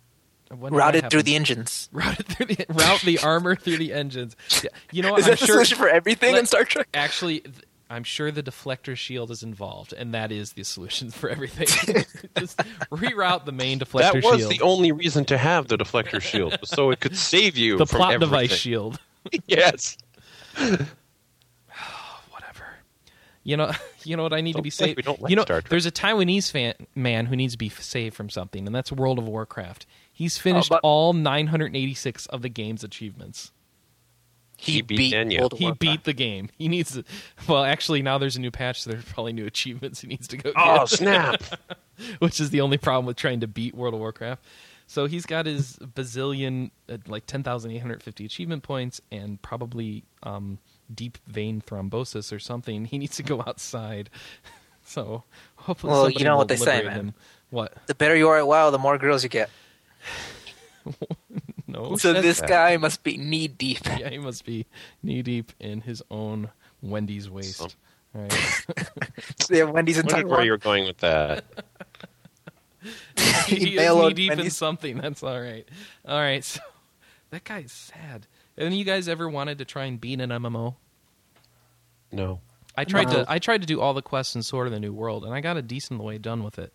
S1: When did that
S3: Routed through
S1: happen?
S3: the
S1: *laughs*
S3: engines.
S1: route it through the route the armor through the engines. Yeah, You know what?
S3: *laughs* Is
S1: I'm
S3: that the
S1: sure,
S3: solution for everything
S1: Let-
S3: in Star Trek?
S1: Actually, th- I'm sure the deflector shield is involved, and that is the solution for everything. *laughs* Just reroute the main deflector
S2: that was
S1: shield,
S2: the only reason to have the deflector *laughs* shield, was so it could save you.
S1: the
S2: from
S1: plot
S2: everything. *laughs*
S1: device shield. *sighs*
S2: yes.
S1: whatever. You know, *laughs* you know what I need to
S2: Don't
S1: be
S2: like
S1: saved.
S2: we don't like
S1: you know,
S2: Star Trek.
S1: there's a Taiwanese fan, man who needs to be f- saved from something, and that's World of Warcraft. He's
S2: Uh,
S1: finished
S3: but-
S1: all 986 of the game's achievements.
S2: He beat Daniel.
S3: World of
S1: He
S3: Warcraft.
S1: beat the game. He needs to. Well, actually, now there's a new patch, so there's probably new achievements he needs to go
S2: Oh
S1: get,
S2: *laughs* snap!
S1: *laughs* which is the only problem with trying to beat World of Warcraft. So he's got his bazillion, uh, like 10,850 achievement points and probably um, deep vein thrombosis or something. He needs to go outside. *laughs* So hopefully,
S3: Well,
S1: somebody
S3: you know
S1: will
S3: what they say,
S1: liberate
S3: man.
S1: Him. What?
S3: The better you are at WoW, the more girls you get.
S1: No.
S3: *laughs* so
S2: says
S3: this
S2: that?
S3: guy must be knee deep. *laughs*
S1: yeah, he must be knee deep in his own Wendy's waist.
S2: Some-
S1: All
S3: *laughs*
S1: right.
S3: They have Wendy's in
S2: Wondered where
S3: Taiwan.
S2: you were going with that.
S1: *laughs* he is
S3: Mail
S1: knee
S3: on
S1: deep in
S3: Wendy's.
S1: something. That's all right. All right. So *laughs* that guy's sad. And you guys ever wanted to try and beat an MMO?
S2: No.
S1: I tried to
S3: No.
S1: I tried to do all the quests in Sword of the New World, and I got a decent way done with it.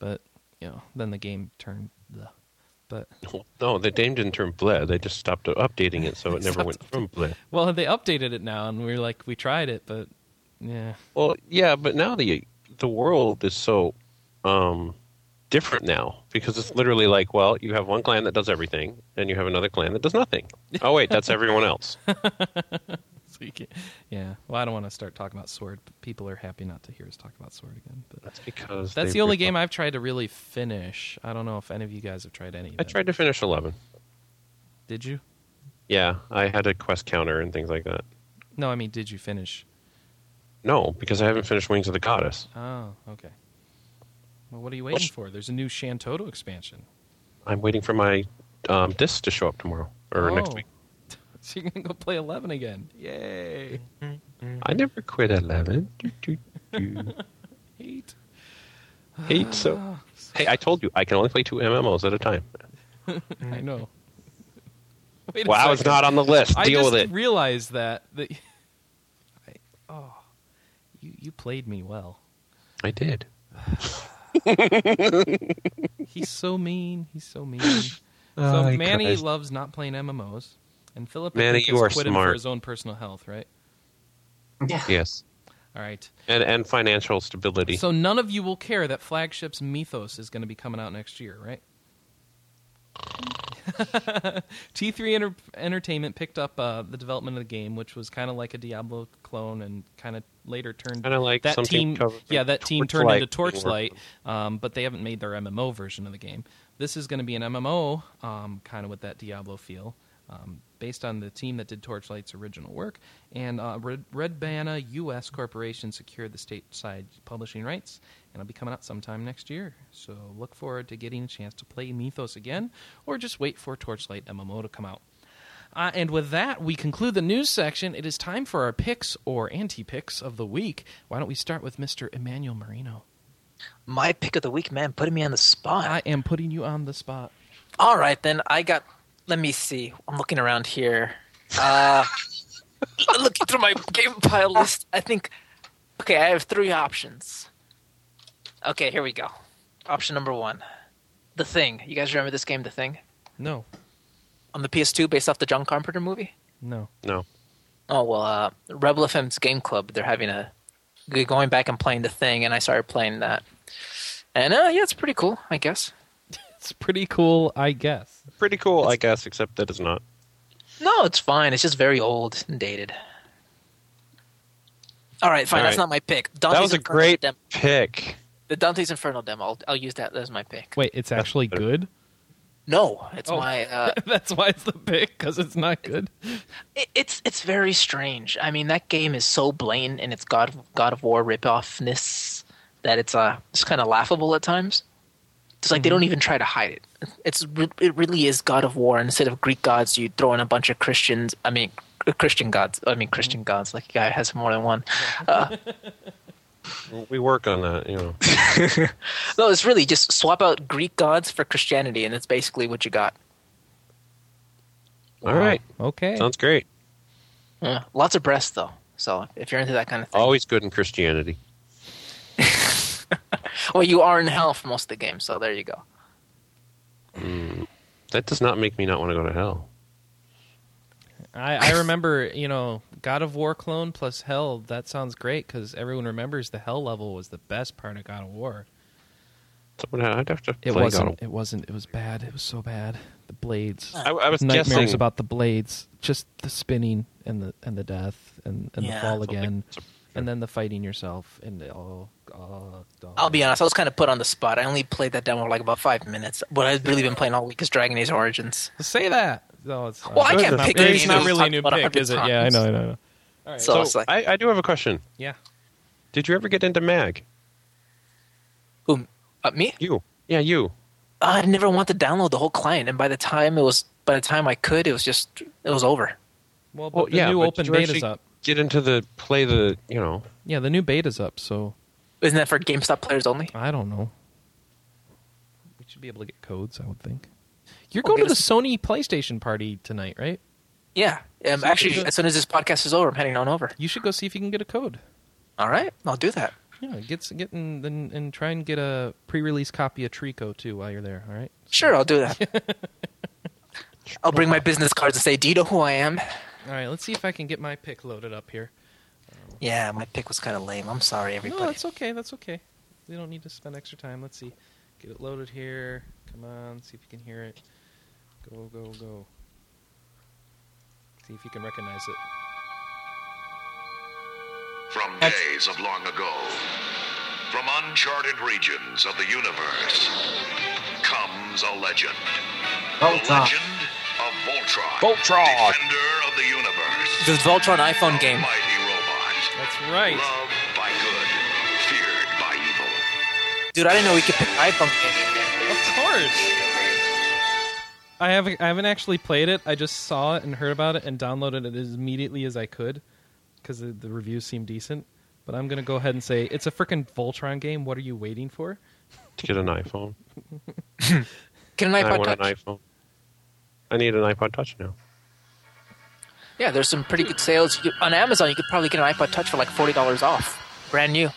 S1: But you know, then the game turned the. But
S2: No, the game didn't turn bleh. They just stopped updating it, so it never *laughs* went from bleh.
S1: well, they updated it now, and we are like, we tried it, but yeah, *laughs*
S2: Well, yeah, but now the the world is so um, different now because it's literally like, well, you have one clan that does everything, and you have another clan that does nothing. Oh wait, that's
S1: *laughs*
S2: everyone else.
S1: so you can't, yeah. Well, I don't want to start talking about Sword. People are happy not to hear us talk about Sword again. But
S2: That's because
S1: that's
S2: they
S1: the only
S2: ripped
S1: game
S2: off-
S1: I've tried to really finish. I don't know if any of you guys have tried any. Of
S2: I
S1: them.
S2: tried to finish eleven.
S1: Did you?
S2: Yeah, I had a quest counter and things like that.
S1: No, I mean, did you finish?
S2: No, because I haven't finished Wings of the Goddess.
S1: Oh, okay. Well, what are you waiting
S2: sh-
S1: for? There's a new Shantoto expansion.
S2: I'm waiting for my um, disc to show up tomorrow or next
S1: Oh.
S2: week.
S1: *laughs* So you're gonna go play eleven again? Yay!
S2: I never quit eleven.
S1: *laughs* Hate.
S2: Hate so.
S1: *sighs*
S2: Hey, I told you I can only play two MMOs at a time.
S1: I know.
S2: *laughs*
S1: Wait a
S2: Wow, it's
S1: second.
S2: not on the list.
S1: I
S2: Deal
S1: just
S2: with it.
S1: realized that that. *laughs* I, oh, you you played me well.
S2: I did.
S1: He's so mean. He's so
S2: *laughs*
S1: mean.
S2: Oh,
S1: so
S2: he
S1: Manny
S2: cries.
S1: loves not playing MMOs, and Philip I
S2: Manny,
S1: think,
S2: you
S1: has
S2: are
S1: quitted for
S2: smart.
S1: his own personal health, right?
S4: Yeah.
S2: Yes.
S1: All right.
S2: And and financial stability.
S1: So none of you will care that Flagship's Mythos is going to be coming out next year, right? *laughs* T3 Enter- Entertainment picked up uh, the development of the game, which was kind of like a Diablo clone, and kind of later turned
S2: Kinda like
S1: that
S2: something
S1: team.
S2: covered
S1: Yeah,
S2: in
S1: that team turned
S2: Torchlight
S1: into
S2: we worked
S1: Torchlight, um, but they haven't made their MMO version of the game. This is going to be an MMO, um, kind of with that Diablo feel, um, based on the team that did Torchlight's original work. And uh, Red, Red Banner U.S. Corporation secured the stateside publishing rights, and it'll be coming out sometime next year. So look forward to getting a chance to play Mythos again, or just wait for Torchlight MMO to come out. Uh, and with that, we conclude the news section. It is time for our picks or anti picks of the week. Why don't we start with Mr. Emmanuel Marino?
S3: My pick of the week, man, putting me on the spot.
S1: I am putting you on the spot.
S3: All right, then I got. Let me see. I'm looking around here. Uh, looking through my game pile list, I think. Okay, I have three options. Okay, here we go. Option number one, The Thing. You guys remember this game, The Thing,
S1: No,
S3: on the PS2, based off the John Carpenter movie?
S1: no.
S2: no.
S3: Oh well, uh, Rebel FM's game club. They're having a they're going back and playing The Thing, and I started playing that. And uh, yeah, it's pretty cool, I guess.
S1: It's pretty cool, I guess.
S2: Pretty cool, I guess, except that it's not.
S3: No, it's fine. It's just very old and dated. All right, fine.
S2: All
S3: That's
S2: right.
S3: not my pick. Dante's
S2: That was a
S3: Inferno
S2: great
S3: Dem-
S2: pick.
S3: the Dante's Inferno demo. I'll, I'll use that as my pick.
S1: Wait, it's actually
S2: better.
S1: good?
S3: No, it's
S1: Oh.
S2: *laughs*
S3: my. Uh,
S1: *laughs* That's why it's the pick, because it's not good.
S3: it, it's it's very strange. I mean, that game is so blatant in its God God of War ripoffness that it's uh it's kind of laughable at times. It's like they
S2: Mm-hmm.
S3: don't even try to hide it. It's re- it really is God of War. Instead of Greek gods, you throw in a bunch of Christians. I mean, Christian gods. I mean, Christian gods. Like, guy has more than one.
S2: We work on that, you know.
S3: No, it's really just swap out Greek gods for Christianity, and that's basically what you got.
S2: All right.
S1: Okay.
S2: Sounds great.
S3: Yeah. Oh. Lots of breasts, though. So if you're into that kind of thing,
S2: Always good in Christianity.
S3: well, you are in hell for most of the game. So there you go.
S2: That does not make me not want to go to hell.
S1: I, I remember, you know, God of War clone plus Hell. That sounds great, because everyone remembers the Hell level was the best part of God of War.
S2: Someone I'd have to
S1: It
S2: play
S1: wasn't.
S2: God of-
S1: It wasn't. It was bad. It was so bad. The blades.
S2: I, I was
S1: nightmares
S2: guessing
S1: about the blades, just the spinning and the and the death and, and the
S3: Yeah.
S1: fall
S2: Something-
S1: again, and then the fighting yourself and the- oh, oh, oh.
S3: I'll be honest. I was kind of put on the spot. I only played that demo for like about five minutes. What I've really been playing all week is Dragon Age Origins.
S1: say that. No, it's
S3: Well, I
S1: it's
S3: can't
S1: not-
S3: pick
S1: It's
S3: any
S1: not
S3: of
S1: really a
S3: those
S1: new
S3: top
S1: pick, is it?
S3: 100
S1: Yeah, I know,
S3: times.
S1: I know. I know.
S3: So,
S2: So
S3: it's like,
S2: I, I do have a question.
S1: Yeah.
S2: Did you ever get into mag?
S3: who, uh, me? Uh,
S2: You? Yeah, you.
S3: I never want to download the whole client, and by the time it was, by the time I could, it was just, it was over.
S1: Well, but
S2: Well,
S1: the
S2: yeah,
S1: new
S2: but
S1: open
S2: did you
S1: beta's
S2: actually
S1: up.
S2: Get into the play the you know.
S1: Yeah, the new beta's up. So
S3: Isn't that for GameStop players only?
S1: I don't know. We should be able to get codes. I would think. You're
S3: Well,
S1: going to
S3: get
S1: the
S3: us-
S1: Sony PlayStation party tonight, right?
S3: Yeah. Um,
S1: So you
S3: actually,
S1: should-
S3: as soon as this podcast is over, I'm heading on over.
S1: You should go see if you can get a code.
S3: All right, I'll do that.
S1: Yeah, get s- get in, and, and try and get a pre-release copy of Trico too while you're there. All right.
S3: Sure, I'll do that. *laughs* I'll bring my business cards and say, "Do you know who I am?"
S1: All right. Let's see if I can get my pick loaded up here.
S3: Yeah, my pick was kind of lame. I'm sorry, everybody.
S1: No, that's okay. That's okay. We don't need to spend extra time. Let's see. Get it loaded here. Come on. See if you can hear it. Go go go. See if you can recognize it.
S6: From days of long ago, from uncharted regions of the universe, comes a legend.
S4: Voltron.
S6: The legend of Voltron.
S2: Voltron.
S6: Defender of the universe.
S3: This Voltron iPhone game.
S6: Mighty robot.
S1: That's right.
S6: Loved by good, feared by evil.
S3: Dude, I didn't know we could pick iPhone game.
S1: Of course. I haven't I haven't actually played it. I just saw it and heard about it and downloaded it as immediately as I could because the, the reviews seemed decent. But I'm gonna go ahead and say it's a freaking Voltron game. What are you waiting for?
S2: To get an iPhone.
S3: Get an
S2: I
S3: iPod
S2: want
S3: Touch.
S2: an iPhone. I need an iPod Touch now.
S3: Yeah, there's some pretty good sales You- on Amazon. You could probably get an iPod Touch for like forty dollars off, brand new.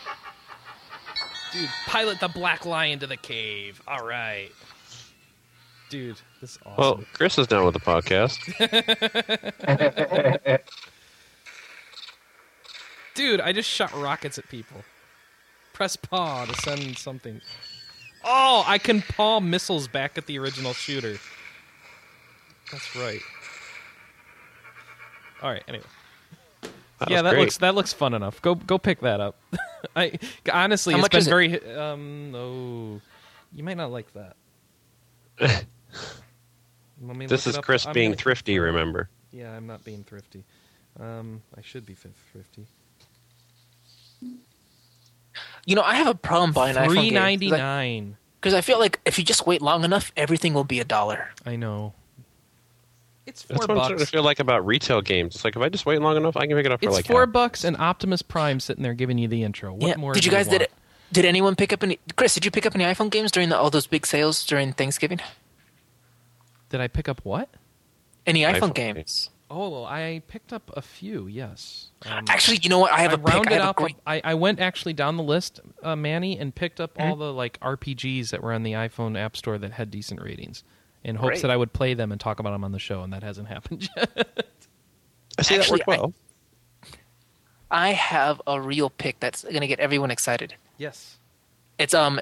S1: Dude, pilot the Black Lion to the cave. All right. Dude, this is awesome.
S2: Well, Chris is down with
S1: *laughs*
S2: the podcast.
S1: Dude, I just shot rockets at people. Press paw to send something. Oh, I can paw missiles back at the original shooter. That's right. All right. Anyway,
S2: That
S1: yeah,
S2: was
S1: that
S2: great.
S1: looks that looks fun enough. Go go pick that up. *laughs* I honestly,
S3: How
S1: it's
S3: much
S1: been
S3: is it?
S1: very. Um, oh, you might not like
S2: *laughs*
S1: that. Let me
S2: This
S1: look
S2: is
S1: it up.
S2: Chris
S1: I'm
S2: being
S1: gonna-
S2: thrifty. Remember,
S1: yeah, I'm not being thrifty. Um, I should be fif- thrifty.
S3: You know, I have a problem buying an
S1: Three
S3: iPhone
S1: ninety
S3: game because
S1: nine.
S3: I feel like if you just wait long enough, everything will be a dollar.
S1: I know. It's four
S2: that's what I'm
S1: bucks.
S2: starting to feel like about retail games. It's like if I just wait long enough, I can pick it up for
S1: it's
S2: like
S1: four
S2: half.
S1: bucks and Optimus Prime sitting there giving you the intro. What
S3: yeah.
S1: more?
S3: did
S1: do
S3: you guys did
S1: want?
S3: it? Did anyone pick up any? Chris, did you pick up any iPhone games during the, all those big sales during Thanksgiving?
S1: Did I pick up what?
S3: Any iPhone,
S2: iPhone
S3: games?
S2: games.
S1: Oh, I picked up a few. Yes. Um,
S3: Hmm. Actually, you know what? I have
S1: I
S3: a pick.
S1: rounded
S3: I have a
S1: up.
S3: great-
S1: I, I went actually down the list, uh, Manny, and picked up
S3: Mm-hmm.
S1: all the like RPGs that were on the iPhone App Store that had decent ratings, in hopes
S3: Great.
S1: that I would play them and talk about them on the show, and that hasn't *laughs* happened yet.
S2: I see that
S3: Actually,
S2: worked well.
S3: I have a real pick that's going to get everyone excited.
S1: yes.
S3: It's um,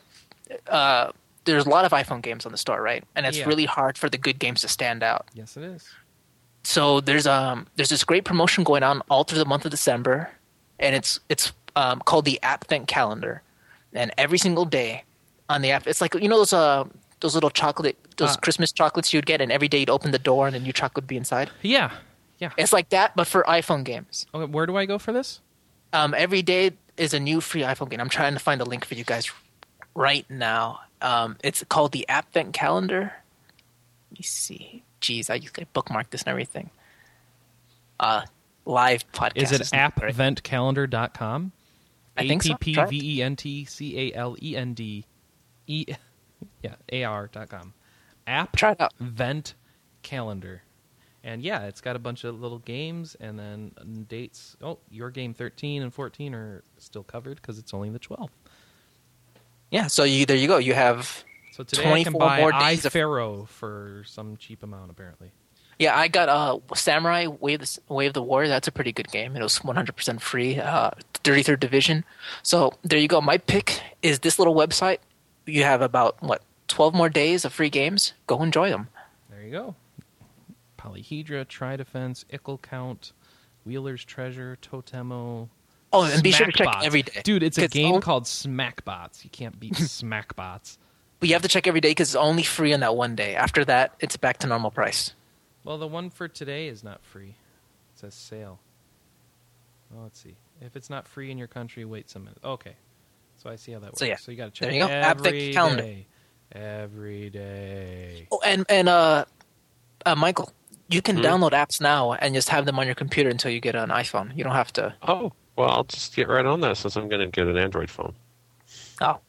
S3: uh, there's a lot of iPhone games on the store, right? And it's
S1: Yeah.
S3: really hard for the good games to stand out.
S1: Yes, it is.
S3: so there's um there's this great promotion going on all through the month of December, and it's it's um, called the App Think Calendar, and every single day on the app, it's like you know those uh those little chocolate those
S1: Uh.
S3: Christmas chocolates you'd get, and every day you'd open the door and a new chocolate would be inside.
S1: Yeah. Yeah.
S3: It's like that, but for iPhone games.
S1: Okay, where do I go for this?
S3: Um, every day is a new free iPhone game. I'm trying to find a link for you guys right now. Um, it's called the App Vent Calendar. Let me see. Jeez, I, I bookmarked this and everything. Uh, live podcast.
S1: Is it
S3: isn't right?
S1: appventcalendar.com?
S3: I think so. Try it.
S1: E A-P-P-V-E-N-T-C-A-L-E-N-D. E. *laughs* Yeah, A-R dot com. App
S3: Try it out.
S1: Vent Calendar. And yeah, it's got a bunch of little games and then dates. Oh, your game 13 and 14 are still covered because it's only the 12th.
S3: Yeah. So you, there you go. You have.
S1: So today I can
S3: 24
S1: buy
S3: more
S1: I
S3: days of-
S1: Pharaoh for some cheap amount, apparently.
S3: Yeah, I got uh, Samurai Wave the, Wave of the War. That's a pretty good game. It was 100% free. Uh, 33rd Division. So there you go. My pick is this little website. You have about what 12 more days of free games. Go enjoy them.
S1: There you go. Polyhedra, Tridefense, Ickle Count, Wheeler's Treasure, Totemo.
S3: Oh, and be sure to check
S1: Smackbots.
S3: every day,
S1: Dude, it's a
S3: 'Cause
S1: game
S3: on-
S1: called Smackbots. You can't beat *laughs* Smackbots.
S3: But you have to check every day because it's only free on that one day. After that, it's back to normal price.
S1: Well, the one for today is not free. It says sale. Well, let's see. If it's not free in your country, wait some minutes. Okay. So I see how that works.
S3: So, yeah.
S1: you got to check
S3: There you go. App that
S1: every
S3: calendar.
S1: day. Every day.
S3: Oh, and and uh, uh Michael, you
S1: Hmm?
S3: can download apps now and just have them on your computer until you get an iPhone. You don't have to.
S2: Oh, well, I'll just get right on that since I'm going to get an Android phone.
S3: Oh,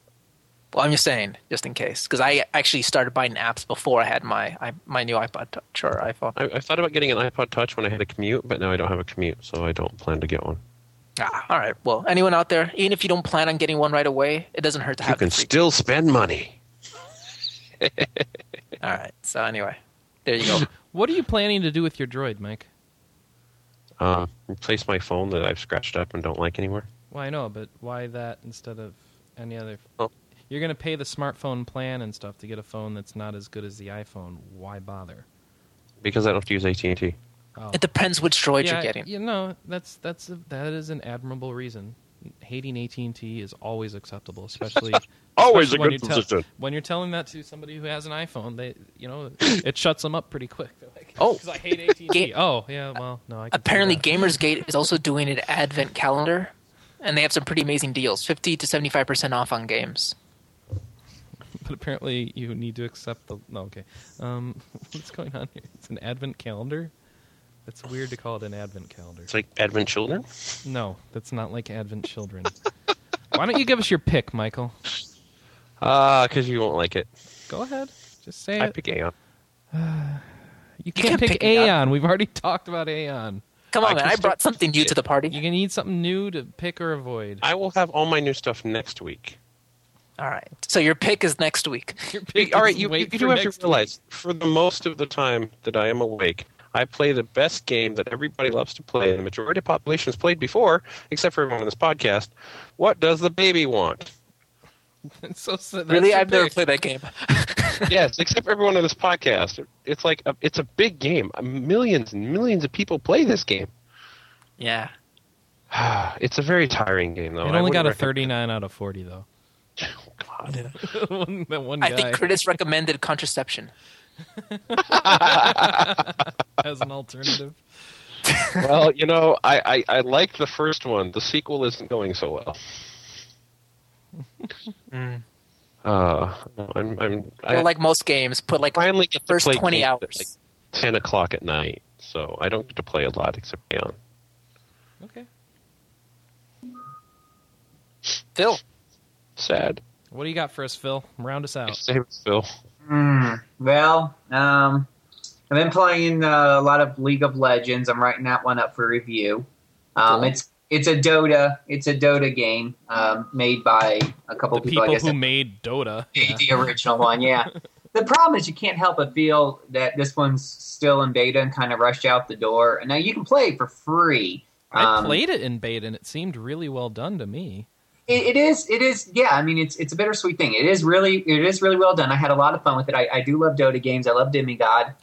S3: well, I'm just saying, just in case, because I actually started buying apps before I had my I, my new iPod Touch or iPhone.
S2: I, I thought about getting an iPod Touch when I had a commute, but now I don't have a commute, so I don't plan to get one.
S3: Ah, all right. Well, anyone out there, even if you don't plan on getting one right away, it doesn't hurt to
S2: You
S3: have.
S2: can
S3: the free-
S2: still spend money.
S3: all right. So anyway, there you go. *laughs*
S1: What are you planning to do with your droid, Mike?
S2: Um, replace my phone that I've scratched up and don't like anymore.
S1: Well, I know, but why that instead of any other?
S2: Oh.
S1: You're going to pay the smartphone plan and stuff to get a phone that's not as good as the iPhone. Why bother?
S2: Because I don't have to use AT and T.
S1: Oh.
S3: it depends which droid
S1: yeah,
S3: you're getting.
S1: You know, that's that's a, that is an admirable reason. Hating AT and T is always acceptable, especially
S2: Always
S1: especially
S2: a
S1: when
S2: good
S1: you're
S2: position.
S1: when you're telling that to somebody who has an iPhone, they you know it shuts them up pretty quick. They're like,
S3: Oh.
S1: 'cause I hate AT and T.
S3: Ga-
S1: Oh, yeah. Well, no. I can see
S3: apparently
S1: that.
S3: gamersgate is also doing an advent calendar and they have some pretty amazing deals 50 to 75% off on games
S1: but apparently you need to accept the. No, okay. Um, *laughs* what's going on here? It's an advent calendar. It's weird to call it an advent calendar.
S2: It's like Advent Children.
S1: No, that's not like advent
S2: *laughs*
S1: children. Why don't you give us your pick, Michael?
S2: Ah, because you won't like it.
S1: Go ahead. Just say
S2: I
S1: it.
S2: pick Aeon.
S1: You can't,
S3: can't
S1: pick,
S3: pick
S1: Aeon.
S3: Aeon.
S1: We've already talked about Aeon.
S3: come on
S2: I
S3: man
S2: can
S3: i
S2: still-
S3: brought something new to the
S1: You *laughs*
S3: party
S1: can need something new to pick or avoid.
S2: I will have all my new stuff next week.
S3: All right. So your pick is next week.
S2: All right, you, you
S1: Wait
S2: do
S1: for
S2: have to
S1: next week.
S2: realize for the most of the time that I am awake, I play the best game that everybody loves to play, and the majority of populations played before, except for everyone on this podcast. What does the baby want?
S1: *laughs* It's so, so *laughs* that's
S3: really,
S1: your
S3: I've never
S1: pick.
S3: played that game.
S2: yes, except for everyone on this podcast. It's like a, it's a big game. Millions and millions of people play this game.
S3: *laughs* Yeah.
S2: It's a very tiring game, though.
S1: It
S2: I
S1: only
S2: wouldn't
S1: got a 39
S2: recommend-
S1: out of 40 though. *laughs*
S2: God.
S1: one, that one
S3: I
S1: guy
S3: think critics recommended contraception.
S1: as an alternative.
S2: well, you know, I, I, I liked the first one. The sequel isn't going so well. Uh, I'm, I'm, I
S3: Well, like most games, put like
S2: finally get to
S3: first
S2: play
S3: 20
S2: games at,
S3: hours.
S2: like 10 o'clock at night, so I don't get to play a lot except Aeon.
S1: Okay.
S3: Phil.
S2: Sad.
S1: What do you got for us, Phil? Round us out.
S2: Same as Phil.
S4: Hmm. well, um, I've been playing uh, a lot of League of Legends. I'm writing that one up for review. Um,
S3: Cool.
S4: It's it's a Dota it's a Dota game um, made by a couple
S1: The
S4: people.
S1: people
S4: I guess
S1: who made Dota. Yeah.
S4: the original one, yeah. The problem is you can't help but feel that this one's still in beta and kind of rushed out the door. And now you can play it for free.
S1: I
S4: *laughs* Um,
S1: played it in beta and it seemed really well done to me.
S4: it, it is it is yeah i mean it's it's a bittersweet thing it is really it is really well done i had a lot of fun with it i, I do love dota games i love demigod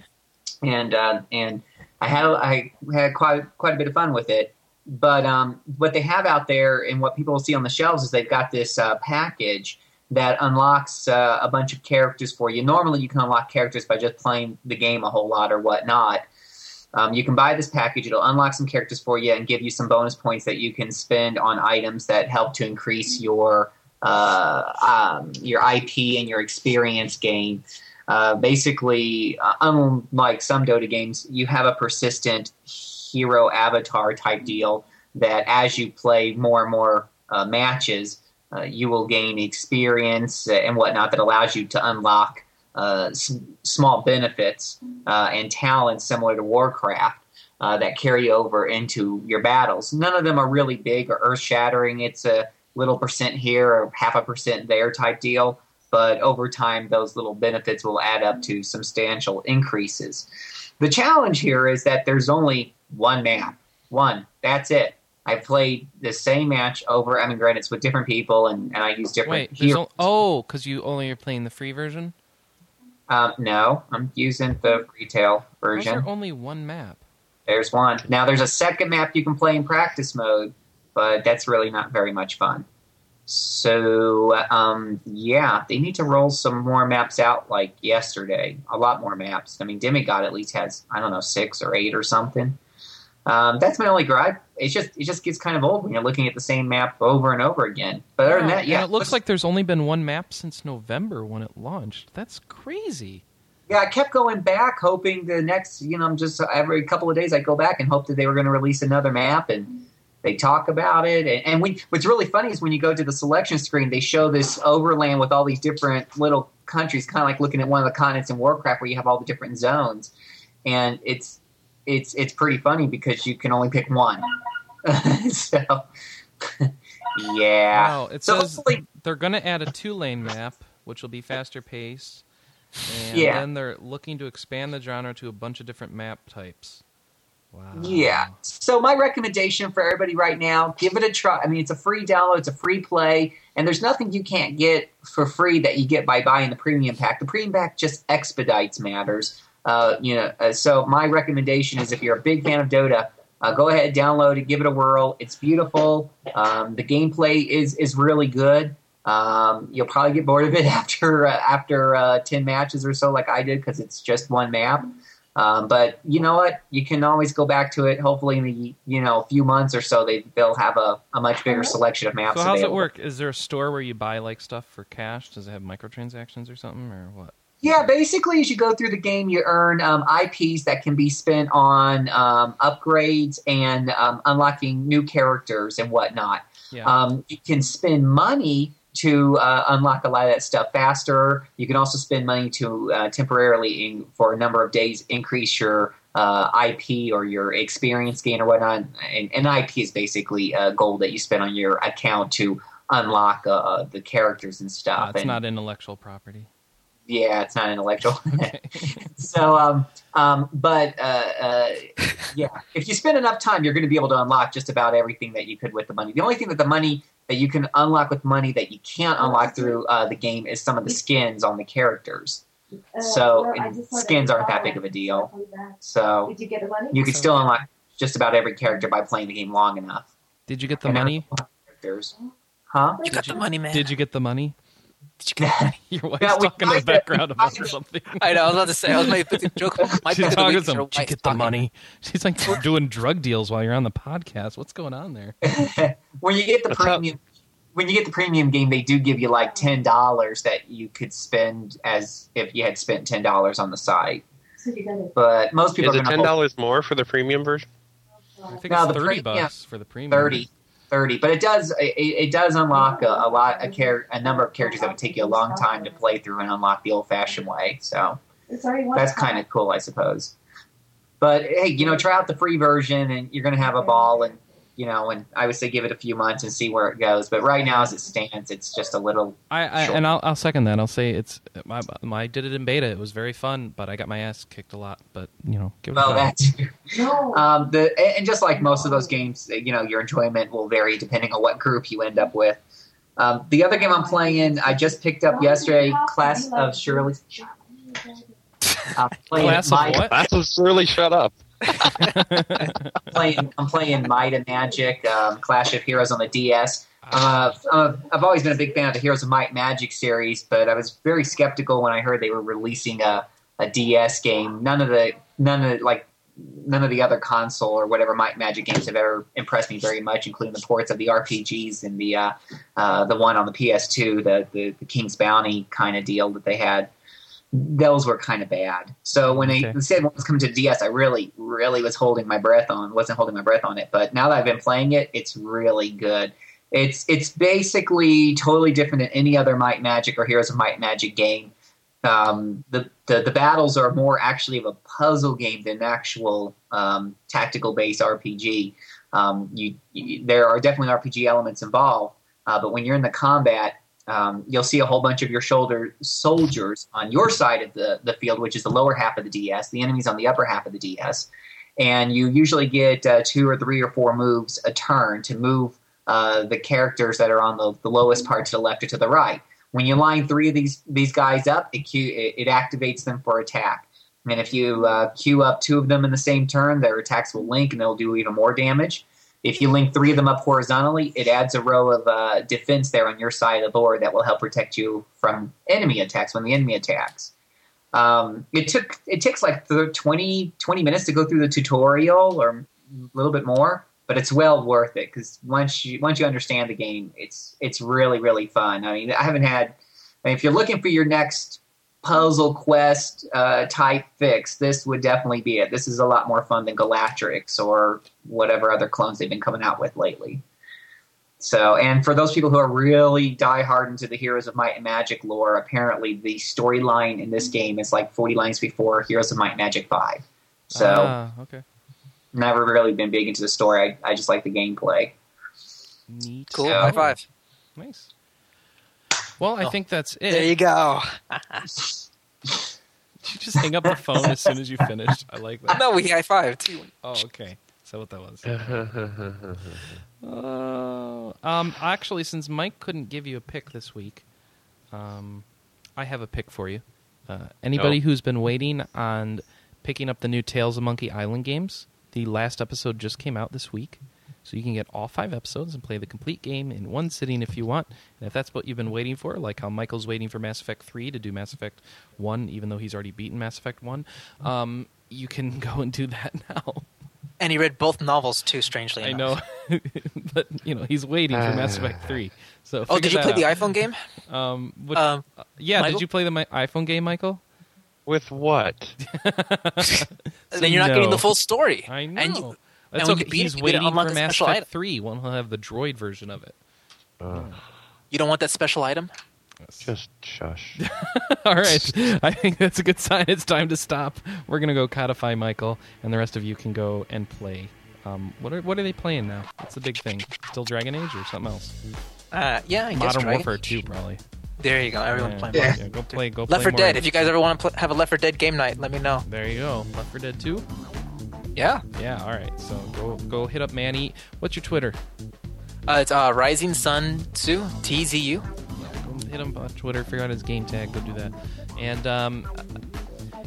S4: and uh, and i had i had quite quite a bit of fun with it but um, what they have out there and what people see on the shelves is they've got this uh, package that unlocks uh, a bunch of characters for you normally you can unlock characters by just playing the game a whole lot or whatnot um, you can buy this package. It'll unlock some characters for you and give you some bonus points that you can spend on items that help to increase your uh, um, your IP and your experience gain. Uh, basically, uh, unlike some Dota games, you have a persistent hero avatar type deal that as you play more and more uh, matches, uh, you will gain experience and whatnot that allows you to unlock uh, s- small benefits uh, and talents similar to Warcraft uh, that carry over into your battles. None of them are really big or earth shattering. It's a little percent here or half a percent there type deal. But over time, those little benefits will add up to substantial increases. The challenge here is that there's only one map. One. That's it. I played the same match over. I mean, granted, it's with different people, and, and I use different
S1: Wait, there's
S4: heroes.
S1: only, oh, because you only are playing the free version?
S4: um, no, I'm using the retail
S1: Why is
S4: version.
S1: there only one map?
S4: There's one. Now there's a second map you can play in practice mode, but that's really not very much fun. So um, yeah, they need to roll some more maps out like yesterday. A lot more maps. I mean, Demigod at least has I don't know six or eight or something. Um, that's my only gripe. It's just it just gets kind of old when you're looking at the same map over and over again. But other than
S1: Wow,
S4: that, yeah,
S1: and it looks like there's only been one map since November when it launched. That's crazy.
S4: yeah, I kept going back, hoping the next, you know, I'm just every couple of days I go back and hope that they were going to release another map and they talk about it. And, and when, what's really funny is when you go to the selection screen, they show this overland with all these different little countries, kind of like looking at one of the continents in Warcraft where you have all the different zones. And it's it's it's pretty funny because you can only pick one. *laughs* so *laughs* yeah.
S1: Wow, it
S4: So
S1: says
S4: hopefully-
S1: they're going to add a two lane map, which will be faster paced. And
S4: Yeah.
S1: then they're looking to expand the genre to a bunch of different map types. Wow.
S4: Yeah. So my recommendation for everybody right now, give it a try. I mean, it's a free download, it's a free play, and there's nothing you can't get for free that you get by buying the premium pack. The premium pack just expedites matters. Uh, you know, uh, so my recommendation is if you're a big fan of Dota, uh, go ahead, download it, give it a whirl. It's beautiful. Um, the gameplay is is really good. Um, you'll probably get bored of it *laughs* after uh, after uh, ten matches or so, like I did, because it's just one map. Um, but you know what? You can always go back to it. Hopefully, in the you know a few months or so, they they'll have a, a much bigger selection of maps.
S1: So how's it
S4: available.
S1: work? Is there a store where you buy like stuff for cash? Does it have microtransactions or something or what?
S4: Yeah, basically, as you go through the game, you earn um, IPs that can be spent on um, upgrades and um, unlocking new characters and whatnot.
S1: Yeah. Uh,
S4: Um, you can spend money to uh, unlock a lot of that stuff faster. You can also spend money to uh, temporarily, in, for a number of days, increase your uh, IP or your experience gain or whatnot. And, and IP is basically a goal that you spend on your account to unlock uh, the characters and stuff.
S1: Uh, it's
S4: and,
S1: not intellectual property.
S4: yeah, it's
S1: *laughs*
S4: not intellectual. so, um, um, but uh, uh, yeah, if you spend enough time, you're going to be able to unlock just about everything that you could with the money. The only thing that the money that you can unlock with money that you can't unlock through uh, the game is some of the skins on the characters.
S7: Uh,
S4: So, and skins aren't that big of a deal. So,
S7: Did you get the money?
S4: you can still unlock just about every character by playing the game long enough.
S1: Did you get the
S4: And I-
S1: money?
S4: Characters, huh? *laughs*
S3: You got the money, man.
S1: Did you get the money? *laughs* Your wife's
S4: Yeah, we
S1: talking in the
S4: tried to-
S1: background about
S4: tried to-
S1: something.
S3: I know. I was about to say. I was making a joke. My
S1: She's
S3: pick of
S1: talking to
S3: the week is your
S1: them. Did you
S3: wife
S1: get the
S3: talking.
S1: money? *laughs* She's like doing drug deals while you're on the podcast. What's going on there?
S4: when you get the
S2: What's up?
S4: premium when you get the premium game they do give you like ten dollars that you could spend as if you had spent ten dollars on the site
S7: So you got it.
S4: but most people
S2: Is
S4: are
S2: it ten
S4: going to
S2: dollars more for the premium version?
S1: I think
S4: No,
S1: it's
S4: the
S1: thirty
S4: pre- yeah.
S1: bucks for the premium.
S4: 30 30 but it does it, it does unlock a, a lot a, char- a number of characters that would take you a long time to play through and unlock the old fashioned way so
S7: It's already one
S4: that's kind of cool i suppose but hey you know try out the free version and you're going to have a ball and you know and i would say give it a few months and see where it goes but right now as it stands it's just a little
S1: I, I
S4: Sure.
S1: and I'll, I'll second that. I'll say it's my, my I did it in beta. It was very fun, but I got my ass kicked a lot. But you know, give it
S4: well
S1: a try.
S4: that too
S7: No.
S4: Um, the and and just like most of those games, you know, your enjoyment will vary depending on what group you end up with. Um, the other game I'm playing, I just picked up yesterday, Class of Shirley. I'm playing
S1: Class of
S4: Might,
S1: what?
S2: That's just really shut up.
S4: Playing, I'm playing Might and Magic, um, Clash of Heroes on the DS. Uh, uh, I've always been a big fan of the Heroes of Might and Magic series, but I was very skeptical when I heard they were releasing a, a DS game. None of the none of the, like none of the other console or whatever Might and Magic games have ever impressed me very much, including the ports of the RPGs and the uh, uh, the one on the PS2, the the, the King's Bounty kind of deal that they had. Those were kind of bad. So when
S1: Okay.
S4: they instead when it was coming to DS, I really, really was holding my breath on. wasn't holding my breath on it, but now that I've been playing it, it's really good. It's it's basically totally different than any other Might and Magic or Heroes of Might and Magic game. Um, the, the the battles are more actually of a puzzle game than an actual um, tactical based RPG. Um, you, you there are definitely RPG elements involved, uh, but when you're in the combat, um, you'll see a whole bunch of your shoulder soldiers on your side of the, the field, which is the lower half of the DS. The enemies on the upper half of the DS, and you usually get uh, two or three or four moves a turn to move uh, the characters that are on the, the lowest part to the left or to the right. When you line three of these these guys up, it cue, it, it activates them for attack. And if you uh, queue up two of them in the same turn, their attacks will link and they'll do even more damage. If you link three of them up horizontally, it adds a row of uh, defense there on your side of the board that will help protect you from enemy attacks when the enemy attacks. Um, it took it takes like th- 20, 20 minutes to go through the tutorial or a little bit more, but it's well worth it because once you once you understand the game, it's it's really really fun. I mean, I haven't had. I mean, if you're looking for your next puzzle quest uh, type fix, this would definitely be it. This is a lot more fun than Galactrix or whatever other clones they've been coming out with lately. So, and for those people who are really diehard into the Heroes of Might and Magic lore, apparently the storyline in this game is like 40 lines before Heroes of Might and Magic 5. So,
S1: Ah, okay,
S4: never really been big into the story. I, I just like the gameplay.
S1: neat.
S3: Cool.
S4: Yeah.
S3: High five.
S1: Nice. Well, I think that's it.
S3: Oh. There you go.
S1: Did you just hang up the phone as soon as you finished? I like
S3: *laughs*
S1: that.
S3: No, we high five too.
S1: Oh, okay. Is that what that was? Oh, um, actually, since Mike couldn't give you a pick this week, um, I have a pick for you. Uh, anybody
S2: Oh.
S1: who's been waiting on picking up the new Tales of Monkey Island games, the last episode just came out this week. So you can get all five episodes and play the complete game in one sitting if you want. And if that's what you've been waiting for, like how Michael's waiting for Mass Effect 3 to do Mass Effect 1, even though he's already beaten Mass Effect 1, um, you can *laughs* go and do that now.
S3: And he read both novels too. Strangely,
S1: I
S3: enough.
S1: know, *laughs* but you know he's waiting for Mass
S3: *sighs*
S1: Effect Three. So
S3: Oh, did you play the
S1: iPhone?
S3: iPhone game?
S1: Um, what-
S3: Um,
S1: yeah,
S3: Michael?
S1: did you play the mi- iPhone game, Michael?
S2: With what?
S3: then you're not
S1: no.
S3: getting the full story.
S1: I know.
S3: And you,
S1: That's
S3: when you
S1: okay.
S3: beat
S1: He's
S3: it, you get to
S1: waiting
S3: unlock
S1: for
S3: a
S1: Mass
S3: special
S1: Effect
S3: item.
S1: Three. When he'll have the droid version of it. *laughs*
S3: you don't want that special item.
S2: Just shush.
S1: All right, *laughs* I think that's a good sign. It's time to stop. We're gonna go codify Michael, and the rest of you can go and play. Um, what are what are they playing now? What's the big thing? Still Dragon Age or something else?
S3: Uh, yeah, I guess
S1: Modern
S3: Dragon
S1: Warfare
S3: Age.
S1: Two, probably.
S3: There you go. Everyone
S1: Yeah,
S3: playing.
S1: yeah,
S3: Yeah.
S1: go play. Go
S3: Left
S1: play
S3: 4
S1: more.
S3: Dead. If you guys ever want to pl- have a Left 4 Dead game night, let me know.
S1: There you go. Left 4 Dead 2.
S3: Yeah.
S1: Yeah. All right. So go go hit up Manny. What's your Twitter?
S3: Uh, it's uh, Rising Sun 2, TZU.
S1: Go hit him on Twitter. Figure out his game tag. Go do that. And um,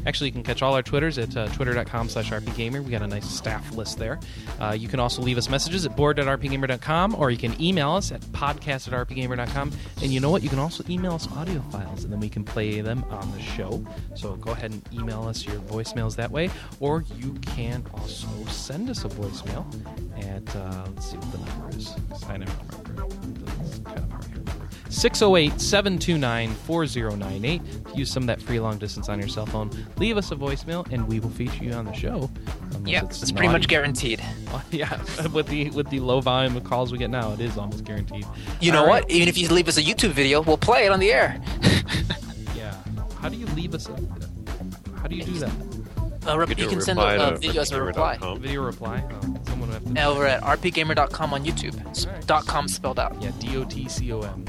S1: actually, you can catch all our Twitters at uh, twitter.com slash rpgamer. We got a nice staff list there. Uh, you can also leave us messages at board.rpgamer.com or you can email us at podcast at rpgamer.com. And you know what? You can also email us audio files and then we can play them on the show. So go ahead and email us your voicemails that way. Or you can also send us a voicemail at, uh, let's see what the number is. 'cause I never remember. It's kind of hard to remember. 608 729 4098. Use some of that free long distance on your cell phone. Leave us a voicemail and we will feature you on the show. Unless
S3: Yeah, it's, pretty
S1: naughty.
S3: much guaranteed.
S1: *laughs* yeah, with the with the low volume of calls we get now, it is almost guaranteed.
S3: You know
S1: All
S3: what?
S1: right.
S3: Even if you leave us a YouTube video, we'll play it on the air.
S1: Yeah. How do you leave us? A, how do you do that?
S3: *laughs* Uh, rep-
S2: could
S3: you
S2: do
S3: can
S2: a
S3: send a
S2: reply
S3: uh,
S2: to
S3: video as a reply.
S2: rpgamer.com.
S1: Video reply. Oh, someone would have to.
S3: Over at rpgamer.com on YouTube. It's
S1: Alright.
S3: dot .com spelled out.
S1: Yeah, D O T C O M.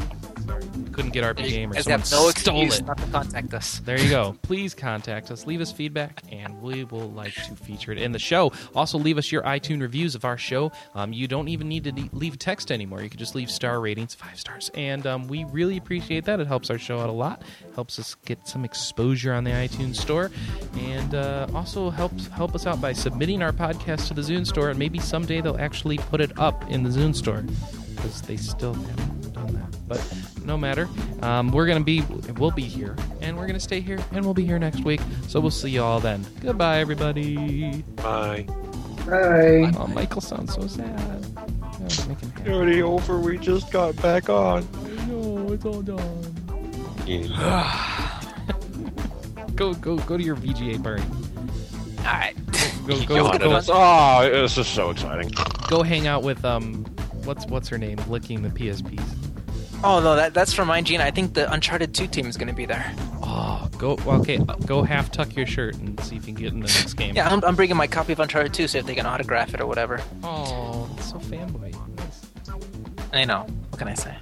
S1: Sorry, we couldn't get RP
S3: There you
S1: Gamer.
S3: guys
S1: Someone
S3: have no
S1: stole
S3: excuse
S1: it.
S3: not to contact us.
S1: There you go. Please contact us. Leave us feedback, and we will like to feature it in the show. Also, leave us your iTunes reviews of our show. Um, you don't even need to de- leave text anymore. You can just leave star ratings, five stars, and um, we really appreciate that. It helps our show out a lot. Helps us get some exposure on the iTunes store, and uh, also helps help us out by submitting our podcast to the Zune store. And maybe someday they'll actually put it up in the Zune store because they still haven't done that. But no matter, um, we're gonna be, we'll be here, and we're gonna stay here, and we'll be here next week. So we'll see you all then. Goodbye, everybody.
S2: Bye.
S4: Bye.
S1: Oh, Michael sounds so sad. Yeah, it's making him-
S2: Already over. We just got back on.
S1: No, it's all done. Go, go, go to your VGA party.
S3: Alright.
S1: Go,
S2: Oh,
S1: go, go,
S2: this is so exciting.
S1: go hang out with um, what's what's her name? Licking the PSPs.
S3: *laughs* Oh no, that, that's from IGN. I think the Uncharted 2 team is going to be there.
S1: Oh, go okay. Go half tuck your shirt and see if you can get in the next game.
S3: Yeah, I'm, I'm bringing my copy of Uncharted 2, so if they can autograph it or whatever.
S1: Oh, that's so fanboy. Nice.
S3: I know. What can I say?